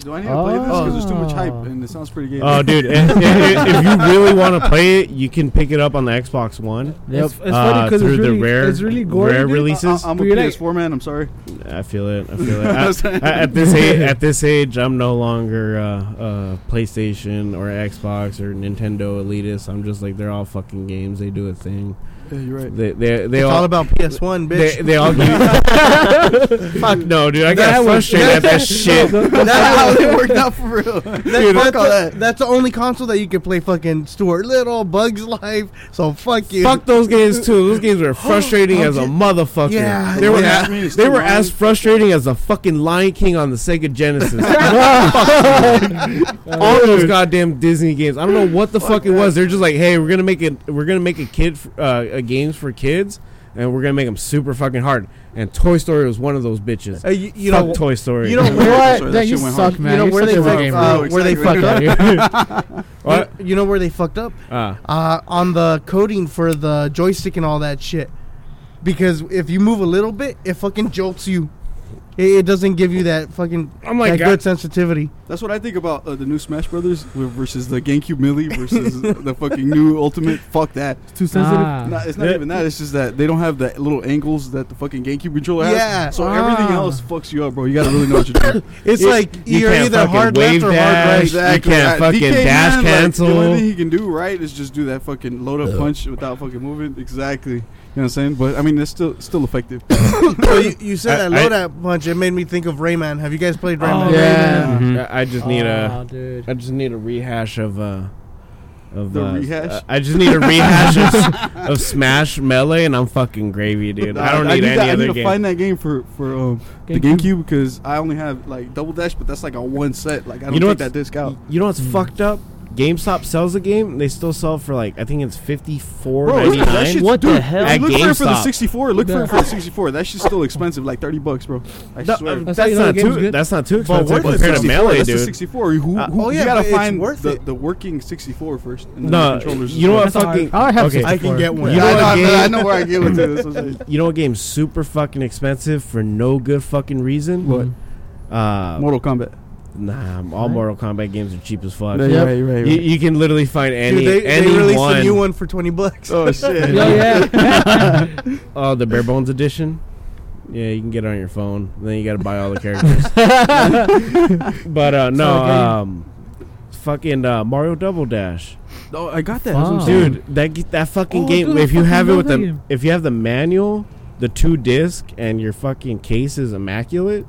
[SPEAKER 4] Do I need to play this? Because there's too much hype
[SPEAKER 6] Oh.
[SPEAKER 4] and it sounds pretty gay.
[SPEAKER 3] Oh, dude, if, if- if, if you really want to play it, you can pick it up on the Xbox One.
[SPEAKER 6] Yep.
[SPEAKER 2] It's, it's funny
[SPEAKER 3] Uh,
[SPEAKER 2] because
[SPEAKER 3] through
[SPEAKER 2] it's
[SPEAKER 3] the
[SPEAKER 2] really,
[SPEAKER 3] rare-
[SPEAKER 2] it's really gory.
[SPEAKER 3] rare
[SPEAKER 2] dude.
[SPEAKER 3] release.
[SPEAKER 4] I, am a
[SPEAKER 2] Were you like-
[SPEAKER 4] PS4 man. I'm sorry.
[SPEAKER 3] I feel it. I feel it. I, I- at this age, at this age, I'm no longer uh, uh, PlayStation or Xbox or Nintendo elitist. I'm just like they're all fucking games. They do a thing.
[SPEAKER 4] Yeah, you're right.
[SPEAKER 3] They they they
[SPEAKER 1] It's all
[SPEAKER 3] all
[SPEAKER 1] about PS1, bitch.
[SPEAKER 3] They, they all give Fuck no, dude. I got
[SPEAKER 2] That was-
[SPEAKER 3] frustrated at that shit.
[SPEAKER 1] that's how it worked out.
[SPEAKER 4] for real.
[SPEAKER 1] That,
[SPEAKER 3] Dude,
[SPEAKER 1] fuck
[SPEAKER 3] that's
[SPEAKER 1] all that. That's the only console that you can play fucking Stuart Little, Bugs Life. So fuck you.
[SPEAKER 3] Fuck those games too. Those games were frustrating as a motherfucker.
[SPEAKER 1] Yeah,
[SPEAKER 3] they were
[SPEAKER 1] yeah.
[SPEAKER 3] a- they were as frustrating as the fucking Lion King on the Sega Genesis. Fuck. All those goddamn Disney games. I don't know what the fuck, it was. They're just like, hey, we're gonna make it. We're gonna make a kid f- uh, a games for kids, and we're gonna make them super fucking hard. And Toy Story was one of those bitches.
[SPEAKER 1] Uh, you, you
[SPEAKER 3] Fuck
[SPEAKER 1] know,
[SPEAKER 3] Toy Story.
[SPEAKER 1] you know-
[SPEAKER 4] Sorry,
[SPEAKER 6] What?
[SPEAKER 4] that
[SPEAKER 6] Then you
[SPEAKER 4] shit went hard.
[SPEAKER 6] suck, man.
[SPEAKER 1] You know
[SPEAKER 6] You're
[SPEAKER 1] where they
[SPEAKER 6] such a
[SPEAKER 1] fuck,
[SPEAKER 6] gamer.
[SPEAKER 1] uh, where they
[SPEAKER 4] Exactly.
[SPEAKER 1] fucked up.
[SPEAKER 3] what?
[SPEAKER 1] You, you know where they fucked up?
[SPEAKER 3] Uh,
[SPEAKER 1] Uh, on the coding for the joystick and all that shit. Because if you move a little bit, it fucking jolts you. It, it doesn't give you that fucking
[SPEAKER 3] I'm like,
[SPEAKER 1] that
[SPEAKER 3] God,
[SPEAKER 1] good sensitivity.
[SPEAKER 4] That's what I think about uh, the new Smash Brothers versus the GameCube Melee versus the fucking new Ultimate. Fuck that.
[SPEAKER 2] It's too sensitive.
[SPEAKER 4] Nah, it's not
[SPEAKER 3] Yeah.
[SPEAKER 4] even that. It's just that they don't have the little angles that the fucking GameCube controller has.
[SPEAKER 1] Yeah.
[SPEAKER 4] So everything
[SPEAKER 1] Ah.
[SPEAKER 4] else fucks you up, bro. You gotta really know what you're doing.
[SPEAKER 1] It's
[SPEAKER 3] You-
[SPEAKER 1] like
[SPEAKER 3] you
[SPEAKER 1] you're
[SPEAKER 3] can't
[SPEAKER 1] either
[SPEAKER 3] fucking
[SPEAKER 1] hard left
[SPEAKER 3] wave
[SPEAKER 1] or hard
[SPEAKER 3] dash.
[SPEAKER 1] right. Uh,
[SPEAKER 4] Exactly.
[SPEAKER 3] can't
[SPEAKER 4] That
[SPEAKER 3] fucking
[SPEAKER 4] DK
[SPEAKER 3] dash
[SPEAKER 4] man, like,
[SPEAKER 3] cancel.
[SPEAKER 4] the only thing he can do right is just do that fucking load up punch without fucking moving. Exactly. You know what I'm saying? But I mean, it's still still effective.
[SPEAKER 1] So you, you said
[SPEAKER 3] I-
[SPEAKER 1] that load out punch. It made me think of Rayman. Have you guys played Rayman?
[SPEAKER 2] Oh,
[SPEAKER 4] Uh,
[SPEAKER 6] yeah.
[SPEAKER 2] Rayman.
[SPEAKER 5] Mhm.
[SPEAKER 3] I I
[SPEAKER 2] Ah,
[SPEAKER 3] just need a.
[SPEAKER 6] Oh, dude.
[SPEAKER 3] I just need a rehash of uh, of
[SPEAKER 4] The
[SPEAKER 3] uh,
[SPEAKER 4] rehash?
[SPEAKER 3] uh, I just need a rehash of, s- of Smash Melee, and I'm fucking gravy, dude. I don't need any
[SPEAKER 4] that- I need
[SPEAKER 3] other
[SPEAKER 4] to
[SPEAKER 3] game.
[SPEAKER 4] find that game for for um, the
[SPEAKER 6] GameCube.
[SPEAKER 4] GameCube because I only have like double dash, but that's like on one set. Like I don't
[SPEAKER 3] You know
[SPEAKER 4] take
[SPEAKER 3] what's-
[SPEAKER 4] that disc out. Hmm.
[SPEAKER 3] You know what's fucked up? GameStop sells a game. They still sell for like I think it's fifty four
[SPEAKER 4] Bro,
[SPEAKER 3] ninety
[SPEAKER 4] look, that shit's
[SPEAKER 3] nine.
[SPEAKER 5] What
[SPEAKER 4] dude,
[SPEAKER 5] the hell?
[SPEAKER 3] At
[SPEAKER 4] Look for it for the
[SPEAKER 3] GameStop.
[SPEAKER 4] 64. Look for
[SPEAKER 6] Yeah.
[SPEAKER 4] it for the 64. That shit's still expensive, like 30 bucks, bro. I
[SPEAKER 3] No,
[SPEAKER 4] swear.
[SPEAKER 3] um,
[SPEAKER 6] That's
[SPEAKER 3] that's,
[SPEAKER 6] how you know
[SPEAKER 3] not
[SPEAKER 6] the game's
[SPEAKER 3] too.
[SPEAKER 6] good.
[SPEAKER 3] That's not too
[SPEAKER 1] But
[SPEAKER 3] expensive
[SPEAKER 1] worth it,
[SPEAKER 3] compared to
[SPEAKER 4] 64,
[SPEAKER 3] Melee,
[SPEAKER 4] that's the
[SPEAKER 3] dude.
[SPEAKER 4] 64. Who, who,
[SPEAKER 3] Uh,
[SPEAKER 4] who-
[SPEAKER 1] oh,
[SPEAKER 4] you
[SPEAKER 1] yeah,
[SPEAKER 4] gotta
[SPEAKER 1] but it's
[SPEAKER 4] find
[SPEAKER 1] worth
[SPEAKER 4] the,
[SPEAKER 1] it.
[SPEAKER 4] the working 64 first. And then the
[SPEAKER 3] No,
[SPEAKER 4] controllers as
[SPEAKER 3] you know
[SPEAKER 4] well.
[SPEAKER 3] what?
[SPEAKER 2] That's hard.
[SPEAKER 3] Fucking
[SPEAKER 6] I have
[SPEAKER 3] okay.
[SPEAKER 6] 64.
[SPEAKER 1] I can get one.
[SPEAKER 3] You
[SPEAKER 4] Yeah,
[SPEAKER 3] know what
[SPEAKER 4] I, know,
[SPEAKER 3] game-
[SPEAKER 4] I know where I get with this. That's what I'm saying.
[SPEAKER 3] You know what game's super fucking expensive for no good fucking reason?
[SPEAKER 4] What?
[SPEAKER 3] Uh,
[SPEAKER 4] Mortal Kombat.
[SPEAKER 3] nah, all
[SPEAKER 6] Right.
[SPEAKER 3] Mortal Kombat games are cheap as fuck.
[SPEAKER 4] Yeah,
[SPEAKER 3] You,
[SPEAKER 6] Yep.
[SPEAKER 4] right, right, right.
[SPEAKER 3] you can literally find any
[SPEAKER 1] Dude, they,
[SPEAKER 3] any
[SPEAKER 1] they released
[SPEAKER 3] one.
[SPEAKER 1] a new one for twenty bucks.
[SPEAKER 4] Oh shit!
[SPEAKER 6] Yeah, yeah.
[SPEAKER 3] Oh, the bare bones edition. Yeah, you can get it on your phone. and then you got to buy all the characters. but uh, no,
[SPEAKER 6] Okay.
[SPEAKER 3] um, fucking uh, Mario Double Dash,
[SPEAKER 4] Oh, I got that. That's what I'm
[SPEAKER 6] Fuck.
[SPEAKER 4] saying.
[SPEAKER 3] dude. That ge- that fucking
[SPEAKER 2] Oh,
[SPEAKER 3] game.
[SPEAKER 2] dude, I
[SPEAKER 3] if you
[SPEAKER 2] fucking
[SPEAKER 3] have it
[SPEAKER 2] love
[SPEAKER 3] with
[SPEAKER 2] that
[SPEAKER 3] the
[SPEAKER 2] game.
[SPEAKER 3] if you have the manual, the two disc, and your fucking case is immaculate,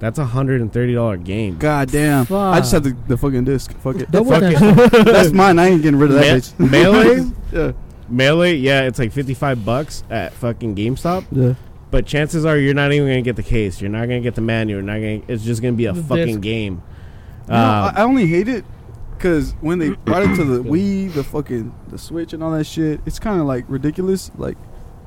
[SPEAKER 3] that's a hundred and thirty dollar game.
[SPEAKER 4] God damn! I just had the, the fucking disc. Fuck it.
[SPEAKER 6] Double
[SPEAKER 3] Fuck
[SPEAKER 6] dash.
[SPEAKER 4] That's mine. I ain't getting rid of that bitch.
[SPEAKER 3] Me- melee,
[SPEAKER 4] Yeah.
[SPEAKER 3] melee. Yeah, it's like fifty five bucks at fucking GameStop.
[SPEAKER 4] Yeah.
[SPEAKER 3] But chances are you're not even gonna get the case. You're not gonna get the manual. You're not gonna. It's just gonna be a
[SPEAKER 2] The
[SPEAKER 3] fucking
[SPEAKER 2] disc.
[SPEAKER 3] game. Um,
[SPEAKER 4] No, I, I only hate it because when they brought it to the Wii, the fucking the Switch, and all that shit, it's kind of like ridiculous. Like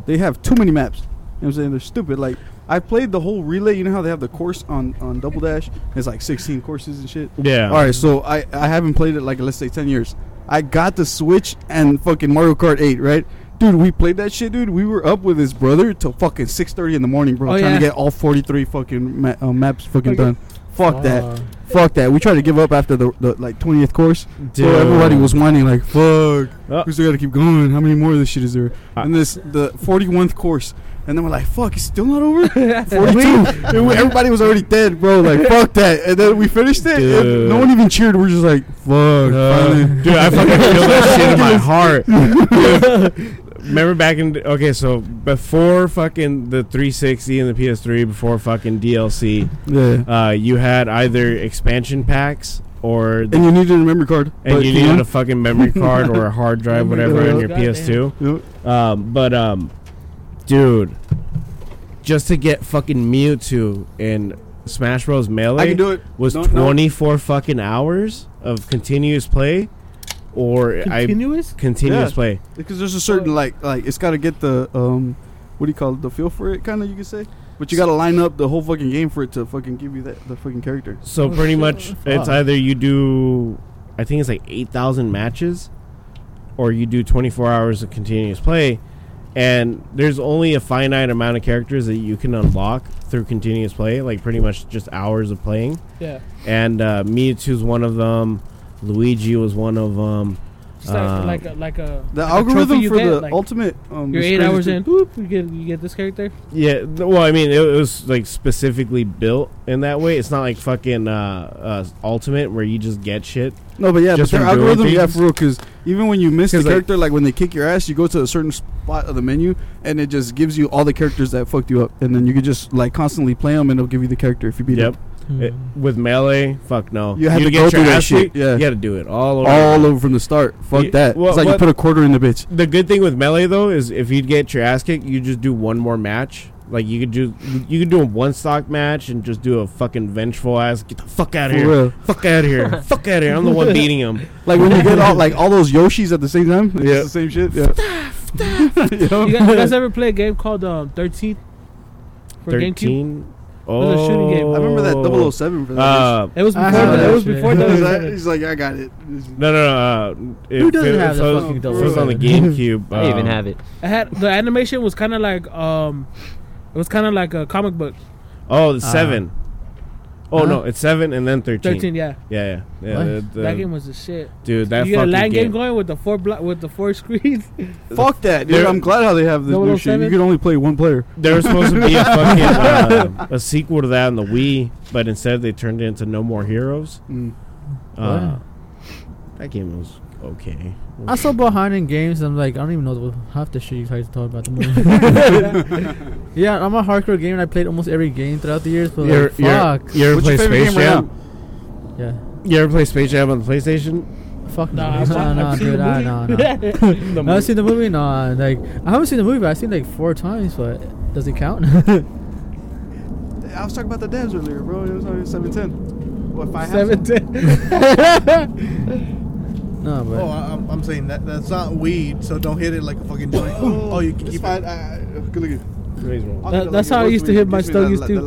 [SPEAKER 4] they have too many maps. You know what I'm saying? They're stupid. Like I played the whole relay. You know how they have the course on on Double Dash? It's like 16 courses and shit.
[SPEAKER 3] yeah.
[SPEAKER 4] All right, so I I haven't played it like let's say 10 years. I got the Switch and fucking Mario Kart 8, right? Dude, we played that shit, dude. We were up with his brother till fucking 6:30 in the morning,
[SPEAKER 2] Oh,
[SPEAKER 4] bro, trying to
[SPEAKER 2] yeah.
[SPEAKER 4] get all 43 fucking ma- uh, maps fucking done. Fuck that.
[SPEAKER 6] Ah.
[SPEAKER 4] Fuck that. We tried to give up after the, the like twentieth course.
[SPEAKER 3] Dude.
[SPEAKER 4] So everybody was whining like, "Fuck,
[SPEAKER 3] Uh.
[SPEAKER 4] we still gotta keep going. How many more of this shit is there?"
[SPEAKER 3] Uh.
[SPEAKER 4] and this the forty one course, and then we're like, "Fuck, it's still not over." Forty two. everybody was already dead, bro. Like, fuck that. And then we finished it. And no
[SPEAKER 3] Dude.
[SPEAKER 4] one even cheered. We're just like, "Fuck."
[SPEAKER 3] Uh,
[SPEAKER 4] finally."
[SPEAKER 3] dude, I fucking feel that shit in my heart. Dude, Remember back in okay, so before fucking the 360 and the PS3, before fucking DLC,
[SPEAKER 4] yeah.
[SPEAKER 3] uh, you had either expansion packs or the,
[SPEAKER 4] And you needed a memory card.
[SPEAKER 3] and
[SPEAKER 4] but,
[SPEAKER 3] you
[SPEAKER 4] know,
[SPEAKER 3] needed a fucking memory card or a hard drive,
[SPEAKER 2] Memory
[SPEAKER 3] whatever, on
[SPEAKER 2] card,
[SPEAKER 3] your
[SPEAKER 2] goddamn.
[SPEAKER 3] PS2.
[SPEAKER 4] you know,
[SPEAKER 3] Um, but um, dude, just to get fucking Mewtwo in Smash Bros. Melee,
[SPEAKER 4] I can do it.
[SPEAKER 3] was
[SPEAKER 4] No, no.
[SPEAKER 3] 24 fucking hours of continuous play or
[SPEAKER 2] Continuous?
[SPEAKER 3] I continuous
[SPEAKER 4] Yeah.
[SPEAKER 3] play.
[SPEAKER 4] because there's a certain like like it's got to get the um what do you call it the feel for it kind of you could say but you got to line up the whole fucking game for it to fucking give you that the fucking character
[SPEAKER 3] So
[SPEAKER 6] Oh,
[SPEAKER 3] pretty
[SPEAKER 6] shit.
[SPEAKER 3] much it's
[SPEAKER 6] Fuck.
[SPEAKER 3] either you do I think it's like 8,000 matches or you do 24 hours of continuous play and there's only a finite amount of characters that you can unlock through continuous play, like pretty much just hours of playing.
[SPEAKER 2] yeah.
[SPEAKER 3] And uh, Mewtwo's one of them, Luigi was one of them.
[SPEAKER 2] Just like,
[SPEAKER 3] Um,
[SPEAKER 2] like a like a
[SPEAKER 4] the
[SPEAKER 2] like a trophy
[SPEAKER 4] algorithm
[SPEAKER 2] you
[SPEAKER 4] for
[SPEAKER 2] get,
[SPEAKER 4] the
[SPEAKER 2] like,
[SPEAKER 4] ultimate um
[SPEAKER 2] You're
[SPEAKER 4] is
[SPEAKER 2] eight
[SPEAKER 4] crazy
[SPEAKER 2] hours
[SPEAKER 4] too.
[SPEAKER 2] in. Boop, you get you get this character.
[SPEAKER 3] Yeah, th- well, I mean, it, it was like specifically built in that way. It's not like fucking uh, uh, Ultimate where you just get shit.
[SPEAKER 4] no but yeah
[SPEAKER 3] Just
[SPEAKER 4] but their
[SPEAKER 3] from doing
[SPEAKER 4] algorithm yeah
[SPEAKER 3] things?
[SPEAKER 4] for real because even when you miss the
[SPEAKER 3] 'Cause, like-
[SPEAKER 4] character like, when they kick your ass you go to a certain spot of the menu and it just gives you all the characters that fucked you up and then you could just like constantly play them and it'll give you the character if you beat
[SPEAKER 3] Yep.
[SPEAKER 4] them
[SPEAKER 3] It- with melee, fuck no.
[SPEAKER 4] You had to go through that
[SPEAKER 3] ass
[SPEAKER 4] shit,
[SPEAKER 3] beat,
[SPEAKER 4] yeah.
[SPEAKER 3] You got to do it all over.
[SPEAKER 4] all over from the start fuck
[SPEAKER 3] Yeah,
[SPEAKER 4] that
[SPEAKER 3] well,
[SPEAKER 4] it's like you
[SPEAKER 3] what-
[SPEAKER 4] put a quarter in the bitch
[SPEAKER 3] the good thing with melee though is if you get your ass kicked, you just do one more match. Like you could do, you could do a one stock match and just do a fucking vengeful ass. Get the fuck out
[SPEAKER 4] for
[SPEAKER 3] of here!
[SPEAKER 4] real
[SPEAKER 3] Fuck out of here! fuck out of here! I'm the one beating him.
[SPEAKER 4] Like when you get all like all those Yoshis at the same time. It's the same shit. Yeah. You know?
[SPEAKER 2] You guys, you guys ever play a game called um, 13 for GameCube?
[SPEAKER 3] Thirteen. Oh,
[SPEAKER 2] was a shooting game.
[SPEAKER 4] I remember that 007 for that.
[SPEAKER 3] Uh,
[SPEAKER 2] It was before.
[SPEAKER 6] I
[SPEAKER 4] have
[SPEAKER 2] the,
[SPEAKER 4] Ah, that
[SPEAKER 2] it was
[SPEAKER 6] shit.
[SPEAKER 2] before
[SPEAKER 4] bitch.
[SPEAKER 2] the.
[SPEAKER 6] Who
[SPEAKER 4] He's like- he's like, I got it.
[SPEAKER 3] no, no, no. Uh, if
[SPEAKER 6] doesn't
[SPEAKER 3] it-
[SPEAKER 6] have
[SPEAKER 3] if
[SPEAKER 6] that
[SPEAKER 3] it was-
[SPEAKER 6] fucking
[SPEAKER 3] if it was on the
[SPEAKER 6] double-sided?
[SPEAKER 3] GameCube.
[SPEAKER 5] I even
[SPEAKER 3] um,
[SPEAKER 5] have it.
[SPEAKER 2] I had the animation was kind of like um, it was kind of like a comic book.
[SPEAKER 3] Oh, the seven. oh no, it's seven and then thirteen.
[SPEAKER 2] Thirteen, yeah.
[SPEAKER 3] Yeah, yeah, yeah.
[SPEAKER 1] What?
[SPEAKER 3] the- the-
[SPEAKER 2] that game was the shit.
[SPEAKER 3] dude, that
[SPEAKER 2] you got a
[SPEAKER 3] fucking
[SPEAKER 2] LAN game.
[SPEAKER 3] game.
[SPEAKER 2] going with the four blo- with the four screens.
[SPEAKER 4] Fuck that, dude.
[SPEAKER 3] There-
[SPEAKER 4] I'm glad how they have this new shit.
[SPEAKER 2] 007?
[SPEAKER 4] You can only play one player.
[SPEAKER 3] There was supposed to be a fucking uh, a sequel to that on the Wii, but instead they turned it into No More Heroes. Uh, that game was okay.
[SPEAKER 6] I'm so behind in games. I'm like, I don't even know the- half the shit you guys talk about. The movie. yeah, I'm a hardcore gamer. and I played almost every game throughout the years. But
[SPEAKER 3] You're-
[SPEAKER 6] like,
[SPEAKER 3] you're-
[SPEAKER 6] fuck.
[SPEAKER 3] You ever
[SPEAKER 4] What's
[SPEAKER 3] play
[SPEAKER 4] your favorite
[SPEAKER 3] Space
[SPEAKER 4] game right
[SPEAKER 3] Jam?
[SPEAKER 6] yeah,
[SPEAKER 3] You ever play Space Jam on the PlayStation?
[SPEAKER 6] fuck no,
[SPEAKER 2] Nah, I've-
[SPEAKER 6] no,
[SPEAKER 2] I've
[SPEAKER 6] no,
[SPEAKER 2] seen
[SPEAKER 6] dude,
[SPEAKER 2] the
[SPEAKER 6] nah,
[SPEAKER 2] movie.
[SPEAKER 6] no, no.
[SPEAKER 3] The
[SPEAKER 6] No,
[SPEAKER 3] mo-
[SPEAKER 6] I've seen the movie. No, like I haven't seen the movie, but I've seen like four times. But does it count?
[SPEAKER 4] I was talking about the devs earlier, bro. It was only seven ten. Well, if I
[SPEAKER 2] Seven ten.
[SPEAKER 6] no, but
[SPEAKER 1] Oh, I, I'm, I'm saying that that's not weed, so don't hit it like a fucking joint. oh, you can keep it.
[SPEAKER 4] Good looking.
[SPEAKER 3] Raise roll.
[SPEAKER 2] That- that's how I used to hit my stogies, too.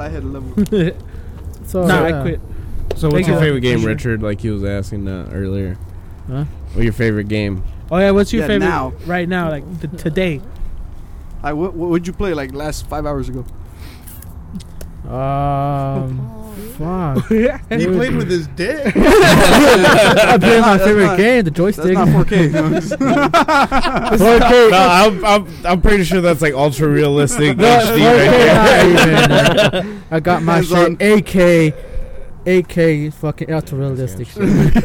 [SPEAKER 6] so
[SPEAKER 2] nah, I
[SPEAKER 6] yeah.
[SPEAKER 2] quit.
[SPEAKER 3] So,
[SPEAKER 2] Thank
[SPEAKER 3] what's
[SPEAKER 2] you.
[SPEAKER 3] your favorite game,
[SPEAKER 2] Pleasure.
[SPEAKER 3] Richard? Like he was asking uh, earlier.
[SPEAKER 6] Huh?
[SPEAKER 3] What your favorite game?
[SPEAKER 2] Oh yeah, what's your
[SPEAKER 4] Yeah,
[SPEAKER 2] favorite
[SPEAKER 4] now.
[SPEAKER 2] right now? Like t- today,
[SPEAKER 4] I what would you play like last five hours ago?
[SPEAKER 6] Um, fuck.
[SPEAKER 1] He played with his dick.
[SPEAKER 6] I played my
[SPEAKER 4] That's
[SPEAKER 6] favorite
[SPEAKER 4] not-
[SPEAKER 6] game, the
[SPEAKER 4] That's
[SPEAKER 6] joystick.
[SPEAKER 4] not 4K.
[SPEAKER 3] no, I'm, I'm, I'm pretty sure that's like ultra realistic HD. Right there.
[SPEAKER 6] 4K, not even. I got my
[SPEAKER 4] Hands-on.
[SPEAKER 6] shit. AK, AK, fucking ultra realistic shit.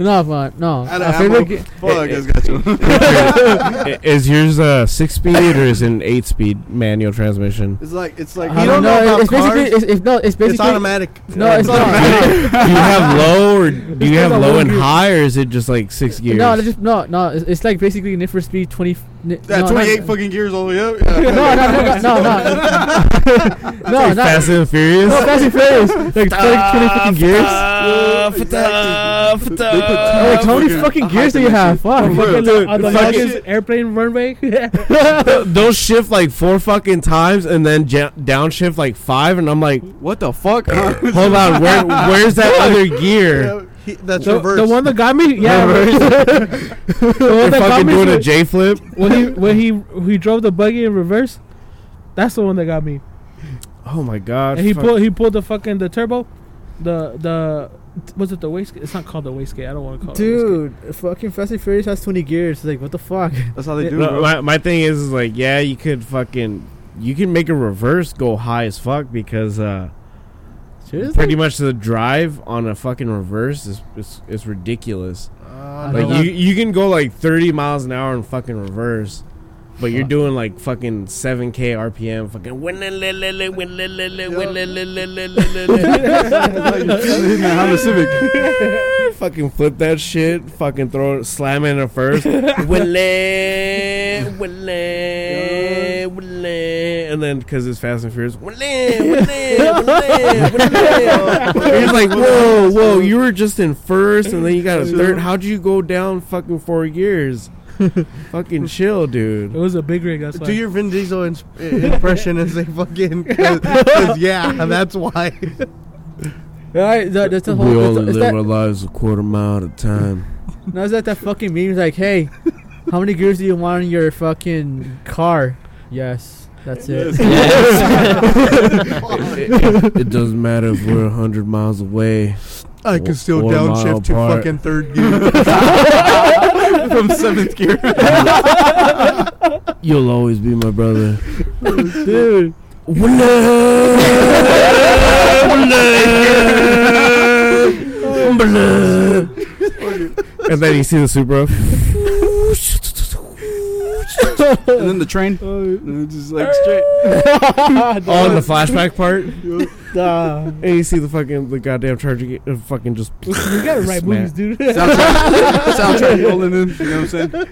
[SPEAKER 6] no, but no.
[SPEAKER 4] Out
[SPEAKER 6] My
[SPEAKER 4] of
[SPEAKER 6] favorite
[SPEAKER 4] ammo.
[SPEAKER 6] ga-
[SPEAKER 4] Fuck, that's got you.
[SPEAKER 3] I- is yours uh, six speed or is it an eight speed manual transmission?
[SPEAKER 4] It's like it's like
[SPEAKER 6] I don't know. it's basically, it's, it's no, it's
[SPEAKER 1] It's
[SPEAKER 6] basically.
[SPEAKER 1] automatic.
[SPEAKER 6] No, it's not.
[SPEAKER 3] do you have low or do you have
[SPEAKER 6] not
[SPEAKER 3] low
[SPEAKER 6] one
[SPEAKER 3] and
[SPEAKER 6] gear.
[SPEAKER 3] high or is it just like six gears?
[SPEAKER 6] No, it's just no, no. It's, it's like basically Need for Speed twenty. N- no,
[SPEAKER 4] Yeah,
[SPEAKER 6] not-
[SPEAKER 4] 28 fucking gears all the way up.
[SPEAKER 6] No, no, no, no, no, no. no,
[SPEAKER 3] Like
[SPEAKER 6] not
[SPEAKER 3] Fast and Furious.
[SPEAKER 6] no, Fast and Furious. Like twenty fucking gears.
[SPEAKER 4] They
[SPEAKER 6] Like, how many fucking gears do you have? Fuck. uh,
[SPEAKER 4] Bro,
[SPEAKER 2] fucking
[SPEAKER 3] dude,
[SPEAKER 2] on the
[SPEAKER 3] fucking-
[SPEAKER 2] longest airplane runway.
[SPEAKER 3] They'll shift like four fucking times and then ja- downshift like five, and I'm like,
[SPEAKER 4] What the fuck?
[SPEAKER 3] hold on, where, where's that other gear?
[SPEAKER 1] He, that's
[SPEAKER 2] the,
[SPEAKER 1] reverse.
[SPEAKER 2] the one that got me, yeah. the one
[SPEAKER 3] They're
[SPEAKER 2] that got
[SPEAKER 3] fucking
[SPEAKER 2] me
[SPEAKER 3] doing a
[SPEAKER 2] when,
[SPEAKER 3] J flip.
[SPEAKER 2] when he when he when he drove the buggy in reverse. That's the one that got me.
[SPEAKER 3] Oh my god!
[SPEAKER 2] And he
[SPEAKER 3] fuck.
[SPEAKER 2] pulled he pulled the fucking the turbo, the the was it the wastegate? It's not called the wastegate. I don't want to call it. a wastegate.
[SPEAKER 6] Dude, fucking Fast and Furious has 20 gears. Like, what the fuck?
[SPEAKER 4] That's how they do it.
[SPEAKER 3] No,
[SPEAKER 4] bro.
[SPEAKER 3] my, my thing is, is like, yeah, you could fucking, you can make a reverse go high as fuck because uh,
[SPEAKER 6] Seriously?
[SPEAKER 3] pretty much the drive on a fucking reverse is is, is ridiculous.
[SPEAKER 1] Uh,
[SPEAKER 6] I
[SPEAKER 3] Like
[SPEAKER 1] no.
[SPEAKER 6] know.
[SPEAKER 3] you you can go like thirty miles an hour in fucking reverse, but you're doing like fucking seven k RPM, fucking win
[SPEAKER 4] Honda Civic.
[SPEAKER 3] fucking flip that shit, fucking throw it, slam it in a first, Wille, wille, wille. and then because it's Fast and Furious, wille, wille, wille, wille. You're just like, whoa, whoa, you were just in first, and then you got a third. How'd you go down fucking four gears? fucking chill,
[SPEAKER 2] It
[SPEAKER 3] dude.
[SPEAKER 2] was a big rig. That's why.
[SPEAKER 1] Do your Vin Diesel ins- i- impression and say fucking. Cause, 'cause yeah, that's why.
[SPEAKER 6] Alright, that, that's the whole. That's, the- it's that,
[SPEAKER 3] lives a quarter mile at a time.
[SPEAKER 6] no, it's that that fucking meme. Like, hey, how many gears do you want in your fucking car? Yes, that's it.
[SPEAKER 3] it, it- it doesn't matter if we're a hundred miles away.
[SPEAKER 1] I can still
[SPEAKER 3] One mile
[SPEAKER 1] downshift to
[SPEAKER 3] apart.
[SPEAKER 1] fucking third gear.
[SPEAKER 4] From seventh gear.
[SPEAKER 3] You'll always be my brother.
[SPEAKER 6] Dude.
[SPEAKER 3] and then you see the Supra.
[SPEAKER 4] and then the train. And it's just like straight.
[SPEAKER 3] Oh, and the flashback part.
[SPEAKER 6] Duh.
[SPEAKER 3] And you see the fucking the goddamn charger get, uh, fucking just.
[SPEAKER 2] you gotta write
[SPEAKER 3] Smack.
[SPEAKER 2] movies, dude.
[SPEAKER 4] Soundtrack. Soundtrack rolling in. You know what I'm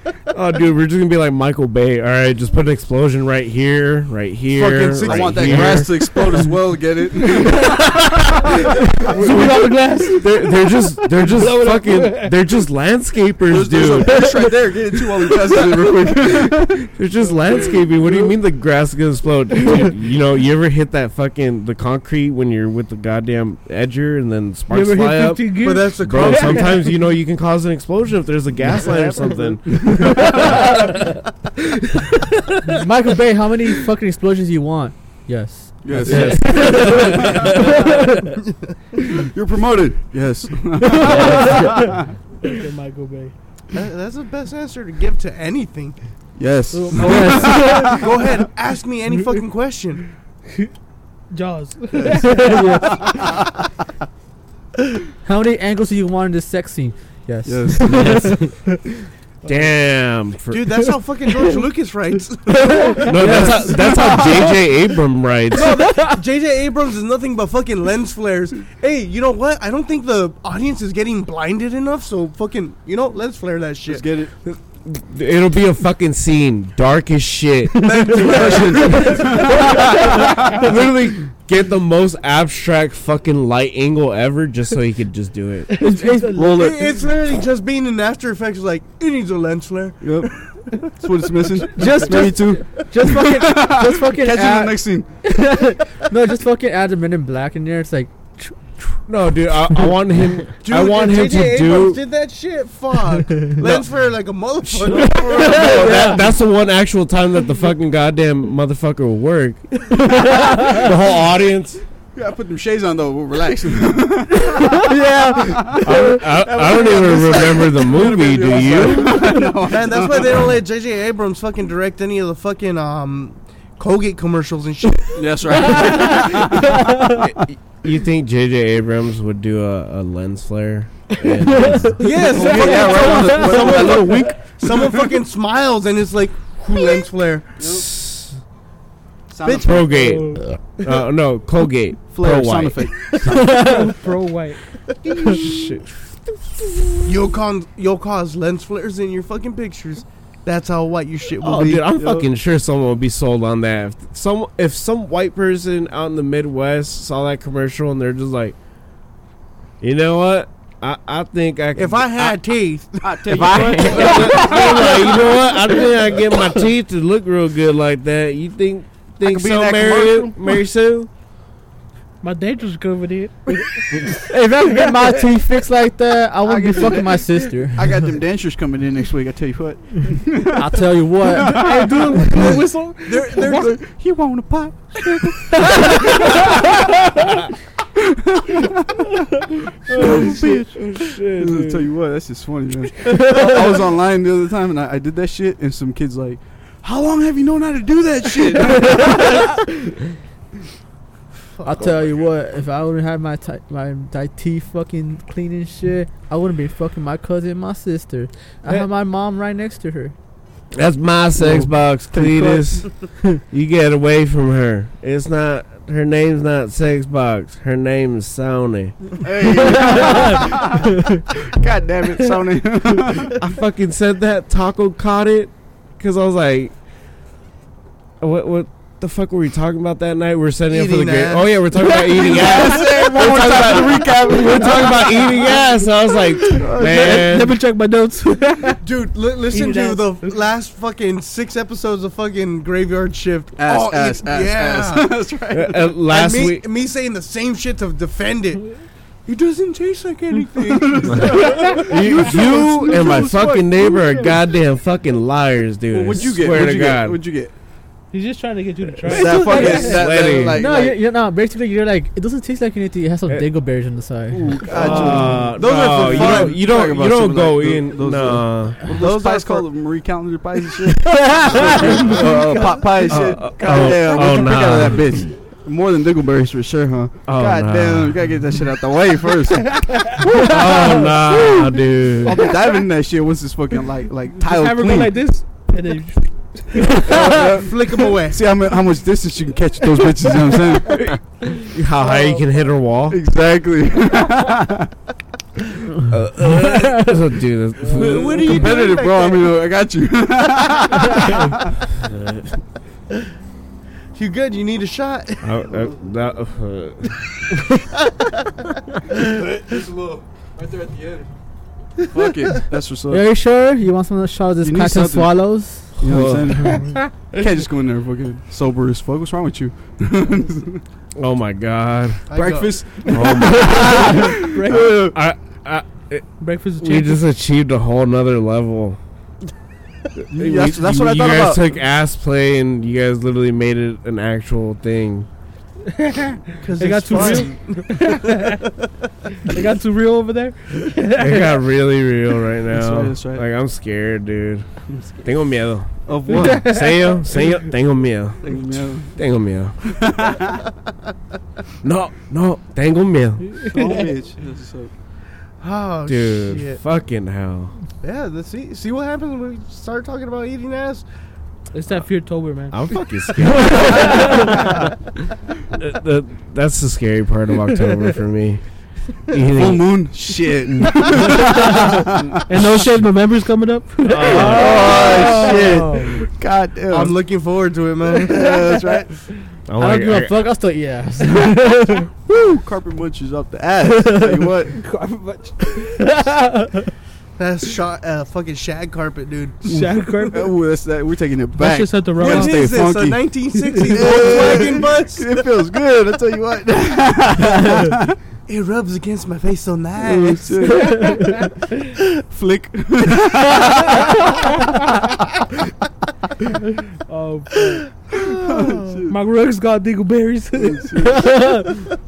[SPEAKER 4] saying?
[SPEAKER 3] Oh, dude, we're just gonna be like Michael Bay. All right, just put an explosion right here, right here.
[SPEAKER 4] Fucking six.
[SPEAKER 3] right
[SPEAKER 4] I want that
[SPEAKER 3] here.
[SPEAKER 4] grass to explode as well. Get it?
[SPEAKER 3] They're, they're just they're just fucking they're just landscapers,
[SPEAKER 4] There's, there's a
[SPEAKER 3] dude.
[SPEAKER 4] bush right there. Get it too while we test it real quick.
[SPEAKER 3] It's just landscaping. What do you mean the grass is gonna explode? Dude, you know, you ever hit that fucking the concrete when you're with the goddamn edger and then
[SPEAKER 2] You
[SPEAKER 3] sparks
[SPEAKER 2] ever
[SPEAKER 3] fly
[SPEAKER 2] hit
[SPEAKER 3] up?
[SPEAKER 2] 15
[SPEAKER 1] but
[SPEAKER 2] gears?
[SPEAKER 1] that's the
[SPEAKER 3] Bro,
[SPEAKER 1] call.
[SPEAKER 3] sometimes you know you can cause an explosion if there's a gas line or something.
[SPEAKER 6] Michael Bay, how many fucking explosions do you want? Yes.
[SPEAKER 4] Yes.
[SPEAKER 3] Yes.
[SPEAKER 4] You're promoted. Yes.
[SPEAKER 2] Fucking Michael Bay.
[SPEAKER 1] That, that's the best answer to give to anything.
[SPEAKER 4] Yes.
[SPEAKER 1] Go ahead, ask me any fucking question.
[SPEAKER 2] Jaws.
[SPEAKER 6] How many angles do you want in this sex scene? Yes.
[SPEAKER 4] Yes.
[SPEAKER 3] Damn. For,
[SPEAKER 1] Dude, that's how fucking George Lucas writes.
[SPEAKER 3] no, that's how that's how JJ Abram writes.
[SPEAKER 1] JJ Abrams is nothing but fucking lens flares. Hey, you know what? I don't think the audience is getting blinded enough, so fucking, you know, lens flare that shit.
[SPEAKER 4] Just get it.
[SPEAKER 3] It'll be a fucking scene, dark as shit. Literally get the most abstract fucking light angle ever just so he could just do it.
[SPEAKER 6] It's, it's-
[SPEAKER 4] Roll
[SPEAKER 1] It-
[SPEAKER 4] it.
[SPEAKER 1] It's literally just being in After Effects, like, it needs a lens flare.
[SPEAKER 4] Yep. That's what it's missing.
[SPEAKER 6] Just-
[SPEAKER 4] maybe two. Ah.
[SPEAKER 6] just fucking, just fucking
[SPEAKER 4] Catch you in
[SPEAKER 6] add,
[SPEAKER 4] the next scene.
[SPEAKER 6] no, just fucking add the Men in Black in there. It's like,
[SPEAKER 3] No, dude, I, I want him
[SPEAKER 1] Dude,
[SPEAKER 3] I want
[SPEAKER 1] if
[SPEAKER 3] him
[SPEAKER 1] J.J.
[SPEAKER 3] to
[SPEAKER 1] Abrams
[SPEAKER 3] do
[SPEAKER 1] did that shit. Fuck. lens flare like a
[SPEAKER 3] No,
[SPEAKER 1] motherfucker.
[SPEAKER 3] that, that's the one actual time that the fucking goddamn motherfucker will work. the whole audience.
[SPEAKER 4] Yeah, I put them shades on though. We'll relax. yeah,
[SPEAKER 3] I, don't- I, I don't even remember the movie, do you?
[SPEAKER 1] Man, that's why they don't let J.J. Abrams fucking direct any of the fucking um Colgate commercials and shit.
[SPEAKER 4] That's right.
[SPEAKER 3] You think JJ Abrams would do a, a lens flare?
[SPEAKER 1] yes.
[SPEAKER 4] yeah,
[SPEAKER 1] fucking
[SPEAKER 4] right.
[SPEAKER 1] someone-
[SPEAKER 4] on the-
[SPEAKER 1] someone-
[SPEAKER 4] on the wink.
[SPEAKER 1] Someone fucking smiles and it's like, who lens flare?
[SPEAKER 4] Sound effect.
[SPEAKER 3] Progate. Uh, no, Colgate.
[SPEAKER 4] Flare. Sound
[SPEAKER 3] Pro-white.
[SPEAKER 4] effect.
[SPEAKER 2] Pro white.
[SPEAKER 1] You'll con- you'll cause lens flares in your fucking pictures. That's how white your shit will
[SPEAKER 3] Oh,
[SPEAKER 1] be.
[SPEAKER 3] dude, I'm
[SPEAKER 4] Yo.
[SPEAKER 3] fucking sure someone would be sold on that. If some if some white person out in the Midwest saw that commercial and they're just like, you know what? I, I think I.
[SPEAKER 1] If
[SPEAKER 3] could-
[SPEAKER 1] I had teeth,
[SPEAKER 5] If I,
[SPEAKER 3] They're like, you know what? I think I get my teeth to look real good like that. You think think
[SPEAKER 4] could be
[SPEAKER 3] so,
[SPEAKER 4] in that
[SPEAKER 3] Mary,
[SPEAKER 4] commercial?
[SPEAKER 3] Mary Sue?
[SPEAKER 2] My date just covered it.
[SPEAKER 6] if I could get my teeth fixed like that, I wouldn't be fucking my sister.
[SPEAKER 4] I got them dentures coming in next week. I tell you what.
[SPEAKER 6] I'll tell you what.
[SPEAKER 2] I do the whistle.
[SPEAKER 1] there, there's a,
[SPEAKER 4] You want a pop?
[SPEAKER 3] Oh, shit.
[SPEAKER 4] I'll tell you what, that's just funny, man. I was online the other time and I, I did that shit, and some kids like, "How long have you known how to do that shit?"
[SPEAKER 6] I'll tell you what. If I wouldn't have my ti- my, my teeth fucking clean and shit, I wouldn't be fucking my cousin, and my sister. I
[SPEAKER 3] Hey.
[SPEAKER 6] have my mom right next to her.
[SPEAKER 3] That's my sex box, Cletus. you get away from her. It's not her name's not sex box. Her name is Sony.
[SPEAKER 4] hey, God damn it, Sony.
[SPEAKER 3] I fucking said that. Taco caught it because I was like, "What? What the fuck were we talking about that night? We were setting up for the
[SPEAKER 1] Eating
[SPEAKER 3] great.
[SPEAKER 1] ass.
[SPEAKER 3] Oh yeah, we're talking about eating ass.
[SPEAKER 4] One
[SPEAKER 3] We're
[SPEAKER 4] more
[SPEAKER 3] talking
[SPEAKER 4] time to
[SPEAKER 3] about-
[SPEAKER 4] recap.
[SPEAKER 3] we were talking about eating ass. And I was like, man,
[SPEAKER 6] Let me check my notes.
[SPEAKER 1] dude. Li- listen
[SPEAKER 2] Eat
[SPEAKER 1] to
[SPEAKER 2] it
[SPEAKER 1] the last fucking six episodes of fucking Graveyard Shift. Oh,
[SPEAKER 4] Ass,
[SPEAKER 1] All
[SPEAKER 4] ass,
[SPEAKER 1] eat-
[SPEAKER 4] ass, ass. Oh, That's right.
[SPEAKER 3] Uh, uh, last
[SPEAKER 1] and me,
[SPEAKER 3] week.
[SPEAKER 1] me saying the same shit to defend it. It doesn't taste like anything.
[SPEAKER 3] You, you and my
[SPEAKER 4] as fuck.
[SPEAKER 3] fucking neighbor are goddamn fucking liars, dude.
[SPEAKER 4] Well, what'd you get?
[SPEAKER 3] Swear
[SPEAKER 4] What'd
[SPEAKER 3] to
[SPEAKER 4] you
[SPEAKER 3] God.
[SPEAKER 4] get? What'd you get?
[SPEAKER 2] He's just trying to get you to try.
[SPEAKER 4] That
[SPEAKER 2] it.
[SPEAKER 4] fucking-
[SPEAKER 6] like-
[SPEAKER 4] that- that,
[SPEAKER 3] Sweaty.
[SPEAKER 4] like-
[SPEAKER 6] no,
[SPEAKER 4] like-
[SPEAKER 6] you're, you're not. Basically, you're like it doesn't taste like anything. It has some
[SPEAKER 3] Eh.
[SPEAKER 6] dingleberries on the side.
[SPEAKER 4] Ooh, God,
[SPEAKER 3] Uh,
[SPEAKER 4] Those are
[SPEAKER 3] no,
[SPEAKER 4] for
[SPEAKER 3] you
[SPEAKER 4] fun.
[SPEAKER 3] don't. You
[SPEAKER 4] Talking
[SPEAKER 3] don't.
[SPEAKER 4] about
[SPEAKER 3] You don't
[SPEAKER 4] something
[SPEAKER 3] go
[SPEAKER 4] like tho-
[SPEAKER 3] in.
[SPEAKER 4] those
[SPEAKER 3] nah.
[SPEAKER 4] Uh, Those,
[SPEAKER 1] Those
[SPEAKER 4] pies
[SPEAKER 1] pies
[SPEAKER 4] called Marie Calendar pies and shit. uh, pot pie and shit.
[SPEAKER 3] Uh, uh,
[SPEAKER 4] God damn,
[SPEAKER 3] oh,
[SPEAKER 4] what you
[SPEAKER 3] oh,
[SPEAKER 4] pick out of that
[SPEAKER 3] nah.
[SPEAKER 4] bitch? More than dingleberries for sure, huh?
[SPEAKER 3] Oh,
[SPEAKER 4] God
[SPEAKER 3] nah.
[SPEAKER 4] damn, you gotta get that shit out the way first. I'll
[SPEAKER 3] Oh nah, dude.
[SPEAKER 4] be diving in that shit once it's fucking like like
[SPEAKER 2] Just
[SPEAKER 4] tile
[SPEAKER 2] have her go
[SPEAKER 4] clean.
[SPEAKER 2] like this, and then
[SPEAKER 1] Flick them away.
[SPEAKER 4] See how, mu- how much distance you can catch with those bitches. You know what I'm saying?
[SPEAKER 3] How high you can hit her wall?
[SPEAKER 4] exactly.
[SPEAKER 3] so, dude, that's-
[SPEAKER 1] What are you doing
[SPEAKER 4] Competitive,
[SPEAKER 1] back
[SPEAKER 4] bro. I
[SPEAKER 1] there?
[SPEAKER 4] mean, uh, I got you.
[SPEAKER 1] You good? You need a shot?
[SPEAKER 3] I- I- that- uh,
[SPEAKER 4] Just a little, right there at the end. Fuck it. That's what's up.
[SPEAKER 6] Are you sure you want some shot of this
[SPEAKER 4] You need
[SPEAKER 6] cotton
[SPEAKER 4] something.
[SPEAKER 6] swallows?
[SPEAKER 4] You know what I'm saying? you can't just go in there fucking sober as fuck. What's wrong with you?
[SPEAKER 3] oh my god.
[SPEAKER 1] I go-
[SPEAKER 4] Breakfast.
[SPEAKER 3] Oh my,
[SPEAKER 4] Uh,
[SPEAKER 3] I, I,
[SPEAKER 2] breakfast with
[SPEAKER 3] we
[SPEAKER 2] chicken.
[SPEAKER 3] just achieved a whole nother level.
[SPEAKER 4] You- that's, that's what I
[SPEAKER 3] you
[SPEAKER 4] thought
[SPEAKER 3] guys
[SPEAKER 4] about.
[SPEAKER 3] took ass play and you guys literally made it an actual thing.
[SPEAKER 1] Because
[SPEAKER 2] It got too real. it got too real over there.
[SPEAKER 3] It got really real right now.
[SPEAKER 4] That's right, that's right.
[SPEAKER 3] Like I'm scared, dude. Tengo miedo.
[SPEAKER 4] Of what?
[SPEAKER 3] Señor, señor, tengo miedo.
[SPEAKER 4] Yeah.
[SPEAKER 3] Tengo miedo. no, no, tengo miedo.
[SPEAKER 4] Oh, bitch. That's so-
[SPEAKER 1] Oh,
[SPEAKER 3] Dude,
[SPEAKER 1] shit.
[SPEAKER 3] fucking hell.
[SPEAKER 1] Yeah, let's see, see what happens when we start talking about eating ass.
[SPEAKER 2] It's that fear tober, man.
[SPEAKER 3] I'm fucking scared. That- that- that's the scary part of October for me.
[SPEAKER 4] Full
[SPEAKER 3] Eating-
[SPEAKER 4] moon. Shit.
[SPEAKER 2] and no shade, November's coming up.
[SPEAKER 3] uh,
[SPEAKER 4] oh shit. God damn.
[SPEAKER 1] I'm looking forward to it,
[SPEAKER 4] Yeah,
[SPEAKER 1] man.
[SPEAKER 4] that's right.
[SPEAKER 3] I'm
[SPEAKER 6] I
[SPEAKER 3] like,
[SPEAKER 6] don't
[SPEAKER 3] I-
[SPEAKER 6] give a fuck. I'll still eat ass.
[SPEAKER 4] Woo! Carpet munchers up the ass. Tell you what. Carpet munch.
[SPEAKER 1] That's shot, uh, fucking shag carpet, dude.
[SPEAKER 2] Shag carpet.
[SPEAKER 4] Ooh, that's that. We're taking it
[SPEAKER 2] That
[SPEAKER 4] back.
[SPEAKER 2] shit's at the roll
[SPEAKER 4] What
[SPEAKER 2] off.
[SPEAKER 4] is- stay funky.
[SPEAKER 1] A 1960s
[SPEAKER 4] Yeah.
[SPEAKER 1] Volkswagen bus?
[SPEAKER 4] it feels good. I tell you what.
[SPEAKER 1] It rubs against my face so
[SPEAKER 4] Oh,
[SPEAKER 1] nice.
[SPEAKER 4] shit. Flick.
[SPEAKER 2] Oh, fuck. my rug's got dingleberries.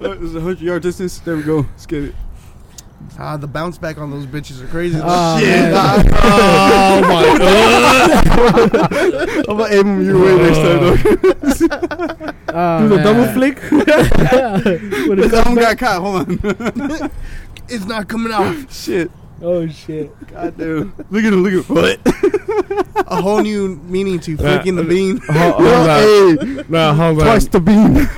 [SPEAKER 4] It's a hundred yard distance. There we go. Let's get it.
[SPEAKER 1] Ah, the bounce back on those bitches are crazy.
[SPEAKER 2] Ah,
[SPEAKER 1] Shit.
[SPEAKER 2] man.
[SPEAKER 1] Ah,
[SPEAKER 3] oh my
[SPEAKER 4] I'm gonna aim him your way next time. Though.
[SPEAKER 6] Oh,
[SPEAKER 2] Do the
[SPEAKER 6] man.
[SPEAKER 2] double flick. With a
[SPEAKER 4] That one
[SPEAKER 2] comeback.
[SPEAKER 4] got caught. Hold on.
[SPEAKER 1] it's not coming out.
[SPEAKER 4] Shit.
[SPEAKER 2] Oh shit.
[SPEAKER 4] God damn. Look at him. Look at him. What?
[SPEAKER 1] A whole new meaning to
[SPEAKER 3] Uh,
[SPEAKER 1] flicking the bean.
[SPEAKER 3] Ho- hold on. No, hold on.
[SPEAKER 4] Twice the beam.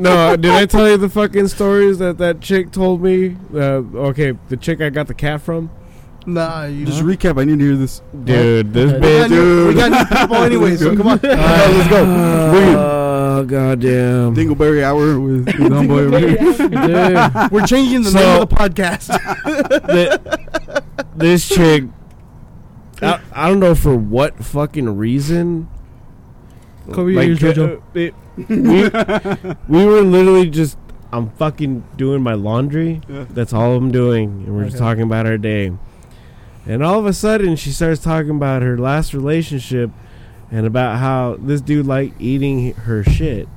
[SPEAKER 3] no, did I tell you the fucking stories that that chick told me? Uh, okay, the chick I got the cat from.
[SPEAKER 1] Nah, you
[SPEAKER 4] Just recap. I need to hear this.
[SPEAKER 3] Dude, this
[SPEAKER 6] Uh,
[SPEAKER 1] We
[SPEAKER 3] bitch.
[SPEAKER 1] got, new, we got new people anyway, so come on.
[SPEAKER 4] right, let's go. Bring it.
[SPEAKER 3] Oh goddamn.
[SPEAKER 4] Dingleberry hour with, with homeboy over here.
[SPEAKER 6] Dude.
[SPEAKER 1] We're changing the
[SPEAKER 3] So-
[SPEAKER 1] name of the podcast.
[SPEAKER 3] Th- this chick. I, I don't know for what fucking reason.
[SPEAKER 2] Cover your ears, Jojo.
[SPEAKER 3] uh, it- we, we were literally just. I'm fucking doing my laundry.
[SPEAKER 4] Yeah.
[SPEAKER 3] That's all I'm doing. And we're just
[SPEAKER 6] Okay.
[SPEAKER 3] talking about our day. And all of a sudden, she starts talking about her last relationship and about how this dude liked eating her shit.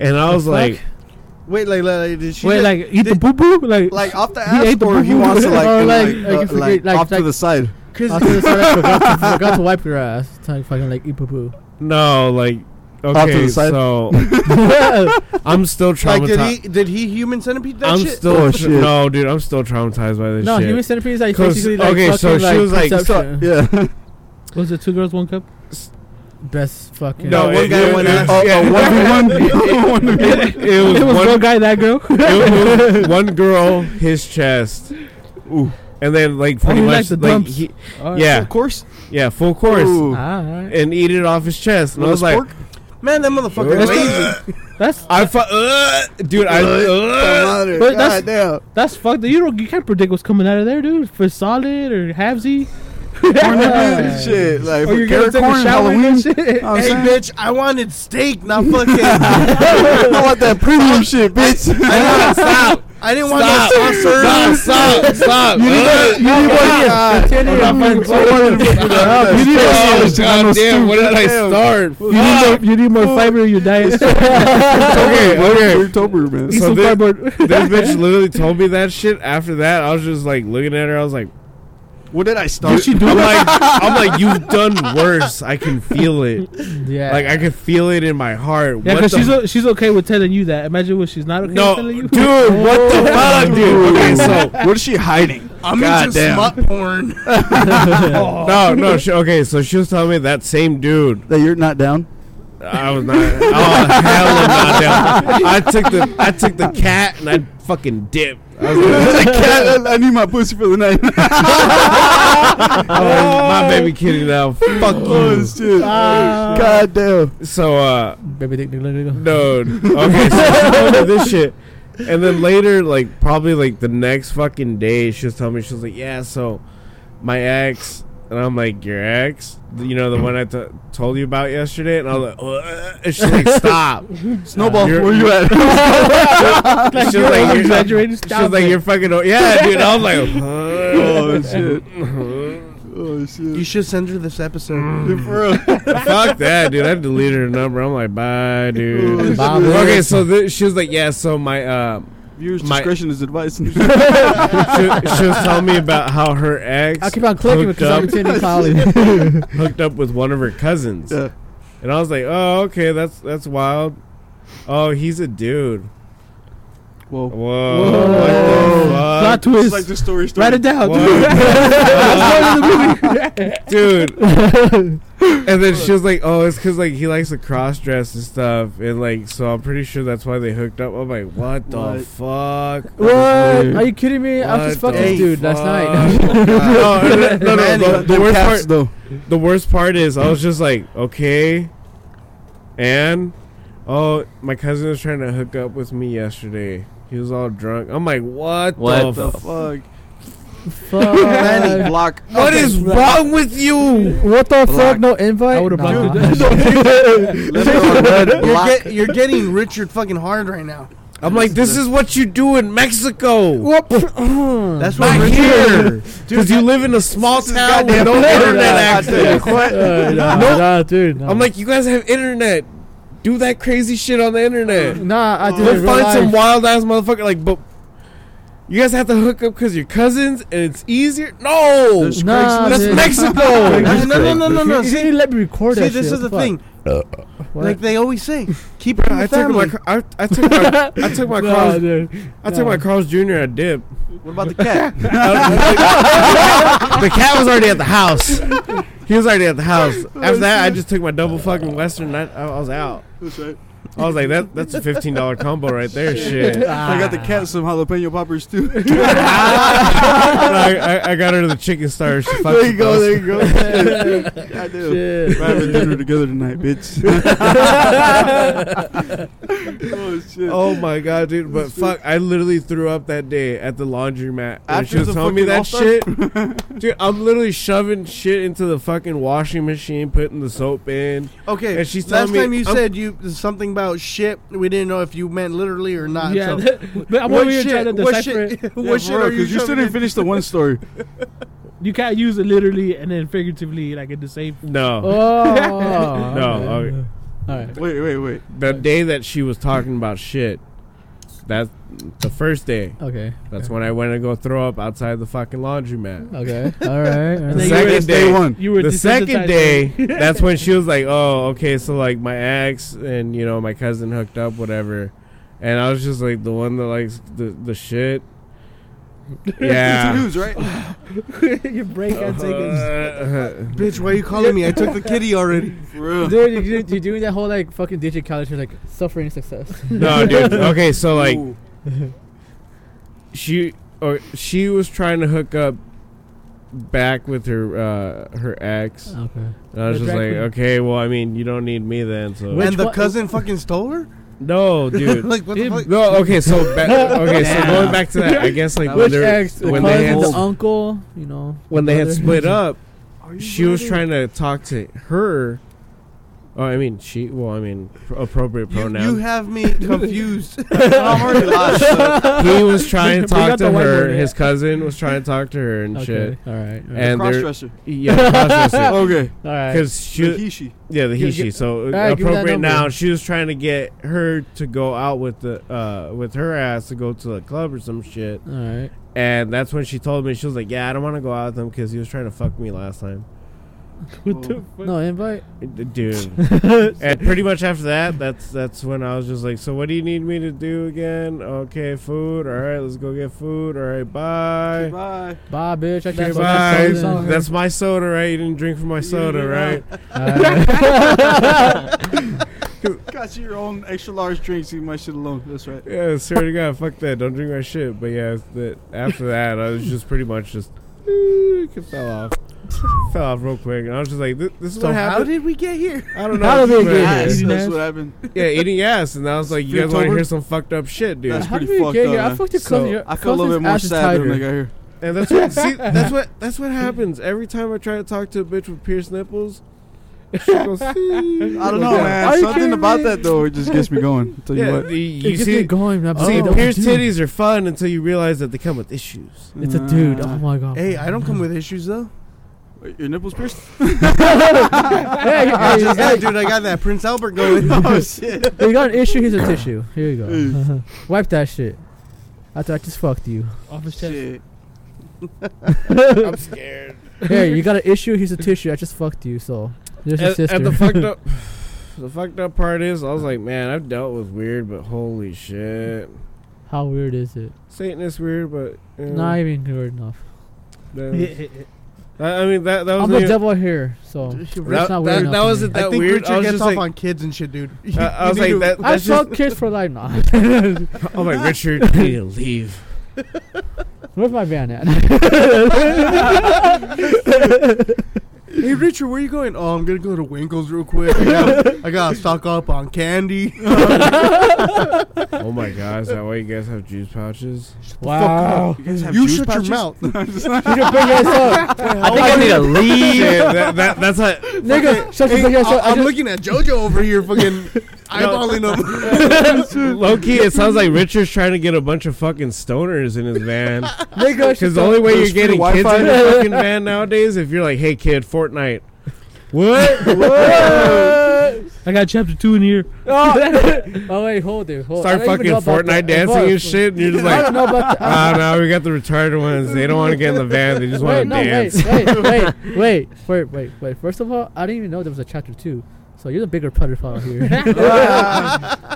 [SPEAKER 3] And I was
[SPEAKER 2] fuck?
[SPEAKER 3] like,
[SPEAKER 1] Wait, like, like did she
[SPEAKER 2] Wait,
[SPEAKER 1] just-
[SPEAKER 2] like eat the
[SPEAKER 1] did-
[SPEAKER 2] boo boo? Like,
[SPEAKER 1] like off the
[SPEAKER 2] He
[SPEAKER 1] ass?
[SPEAKER 2] ate the
[SPEAKER 4] Or he
[SPEAKER 2] boo-boo.
[SPEAKER 4] wants to like,
[SPEAKER 6] Or
[SPEAKER 4] go,
[SPEAKER 6] like-
[SPEAKER 4] like,
[SPEAKER 6] like
[SPEAKER 4] uh,
[SPEAKER 6] if you
[SPEAKER 4] like,
[SPEAKER 6] get, like,
[SPEAKER 4] off to
[SPEAKER 6] like-
[SPEAKER 4] the side.
[SPEAKER 6] I'll tell you something, I forgot to- forgot to wipe your ass. Time fucking like eat poo poo.
[SPEAKER 3] no, like,
[SPEAKER 4] to
[SPEAKER 3] okay,
[SPEAKER 4] the side?
[SPEAKER 3] so I'm still
[SPEAKER 1] Like, did
[SPEAKER 3] traumatized.
[SPEAKER 1] he did he human centipede that
[SPEAKER 3] I'm
[SPEAKER 1] shit?
[SPEAKER 3] still
[SPEAKER 4] Oh, shit.
[SPEAKER 3] no, dude. I'm still traumatized by this
[SPEAKER 6] No,
[SPEAKER 3] shit.
[SPEAKER 6] human centipede is like
[SPEAKER 3] 'Cause-
[SPEAKER 6] basically like
[SPEAKER 3] okay,
[SPEAKER 6] fucking
[SPEAKER 3] so she
[SPEAKER 6] like
[SPEAKER 3] was, like,
[SPEAKER 6] Perception.
[SPEAKER 4] Yeah.
[SPEAKER 2] was it two girls, one cup?
[SPEAKER 6] best fucking.
[SPEAKER 3] no,
[SPEAKER 1] one
[SPEAKER 3] it-
[SPEAKER 1] guy,
[SPEAKER 3] it-
[SPEAKER 1] one
[SPEAKER 3] it-
[SPEAKER 1] ass.
[SPEAKER 3] oh, oh, one-
[SPEAKER 4] One v one.
[SPEAKER 3] it, it was
[SPEAKER 2] It was
[SPEAKER 3] one,
[SPEAKER 2] one guy, that girl.
[SPEAKER 3] it was one girl, his chest, and then like pretty
[SPEAKER 2] he
[SPEAKER 3] much
[SPEAKER 2] liked the
[SPEAKER 3] like
[SPEAKER 2] dumps.
[SPEAKER 3] he,
[SPEAKER 2] Alright.
[SPEAKER 3] yeah,
[SPEAKER 4] Of course.
[SPEAKER 3] yeah, full course,
[SPEAKER 4] Ooh.
[SPEAKER 6] Ah, alright.
[SPEAKER 3] and eat it off his chest. And I was like,
[SPEAKER 1] Man, that motherfucker
[SPEAKER 3] Let's
[SPEAKER 1] lazy.
[SPEAKER 2] That's
[SPEAKER 3] I fu- uh, dude, I uh,
[SPEAKER 2] But
[SPEAKER 4] But
[SPEAKER 2] that's-
[SPEAKER 4] that's damn.
[SPEAKER 2] that's fucked. You don't, you can't predict what's coming out of there, dude. For solid or halvesy,
[SPEAKER 6] Yeah.
[SPEAKER 4] Shit. Like
[SPEAKER 2] or
[SPEAKER 4] for
[SPEAKER 2] Oh, you're gonna
[SPEAKER 4] carrot
[SPEAKER 2] take a
[SPEAKER 4] corn
[SPEAKER 2] shower and
[SPEAKER 4] Halloween.
[SPEAKER 2] that shit.
[SPEAKER 4] Oh,
[SPEAKER 1] Hey,
[SPEAKER 4] shit.
[SPEAKER 1] bitch, I wanted steak, not fucking.
[SPEAKER 4] I want that premium shit, bitch.
[SPEAKER 3] stop,
[SPEAKER 1] I didn't want
[SPEAKER 3] stop,
[SPEAKER 1] no saucer.
[SPEAKER 3] stop, stop, stop.
[SPEAKER 4] You need
[SPEAKER 3] uh,
[SPEAKER 4] that. You need one.
[SPEAKER 6] Continue.
[SPEAKER 4] You need
[SPEAKER 3] Oh,
[SPEAKER 4] that.
[SPEAKER 3] God damn, where did I start?
[SPEAKER 2] You need, more, you need more fiber in your diet.
[SPEAKER 3] Okay, okay.
[SPEAKER 4] October, man.
[SPEAKER 2] Eat
[SPEAKER 3] So
[SPEAKER 2] some
[SPEAKER 3] thi-
[SPEAKER 2] cardboard.
[SPEAKER 3] this bitch literally told me that shit. After that, I was just like looking at her. I was like,
[SPEAKER 4] What did I start?
[SPEAKER 3] I'm like, I'm like, you've done worse. I can feel it.
[SPEAKER 6] Yeah.
[SPEAKER 3] Like I can feel it in my heart.
[SPEAKER 2] Yeah,
[SPEAKER 3] What
[SPEAKER 2] because
[SPEAKER 3] the
[SPEAKER 2] she's, o- she's okay with telling you that. Imagine what she's not okay
[SPEAKER 3] no,
[SPEAKER 2] with telling you.
[SPEAKER 3] dude, what the fuck, dude? Okay, so
[SPEAKER 4] what is she hiding?
[SPEAKER 1] I'm
[SPEAKER 4] God
[SPEAKER 1] into
[SPEAKER 4] damn.
[SPEAKER 1] smut porn.
[SPEAKER 3] no, no. She, okay, so she was telling me that same dude.
[SPEAKER 4] That you're not down.
[SPEAKER 3] I was not. Oh hell, I'm not down. I took the I took the cat and I fucking dipped. I was like,
[SPEAKER 4] I, can't, I, I need my pussy for the night.
[SPEAKER 3] oh, my baby kitty now. Fuck
[SPEAKER 4] oh
[SPEAKER 3] you.
[SPEAKER 4] shit! God damn!
[SPEAKER 3] So uh.
[SPEAKER 6] Baby dick, dick, dick, dick.
[SPEAKER 3] No. Okay, so she told me this shit. And then later, like probably like the next fucking day, she was telling me she was like, "Yeah, so my ex," and I'm like, "Your ex? You know the one I t- told you about yesterday?" And I was like, "Ugh." and she's like, "Stop!"
[SPEAKER 4] Snowball,
[SPEAKER 3] You're-
[SPEAKER 4] where you at?
[SPEAKER 3] she's
[SPEAKER 2] you're
[SPEAKER 3] like, "You're
[SPEAKER 2] exaggerating.
[SPEAKER 3] She's
[SPEAKER 2] Stop
[SPEAKER 3] like, Oh,
[SPEAKER 2] it.
[SPEAKER 3] "You're fucking o- yeah, dude." I was like,
[SPEAKER 4] oh shit! Oh shit.
[SPEAKER 1] You should send her this episode.
[SPEAKER 4] For real.
[SPEAKER 3] Fuck that, dude. I deleted her number. I'm like, bye, dude.
[SPEAKER 6] Bob.
[SPEAKER 3] okay, so th- she was like, yeah, so my, uh,
[SPEAKER 4] Viewers'
[SPEAKER 3] My-
[SPEAKER 4] discretion is advice.
[SPEAKER 3] she, she was telling me about how her ex
[SPEAKER 6] I'll keep on clicking
[SPEAKER 3] Hooked
[SPEAKER 6] because I'm
[SPEAKER 3] up.
[SPEAKER 6] attending college.
[SPEAKER 3] hooked up with one of her cousins.
[SPEAKER 4] Yeah.
[SPEAKER 3] And I was like, oh, okay, that's that's wild. Oh, he's a dude.
[SPEAKER 4] Whoa. Oh,
[SPEAKER 3] Whoa.
[SPEAKER 2] Whoa.
[SPEAKER 3] What
[SPEAKER 2] Plot
[SPEAKER 3] the fuck?
[SPEAKER 2] twist.
[SPEAKER 4] It's like the story. story.
[SPEAKER 2] Write it down.
[SPEAKER 3] What?
[SPEAKER 2] dude.
[SPEAKER 3] dude. and then she was like, "Oh, it's because like he likes to cross dress and stuff, and like so I'm pretty sure that's why they hooked up." I'm like, "What the
[SPEAKER 4] What?
[SPEAKER 3] fuck?"
[SPEAKER 6] what? Are you kidding me? I was just
[SPEAKER 3] What
[SPEAKER 6] fucking this
[SPEAKER 3] the
[SPEAKER 6] dude last
[SPEAKER 3] fuck? Oh,
[SPEAKER 6] night.
[SPEAKER 3] no, no, no, no, the, the worst
[SPEAKER 4] caps,
[SPEAKER 3] part,
[SPEAKER 4] though.
[SPEAKER 3] the worst part is I was just like, okay, and oh, my cousin was trying to hook up with me yesterday. He was all drunk. I'm like, what,
[SPEAKER 5] What
[SPEAKER 3] the?
[SPEAKER 4] The
[SPEAKER 3] f-
[SPEAKER 4] fuck.
[SPEAKER 6] fuck.
[SPEAKER 4] Block.
[SPEAKER 3] what is wrong with you?
[SPEAKER 6] What the
[SPEAKER 4] Black.
[SPEAKER 6] fuck? No invite?
[SPEAKER 2] I would've blocked
[SPEAKER 6] Nah.
[SPEAKER 2] it.
[SPEAKER 1] You're, get, you're getting Richard fucking hard right now.
[SPEAKER 3] I'm like, this is what you do in Mexico.
[SPEAKER 6] Whoop.
[SPEAKER 1] Hmm. That's what
[SPEAKER 3] Not
[SPEAKER 1] Richard.
[SPEAKER 3] here, because you live in a small town with no internet access.
[SPEAKER 6] Uh, nah,
[SPEAKER 3] Nope.
[SPEAKER 6] nah, dude. nah.
[SPEAKER 3] I'm like, you guys have internet. Do that crazy shit on the internet.
[SPEAKER 6] nah, I did
[SPEAKER 3] Go find some wild ass motherfucker. Like, but you guys have to hook up because you're cousins and it's easier. No,
[SPEAKER 4] There's-
[SPEAKER 6] Nah,
[SPEAKER 3] that's
[SPEAKER 6] dude.
[SPEAKER 3] Mexico.
[SPEAKER 1] No, no, no, no, no.
[SPEAKER 6] You
[SPEAKER 1] See,
[SPEAKER 6] didn't let me record
[SPEAKER 1] see
[SPEAKER 6] that
[SPEAKER 1] this
[SPEAKER 6] shit.
[SPEAKER 1] is the
[SPEAKER 6] Fuck.
[SPEAKER 1] thing.
[SPEAKER 3] Uh,
[SPEAKER 6] What?
[SPEAKER 1] Like they always say, keep it in
[SPEAKER 3] I
[SPEAKER 1] the
[SPEAKER 3] took my
[SPEAKER 1] family.
[SPEAKER 3] car- I, I took my I took my
[SPEAKER 6] Nah,
[SPEAKER 3] Carl's
[SPEAKER 6] dude.
[SPEAKER 3] I took my Carl's Jr. a dip.
[SPEAKER 4] What about the cat?
[SPEAKER 3] the cat was already at the house. Oh, He was already at the house. After that, I just took my double fucking western. And I, I was out.
[SPEAKER 4] That's right.
[SPEAKER 3] I was like, that that's a fifteen dollar combo right there. Shit.
[SPEAKER 4] I got the cat some jalapeno poppers too.
[SPEAKER 3] I, I, I got her the chicken starter. She fucks with those.
[SPEAKER 4] you go. I do.
[SPEAKER 6] Shit.
[SPEAKER 4] We're having dinner together tonight, bitch. oh shit.
[SPEAKER 3] Oh my god, dude! But fuck, I literally threw up that day at the laundromat. When
[SPEAKER 4] After
[SPEAKER 3] she was
[SPEAKER 4] the
[SPEAKER 3] telling me
[SPEAKER 4] fucking
[SPEAKER 3] that
[SPEAKER 4] All-Star?
[SPEAKER 3] shit, dude. I'm literally shoving shit into the fucking washing machine, putting the soap in.
[SPEAKER 1] Okay,
[SPEAKER 3] And she's
[SPEAKER 1] last
[SPEAKER 3] telling me-
[SPEAKER 1] time you
[SPEAKER 3] I'm-
[SPEAKER 1] said you something about shit. We didn't know if you meant literally or not.
[SPEAKER 2] Yeah,
[SPEAKER 1] so.
[SPEAKER 2] but I'm
[SPEAKER 1] what
[SPEAKER 2] over here trying to
[SPEAKER 1] shit? What
[SPEAKER 2] decipher it.
[SPEAKER 1] shit?
[SPEAKER 4] Yeah,
[SPEAKER 1] What shit
[SPEAKER 4] for real,
[SPEAKER 1] are you?
[SPEAKER 4] 'cause you still
[SPEAKER 1] shoving
[SPEAKER 4] didn't
[SPEAKER 1] in?
[SPEAKER 4] finish the one story.
[SPEAKER 2] You can't use it literally and then figuratively, like in the same.
[SPEAKER 3] No,
[SPEAKER 6] Oh.
[SPEAKER 3] no. okay.
[SPEAKER 6] All right.
[SPEAKER 4] Wait, wait, wait.
[SPEAKER 3] The day that she was talking about shit, that the first day.
[SPEAKER 6] Okay.
[SPEAKER 3] That's when I went to go throw up outside the fucking laundromat.
[SPEAKER 6] Okay. All right. all
[SPEAKER 2] then
[SPEAKER 3] The
[SPEAKER 2] you
[SPEAKER 6] right.
[SPEAKER 2] were-
[SPEAKER 3] second
[SPEAKER 4] That's day
[SPEAKER 3] day,
[SPEAKER 4] one.
[SPEAKER 2] You were
[SPEAKER 3] the second
[SPEAKER 2] desensitized.
[SPEAKER 3] day, that's when she was like, "Oh, okay, so like my ex and you know my cousin hooked up, whatever," and I was just like the one that likes the the shit.
[SPEAKER 4] It's the
[SPEAKER 3] Yeah.
[SPEAKER 4] news, right?
[SPEAKER 2] Your brain can't take it.
[SPEAKER 3] Uh,
[SPEAKER 1] Bitch, why are you calling me? I took the kitty already.
[SPEAKER 4] For real.
[SPEAKER 6] Dude, you, you, are doing that whole like fucking DJ college, you're like suffering success.
[SPEAKER 3] no, dude. Okay, so like
[SPEAKER 4] Ooh.
[SPEAKER 3] she or she was trying to hook up back with her uh her ex.
[SPEAKER 6] Okay.
[SPEAKER 3] And I was
[SPEAKER 2] The drag
[SPEAKER 3] just like,
[SPEAKER 2] queen.
[SPEAKER 3] okay, well, I mean, you don't need me then. So
[SPEAKER 6] Which
[SPEAKER 1] and the
[SPEAKER 6] one-
[SPEAKER 1] cousin fucking stole her.
[SPEAKER 3] no, dude.
[SPEAKER 1] like what the fuck?
[SPEAKER 3] No, okay, so ba- okay, so going back to that, I guess like when,
[SPEAKER 6] Which
[SPEAKER 3] they were-
[SPEAKER 6] ex? The
[SPEAKER 3] when they had
[SPEAKER 6] cousin, the
[SPEAKER 4] s-
[SPEAKER 6] uncle, you know.
[SPEAKER 3] when they had
[SPEAKER 6] brother.
[SPEAKER 3] split up, she was
[SPEAKER 4] ready?
[SPEAKER 3] trying to talk to her. Oh, I mean she. Well, I mean pr- appropriate
[SPEAKER 1] You,
[SPEAKER 3] pronoun.
[SPEAKER 1] you have me confused.
[SPEAKER 4] I'm already lost. so-
[SPEAKER 3] he was trying to
[SPEAKER 2] Bring
[SPEAKER 3] talk
[SPEAKER 2] out
[SPEAKER 3] to
[SPEAKER 2] the white
[SPEAKER 3] her.
[SPEAKER 2] one, yeah.
[SPEAKER 3] His cousin was trying to talk to her and
[SPEAKER 6] Okay.
[SPEAKER 3] shit.
[SPEAKER 6] All right. All right.
[SPEAKER 3] And they're
[SPEAKER 4] Crossdresser.
[SPEAKER 3] yeah,
[SPEAKER 4] Okay.
[SPEAKER 6] all right.
[SPEAKER 3] because she
[SPEAKER 4] Hishi.
[SPEAKER 3] yeah the
[SPEAKER 6] Give-
[SPEAKER 3] he she
[SPEAKER 6] give-
[SPEAKER 3] so
[SPEAKER 6] Alright, give me that
[SPEAKER 3] appropriate
[SPEAKER 6] number.
[SPEAKER 3] noun. She was trying to get her to go out with the uh with her ass to go to the club or some shit.
[SPEAKER 6] All right.
[SPEAKER 3] And that's when she told me she was like, "Yeah, I don't want to go out with him because he was trying to fuck me last time,
[SPEAKER 4] Oh,
[SPEAKER 2] What the fuck?
[SPEAKER 6] No invite.
[SPEAKER 3] D- dude." and pretty much after that, that's that's when I was just like, "So what do you need me to do again? Okay, food. All right, let's go get food. All right, bye."
[SPEAKER 4] Bye.
[SPEAKER 6] Bye, bitch. I
[SPEAKER 3] Okay,
[SPEAKER 6] can't
[SPEAKER 3] bye.
[SPEAKER 6] fucking solve
[SPEAKER 3] That's my soda, right? You didn't drink from my soda,
[SPEAKER 4] did
[SPEAKER 3] right?
[SPEAKER 4] Got your own extra large drinks. Leave my shit alone. That's right.
[SPEAKER 3] Yeah, swear to God, fuck that. Don't drink my shit. But yeah, that, after that, I was just pretty much just eh, it fell off, fell off real quick, and I was just like, "This, this is
[SPEAKER 1] so
[SPEAKER 3] what
[SPEAKER 1] how
[SPEAKER 3] happened."
[SPEAKER 1] did we get here?
[SPEAKER 3] I don't know.
[SPEAKER 6] How did they get
[SPEAKER 3] but-
[SPEAKER 6] here?
[SPEAKER 4] Ass,
[SPEAKER 6] Eating
[SPEAKER 4] That's
[SPEAKER 6] ass?
[SPEAKER 4] what happened.
[SPEAKER 3] Yeah, eating ass, and I was like, you guys want to
[SPEAKER 4] Spooktober?
[SPEAKER 3] hear some fucked up shit, dude?
[SPEAKER 4] That's
[SPEAKER 6] How
[SPEAKER 4] pretty
[SPEAKER 6] did we
[SPEAKER 4] fucked
[SPEAKER 6] get
[SPEAKER 4] up,
[SPEAKER 6] here? I
[SPEAKER 4] man.
[SPEAKER 6] fucked your
[SPEAKER 3] So,
[SPEAKER 6] cousin. your
[SPEAKER 4] I feel a little
[SPEAKER 6] cousin's
[SPEAKER 4] bit more
[SPEAKER 6] ass is
[SPEAKER 4] sad than
[SPEAKER 6] tighter.
[SPEAKER 4] when I got here.
[SPEAKER 3] and that's what see, that's what that's what happens every time I try to talk to a bitch with pierced nipples. She goes, "See."
[SPEAKER 4] I don't know,
[SPEAKER 6] Yeah.
[SPEAKER 4] man.
[SPEAKER 6] Are you
[SPEAKER 4] Something
[SPEAKER 6] kidding
[SPEAKER 4] about
[SPEAKER 6] me?
[SPEAKER 4] that though, it just gets me going. I'll tell you
[SPEAKER 3] Yeah,
[SPEAKER 4] what.
[SPEAKER 3] you,
[SPEAKER 6] It
[SPEAKER 3] you
[SPEAKER 6] gets me
[SPEAKER 3] see,
[SPEAKER 6] going. man, Oh, but
[SPEAKER 3] see,
[SPEAKER 6] I don't
[SPEAKER 3] pierced
[SPEAKER 6] do it.
[SPEAKER 3] titties are fun until you realize that they come with issues.
[SPEAKER 6] It's a dude. Oh my god.
[SPEAKER 1] Hey, I don't come with issues though.
[SPEAKER 4] Are your nipples pierced?
[SPEAKER 6] hey,
[SPEAKER 1] I
[SPEAKER 6] hey,
[SPEAKER 1] just-
[SPEAKER 6] hey,
[SPEAKER 1] hey, dude, I got that Prince Albert going. oh shit!
[SPEAKER 6] we got an issue. Here's a tissue. Here you go. Wipe that shit. After I just fucked you.
[SPEAKER 2] Office chest.
[SPEAKER 4] Shit.
[SPEAKER 3] I'm scared.
[SPEAKER 6] Hey, you got an issue. Here's a tissue. I just fucked you. So there's your
[SPEAKER 3] And,
[SPEAKER 6] sister.
[SPEAKER 3] and the fucked up, the fucked up part is, I was like, man, I've dealt with weird, but holy shit,
[SPEAKER 6] How weird is it?
[SPEAKER 3] Satan is weird, but you know,
[SPEAKER 6] Not even weird enough.
[SPEAKER 3] that was- I I mean that that was
[SPEAKER 6] I'm
[SPEAKER 3] the-
[SPEAKER 6] the devil here, so
[SPEAKER 3] That,
[SPEAKER 6] That's not
[SPEAKER 3] that-
[SPEAKER 6] weird enough
[SPEAKER 3] that
[SPEAKER 6] to
[SPEAKER 3] was
[SPEAKER 6] me.
[SPEAKER 3] it.
[SPEAKER 1] I
[SPEAKER 3] Oh. That
[SPEAKER 1] think
[SPEAKER 3] weird. I
[SPEAKER 1] Richard
[SPEAKER 3] was
[SPEAKER 1] gets
[SPEAKER 3] just
[SPEAKER 1] off
[SPEAKER 3] like,
[SPEAKER 1] on kids and shit, dude.
[SPEAKER 3] I, Uh, I was
[SPEAKER 1] You
[SPEAKER 3] like,
[SPEAKER 1] need
[SPEAKER 3] that,
[SPEAKER 6] I
[SPEAKER 3] that's
[SPEAKER 6] saw
[SPEAKER 3] just.
[SPEAKER 6] kids for life. Nah,
[SPEAKER 3] I'm like, Richard, you need to leave.
[SPEAKER 6] where's my band at?
[SPEAKER 1] to- Hey, Richard, where you going? Oh, I'm gonna go to Winkles real quick. I gotta, I gotta stock up on candy.
[SPEAKER 3] Oh my god, is that why you guys have juice pouches?
[SPEAKER 6] wow,
[SPEAKER 4] You guys have
[SPEAKER 1] you
[SPEAKER 4] juice
[SPEAKER 1] shut
[SPEAKER 4] pouches?
[SPEAKER 1] your mouth.
[SPEAKER 6] you can bring yourself,
[SPEAKER 5] I think I need to leave.
[SPEAKER 3] Yeah, that, that, that's what.
[SPEAKER 6] nigga. Shut
[SPEAKER 1] Hey,
[SPEAKER 6] your big ass
[SPEAKER 1] I,
[SPEAKER 6] up. I
[SPEAKER 1] I'm
[SPEAKER 6] just-
[SPEAKER 1] looking at JoJo over here, fucking eyeballing him.
[SPEAKER 3] Low key, it sounds like Richard's trying to get a bunch of fucking stoners in his van.
[SPEAKER 6] Nigga, shut
[SPEAKER 3] Because the only way
[SPEAKER 4] There's
[SPEAKER 3] you're getting
[SPEAKER 4] free
[SPEAKER 3] kids
[SPEAKER 4] Wi-Fi.
[SPEAKER 3] in your fucking van nowadays, if you're like, hey kid, Fortnite. What?
[SPEAKER 2] I got chapter two in here.
[SPEAKER 6] Oh, oh wait, hold it. Hold.
[SPEAKER 3] Start
[SPEAKER 6] I don't even
[SPEAKER 3] fucking
[SPEAKER 6] know about that.
[SPEAKER 3] Fortnite dancing and
[SPEAKER 6] Involved.
[SPEAKER 3] shit, and you're just
[SPEAKER 6] I
[SPEAKER 3] like,
[SPEAKER 6] don't know about that.
[SPEAKER 3] ah, no, we got the retarded ones. They don't want to get in the van. They just want to
[SPEAKER 6] Wait, no,
[SPEAKER 3] dance.
[SPEAKER 6] wait, wait, wait, wait, wait, wait, wait. First of all, I didn't even know there was a chapter two. So you're the bigger pedophile here.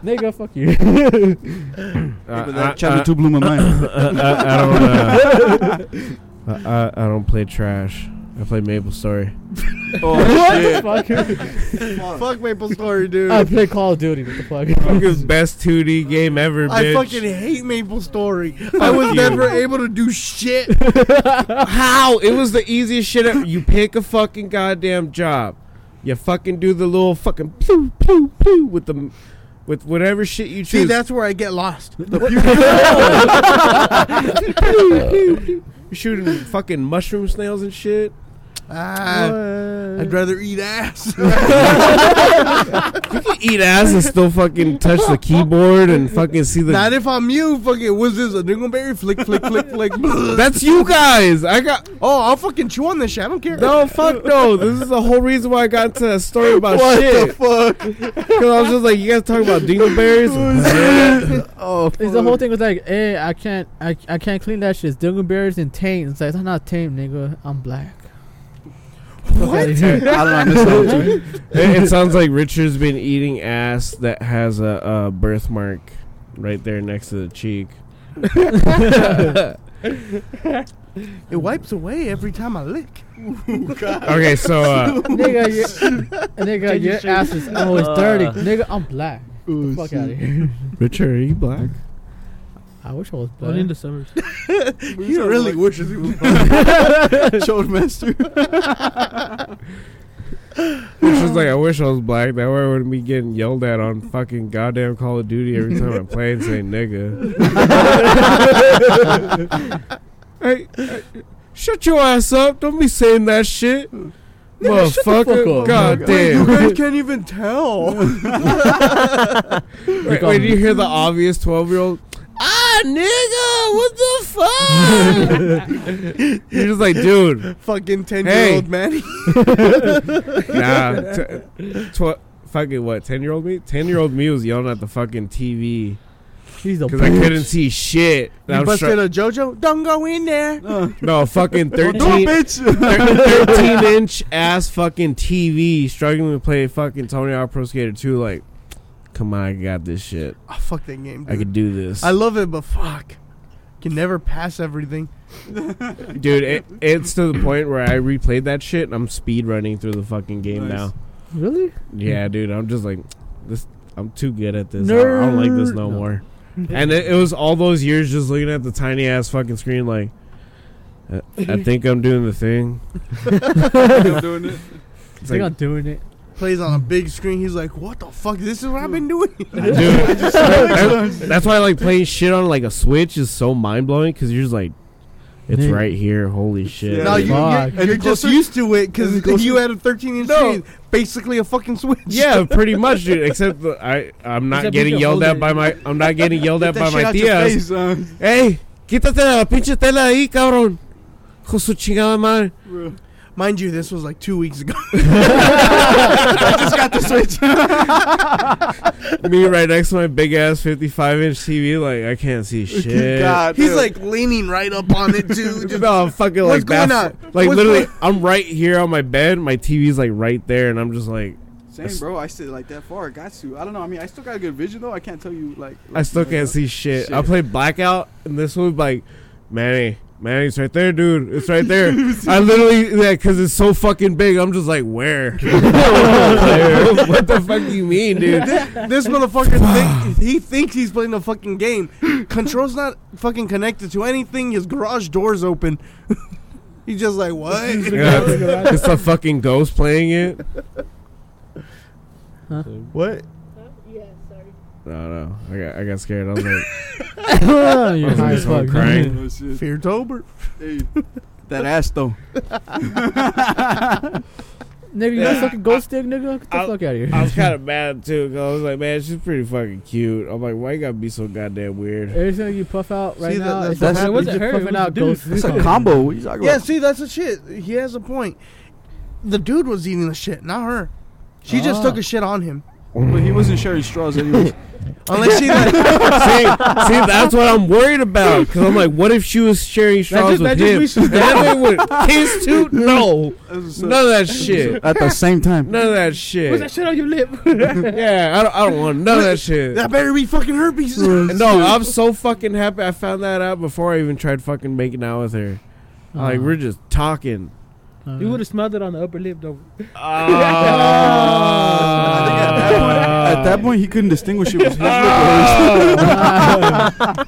[SPEAKER 6] Nigga, fuck you.
[SPEAKER 3] Uh,
[SPEAKER 4] But
[SPEAKER 3] uh,
[SPEAKER 4] that chapter
[SPEAKER 3] uh,
[SPEAKER 4] two blew my mind.
[SPEAKER 3] uh, uh, I don't. Uh, I, I I don't play trash. I play Maple Story.
[SPEAKER 4] oh
[SPEAKER 6] Fuck you.
[SPEAKER 1] Fuck Maple Story, dude.
[SPEAKER 6] I play Call of Duty. What the fuck?
[SPEAKER 3] Fucking best 2D game ever, bitch.
[SPEAKER 1] I fucking hate Maple Story. I was
[SPEAKER 3] you.
[SPEAKER 1] never able to do shit.
[SPEAKER 3] How? It was the easiest shit ever. You pick a fucking goddamn job. You fucking do the little fucking pew pew pew with the with whatever shit you
[SPEAKER 1] See,
[SPEAKER 3] choose.
[SPEAKER 1] that's where I get lost.
[SPEAKER 3] You're shooting fucking mushroom snails and shit.
[SPEAKER 1] Ah, I'd rather eat ass.
[SPEAKER 3] you can eat ass and still fucking touch the keyboard and fucking see the.
[SPEAKER 1] Not if I'm you. Fucking, what's this? A dingleberry? Flick, flick, flick, flick. oh,
[SPEAKER 3] that's you guys. I got
[SPEAKER 1] I'll fucking chew on this shit. I don't care.
[SPEAKER 3] no fuck no. This is the whole reason why I got into a story about shit.
[SPEAKER 1] What the fuck?
[SPEAKER 3] Because I was just like, you guys talking about dingleberries.
[SPEAKER 1] Oh,
[SPEAKER 6] It's the whole thing was like, hey, I can't, I, I can't clean that shit. It's Dingleberries and taint. It's like I'm not tame, nigga. I'm black. What?
[SPEAKER 4] shit! I don't know. I missed that one, too.
[SPEAKER 3] it, it sounds like Richard's been eating ass that has a, a birthmark right there next to the cheek.
[SPEAKER 1] it wipes away every time I lick.
[SPEAKER 3] Okay, so uh,
[SPEAKER 6] nigga, your, nigga, your ass is always
[SPEAKER 5] Uh.
[SPEAKER 6] dirty. Nigga, I'm black. Get the fuck out of here.
[SPEAKER 3] Richard, are you black?
[SPEAKER 6] I wish I was black.
[SPEAKER 2] Only in the summers.
[SPEAKER 1] He really wishes he was.
[SPEAKER 4] Toadmaster.
[SPEAKER 3] Richard's like, I wish I was black. That way I wouldn't be getting yelled at on fucking goddamn Call of Duty every time I play and say nigga. hey, hey, shut your ass up! Don't be saying that shit.
[SPEAKER 6] Nigga, shut the fuck
[SPEAKER 3] Motherfucker,
[SPEAKER 6] up.
[SPEAKER 3] goddamn.
[SPEAKER 1] You guys can't even tell.
[SPEAKER 3] Wait,
[SPEAKER 6] Like,
[SPEAKER 3] when
[SPEAKER 6] um,
[SPEAKER 3] you hear the obvious 12 year old, ah, nigga, what the fuck? You're just like, dude,
[SPEAKER 1] fucking ten year
[SPEAKER 3] Hey.
[SPEAKER 1] old man.
[SPEAKER 3] nah. T- tw- fucking what? 10 year old me? 10 year old me was yelling at the fucking TV
[SPEAKER 6] He's a
[SPEAKER 3] because I
[SPEAKER 6] bitch.
[SPEAKER 3] couldn't see shit.
[SPEAKER 1] You
[SPEAKER 3] And I'm
[SPEAKER 1] busted
[SPEAKER 3] str-
[SPEAKER 1] a JoJo? Don't go in there.
[SPEAKER 4] Oh,
[SPEAKER 3] no, fucking
[SPEAKER 4] Don't do it,
[SPEAKER 3] 13,
[SPEAKER 4] bitch.
[SPEAKER 3] 13 inch ass fucking TV struggling to play fucking Tony Hawk Pro Skater 2. Like, come on, I got this shit.
[SPEAKER 1] Oh, fuck that game,
[SPEAKER 3] I
[SPEAKER 1] dude.
[SPEAKER 3] could do this.
[SPEAKER 1] I love it, but fuck. Can never pass everything.
[SPEAKER 3] Dude, it, it's to the point where I replayed that shit and I'm speed running through the fucking game
[SPEAKER 4] Nice.
[SPEAKER 3] now.
[SPEAKER 6] Really?
[SPEAKER 3] Yeah, dude, I'm just like this. I'm too good at this. I don't, I don't like this no,
[SPEAKER 6] Nerd.
[SPEAKER 3] more. And it, it was all those years just looking at the tiny ass fucking screen, like I, I think I'm doing the thing.
[SPEAKER 4] I'm doing it.
[SPEAKER 3] It's
[SPEAKER 6] They're
[SPEAKER 3] like,
[SPEAKER 6] not doing it.
[SPEAKER 1] Plays on a big screen. He's like, "What the fuck? This is what I've been doing."
[SPEAKER 3] dude, that- that's why like playing shit on like a Switch is so mind blowing because you're just like, it's
[SPEAKER 6] Dude.
[SPEAKER 3] right here. Holy shit!
[SPEAKER 1] no, you,
[SPEAKER 6] Fuck.
[SPEAKER 1] you're,
[SPEAKER 4] And
[SPEAKER 1] you're
[SPEAKER 4] it
[SPEAKER 1] just
[SPEAKER 4] closer?
[SPEAKER 1] used to it
[SPEAKER 4] Is it
[SPEAKER 1] because
[SPEAKER 4] closer?
[SPEAKER 1] you had a 13 inch
[SPEAKER 3] No.
[SPEAKER 1] screen, basically a fucking switch.
[SPEAKER 3] Yeah, pretty much, dude. Except the, I, I'm not
[SPEAKER 2] Except you
[SPEAKER 3] getting
[SPEAKER 2] can
[SPEAKER 3] yelled
[SPEAKER 2] hold
[SPEAKER 3] at
[SPEAKER 2] it.
[SPEAKER 3] by my, I'm not getting yelled at
[SPEAKER 4] Get
[SPEAKER 3] by
[SPEAKER 4] that shit
[SPEAKER 3] my
[SPEAKER 4] out your
[SPEAKER 3] tias.
[SPEAKER 4] face, uh,
[SPEAKER 3] Hey, quítate la pinche tela ahí, cabrón. Con su chingada madre.
[SPEAKER 1] Mind you, this was like two weeks ago. I just got the Switch.
[SPEAKER 3] Me right next to my big ass 55 inch TV, like I can't see shit.
[SPEAKER 1] God, He's like leaning right up on it too. Just,
[SPEAKER 3] no, I'm fucking
[SPEAKER 1] What's going
[SPEAKER 3] like baff-
[SPEAKER 1] on?
[SPEAKER 3] Like
[SPEAKER 1] What's
[SPEAKER 3] literally,
[SPEAKER 1] going-
[SPEAKER 3] I'm right here on my bed. My TV's like right there, and I'm just like,
[SPEAKER 4] Same, bro. I sit like that far. Got to. I don't know. I mean, I still got a good vision though. I can't tell you like.
[SPEAKER 3] I still
[SPEAKER 4] you know.
[SPEAKER 3] can't see shit. I
[SPEAKER 4] Shit.
[SPEAKER 3] played Blackout, and this was like, Manny, Manny, it's right there, dude. It's right there. I literally, yeah, because it's so fucking big. I'm just like, where? Where? what the fuck do you mean, dude?
[SPEAKER 1] this motherfucker, think, he thinks he's playing a fucking game. Control's not fucking connected to anything. His garage door's open. he's just like, what?
[SPEAKER 3] Yeah, it's- it's a fucking ghost playing it.
[SPEAKER 1] what?
[SPEAKER 3] No, no, I got, I got scared. I was like,
[SPEAKER 6] You're high as
[SPEAKER 3] someone
[SPEAKER 6] fuck.
[SPEAKER 3] crying.
[SPEAKER 4] Oh, shit.
[SPEAKER 1] Feartober.
[SPEAKER 4] Hey, that ass though.
[SPEAKER 6] Nigga, you guys fucking ghost dick, nigga. Get the
[SPEAKER 3] I'll-
[SPEAKER 6] fuck out of here.
[SPEAKER 3] I was kind of mad too. 'cause I was like, man, she's pretty fucking cute. I'm like, why you gotta be so goddamn weird?
[SPEAKER 6] Every time you puff out right
[SPEAKER 1] See, that-
[SPEAKER 6] now,
[SPEAKER 1] that's
[SPEAKER 6] it's
[SPEAKER 1] what happened. It wasn't
[SPEAKER 6] just- it's just
[SPEAKER 2] her, it
[SPEAKER 6] puffing
[SPEAKER 2] was
[SPEAKER 6] out
[SPEAKER 2] the dude.
[SPEAKER 6] ghost
[SPEAKER 4] It's
[SPEAKER 6] dick.
[SPEAKER 4] a combo. What are you talking
[SPEAKER 1] Yeah,
[SPEAKER 4] about?
[SPEAKER 1] see, that's the shit. He has a point. The dude was eating the shit, not her. She just
[SPEAKER 6] Ah.
[SPEAKER 1] took a shit on him.
[SPEAKER 4] But he wasn't sharing straws anyway.
[SPEAKER 1] Unless she like,
[SPEAKER 3] see, see, that's what I'm worried about. Cause I'm like, what if she was sharing straws
[SPEAKER 2] just- that
[SPEAKER 3] with
[SPEAKER 2] just
[SPEAKER 3] him?
[SPEAKER 2] means
[SPEAKER 3] And then they would kiss too? No, none of that shit.
[SPEAKER 4] At the same time.
[SPEAKER 3] None of that
[SPEAKER 2] What's that
[SPEAKER 3] shit.
[SPEAKER 2] shit on your lip?
[SPEAKER 3] Yeah, I don't, I don't want none of that shit.
[SPEAKER 1] that better be fucking herpes.
[SPEAKER 3] No, I'm so fucking happy I found that out before I even tried fucking making out with her. Like we're just talking.
[SPEAKER 2] you would have smelled it on the upper lip, though.
[SPEAKER 4] I think at, that point, at that point, he couldn't distinguish it was his lip or hers.
[SPEAKER 3] That's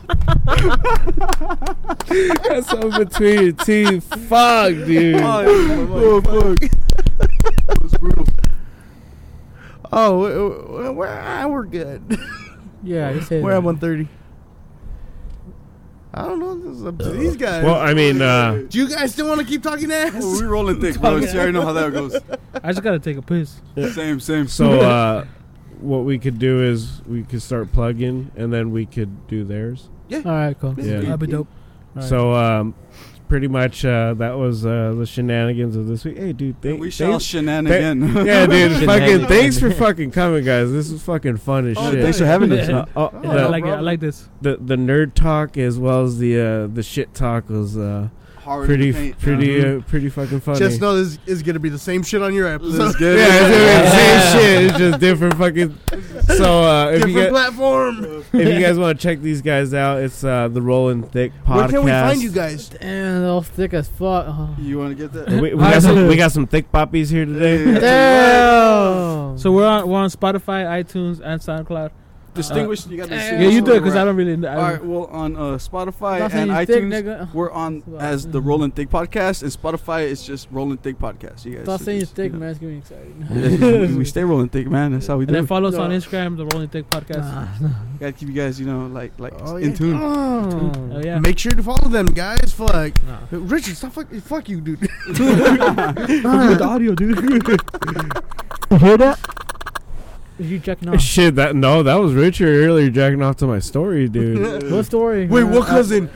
[SPEAKER 3] so between your teeth. Fuck, dude.
[SPEAKER 4] Oh, fuck. It was brutal.
[SPEAKER 1] Oh, we- we- we're, we're good.
[SPEAKER 6] Yeah, you say
[SPEAKER 1] We're
[SPEAKER 6] that.
[SPEAKER 1] at 130. I don't know. This is up to these guys.
[SPEAKER 3] Well, I mean, uh,
[SPEAKER 1] Do you guys still want to keep talking
[SPEAKER 4] Oh,
[SPEAKER 1] ass?
[SPEAKER 4] we rolling thick, bro. You already know how that goes.
[SPEAKER 2] I just gotta take a piss.
[SPEAKER 4] Same, same.
[SPEAKER 3] so uh, what we could do is we could start plugging, and then we could do theirs.
[SPEAKER 6] All right, cool.
[SPEAKER 3] Yeah.
[SPEAKER 2] That'd be dope.
[SPEAKER 6] All right.
[SPEAKER 3] So um, pretty much uh, that was uh, the shenanigans of this week. Hey, dude, thank
[SPEAKER 4] we shall shenan
[SPEAKER 3] they-
[SPEAKER 4] again.
[SPEAKER 3] yeah, dude. fucking
[SPEAKER 5] Shenanigans.
[SPEAKER 3] thanks for fucking coming, guys. This is fucking fun as
[SPEAKER 4] Oh,
[SPEAKER 3] shit.
[SPEAKER 4] thanks for having us.
[SPEAKER 3] Uh, oh,
[SPEAKER 1] Oh,
[SPEAKER 2] Yeah,
[SPEAKER 3] the,
[SPEAKER 2] I like it. I
[SPEAKER 1] problem.
[SPEAKER 2] like this.
[SPEAKER 3] the the nerd talk as well as the uh, the shit talk was uh,
[SPEAKER 4] Hard
[SPEAKER 3] pretty
[SPEAKER 4] to paint.
[SPEAKER 3] pretty uh, pretty fucking funny.
[SPEAKER 1] Just know this is going to be the same shit on your
[SPEAKER 4] Let's
[SPEAKER 1] episode.
[SPEAKER 4] get
[SPEAKER 3] yeah, it's
[SPEAKER 4] it.
[SPEAKER 3] the same shit. It's just different fucking. So uh, if
[SPEAKER 1] Different
[SPEAKER 3] you guys
[SPEAKER 1] platform.
[SPEAKER 3] if you guys want to check these guys out, it's uh, the Rolling Thick podcast.
[SPEAKER 1] Where can we find you guys?
[SPEAKER 6] Damn, all thick as fuck. Oh.
[SPEAKER 4] You want to get that?
[SPEAKER 3] We, we got some, we got some thick poppies here today.
[SPEAKER 4] Hey.
[SPEAKER 6] Damn.
[SPEAKER 2] So we're on we're on Spotify, iTunes, and SoundCloud.
[SPEAKER 4] Distinguish. You got to
[SPEAKER 2] Yeah, you do it because I don't really.
[SPEAKER 4] All
[SPEAKER 2] I
[SPEAKER 4] right.
[SPEAKER 2] don't,
[SPEAKER 4] Well, on uh, Spotify
[SPEAKER 6] Nothing
[SPEAKER 4] and
[SPEAKER 6] you
[SPEAKER 4] iTunes,
[SPEAKER 6] thick, nigga.
[SPEAKER 4] we're on
[SPEAKER 6] Wow.
[SPEAKER 4] as the Rolling Thick podcast, and Spotify is just Rolling Thick podcast. You guys.
[SPEAKER 6] Stop
[SPEAKER 4] should
[SPEAKER 6] saying you're
[SPEAKER 4] just,
[SPEAKER 6] thick,
[SPEAKER 4] you know.
[SPEAKER 6] man. It's getting exciting.
[SPEAKER 4] we we stay rolling thick, man. That's how we
[SPEAKER 2] and
[SPEAKER 4] do.
[SPEAKER 2] then
[SPEAKER 4] it.
[SPEAKER 2] follow us on
[SPEAKER 1] No.
[SPEAKER 2] Instagram, the Rolling Thick Podcast.
[SPEAKER 4] Gotta keep you guys, you know, like like
[SPEAKER 1] Oh,
[SPEAKER 4] in
[SPEAKER 1] yeah.
[SPEAKER 4] tune.
[SPEAKER 2] Oh yeah.
[SPEAKER 1] Make sure to follow them, guys. Fuck.
[SPEAKER 2] Nah.
[SPEAKER 1] Richard, stop fuck, fuck you, dude.
[SPEAKER 6] the audio, dude. you hear that? You checking off.
[SPEAKER 3] Shit, that no, that was Richard earlier jacking off to my story, dude.
[SPEAKER 6] What story?
[SPEAKER 1] Wait,
[SPEAKER 6] man?
[SPEAKER 1] what cousin?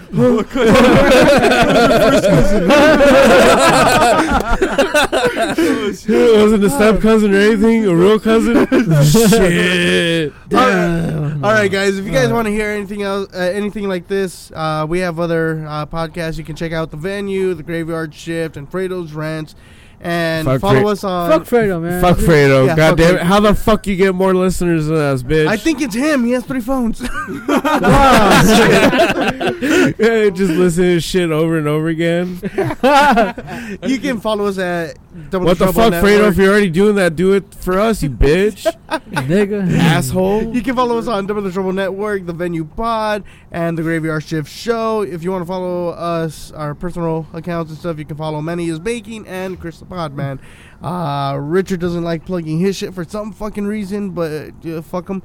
[SPEAKER 3] it wasn't a step cousin or anything, a real cousin. Shit.
[SPEAKER 6] Damn.
[SPEAKER 1] All right, guys. If you guys want to hear anything else, uh, anything like this, uh, we have other uh, podcasts. You can check out the venue, the Graveyard Shift, and Fredo's Rants, and
[SPEAKER 3] Fuck
[SPEAKER 1] follow
[SPEAKER 3] Fre-
[SPEAKER 1] us on.
[SPEAKER 6] Fuck Fredo, man.
[SPEAKER 3] Fuck Fredo,
[SPEAKER 1] Yeah,
[SPEAKER 3] God
[SPEAKER 1] fuck
[SPEAKER 3] damn it!
[SPEAKER 1] Fredo.
[SPEAKER 3] How the fuck you get more listeners than us, bitch?
[SPEAKER 1] I think it's him. He has three phones.
[SPEAKER 3] Yeah, just listen to shit over and over again.
[SPEAKER 1] you can follow us at Double
[SPEAKER 3] what the
[SPEAKER 1] Trouble
[SPEAKER 3] fuck, Fredo?
[SPEAKER 1] Network.
[SPEAKER 3] If you're already doing that, do it for us, you bitch,
[SPEAKER 6] Nigga.
[SPEAKER 3] asshole.
[SPEAKER 1] You can follow us on Double the Trouble Network, the Venue Pod, and the Graveyard Shift Show. If you want to follow us, our personal accounts and stuff, you can follow Manny is Baking and Chris the Podman. Uh, Richard doesn't like plugging his shit for some fucking reason, but uh, fuck him.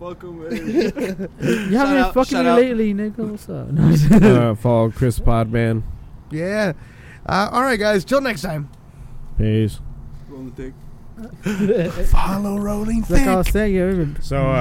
[SPEAKER 4] Fuck 'em, man.
[SPEAKER 6] You haven't been
[SPEAKER 4] out,
[SPEAKER 6] fucking
[SPEAKER 4] shout
[SPEAKER 6] me
[SPEAKER 4] out.
[SPEAKER 6] lately, nigga. What's up? No,
[SPEAKER 3] uh, follow Chris Podman.
[SPEAKER 1] Yeah. Uh, all right, guys. Till next time.
[SPEAKER 3] Peace.
[SPEAKER 4] Rolling Thick.
[SPEAKER 1] Follow Rolling
[SPEAKER 6] like I was saying, you haven't been
[SPEAKER 3] So. Uh,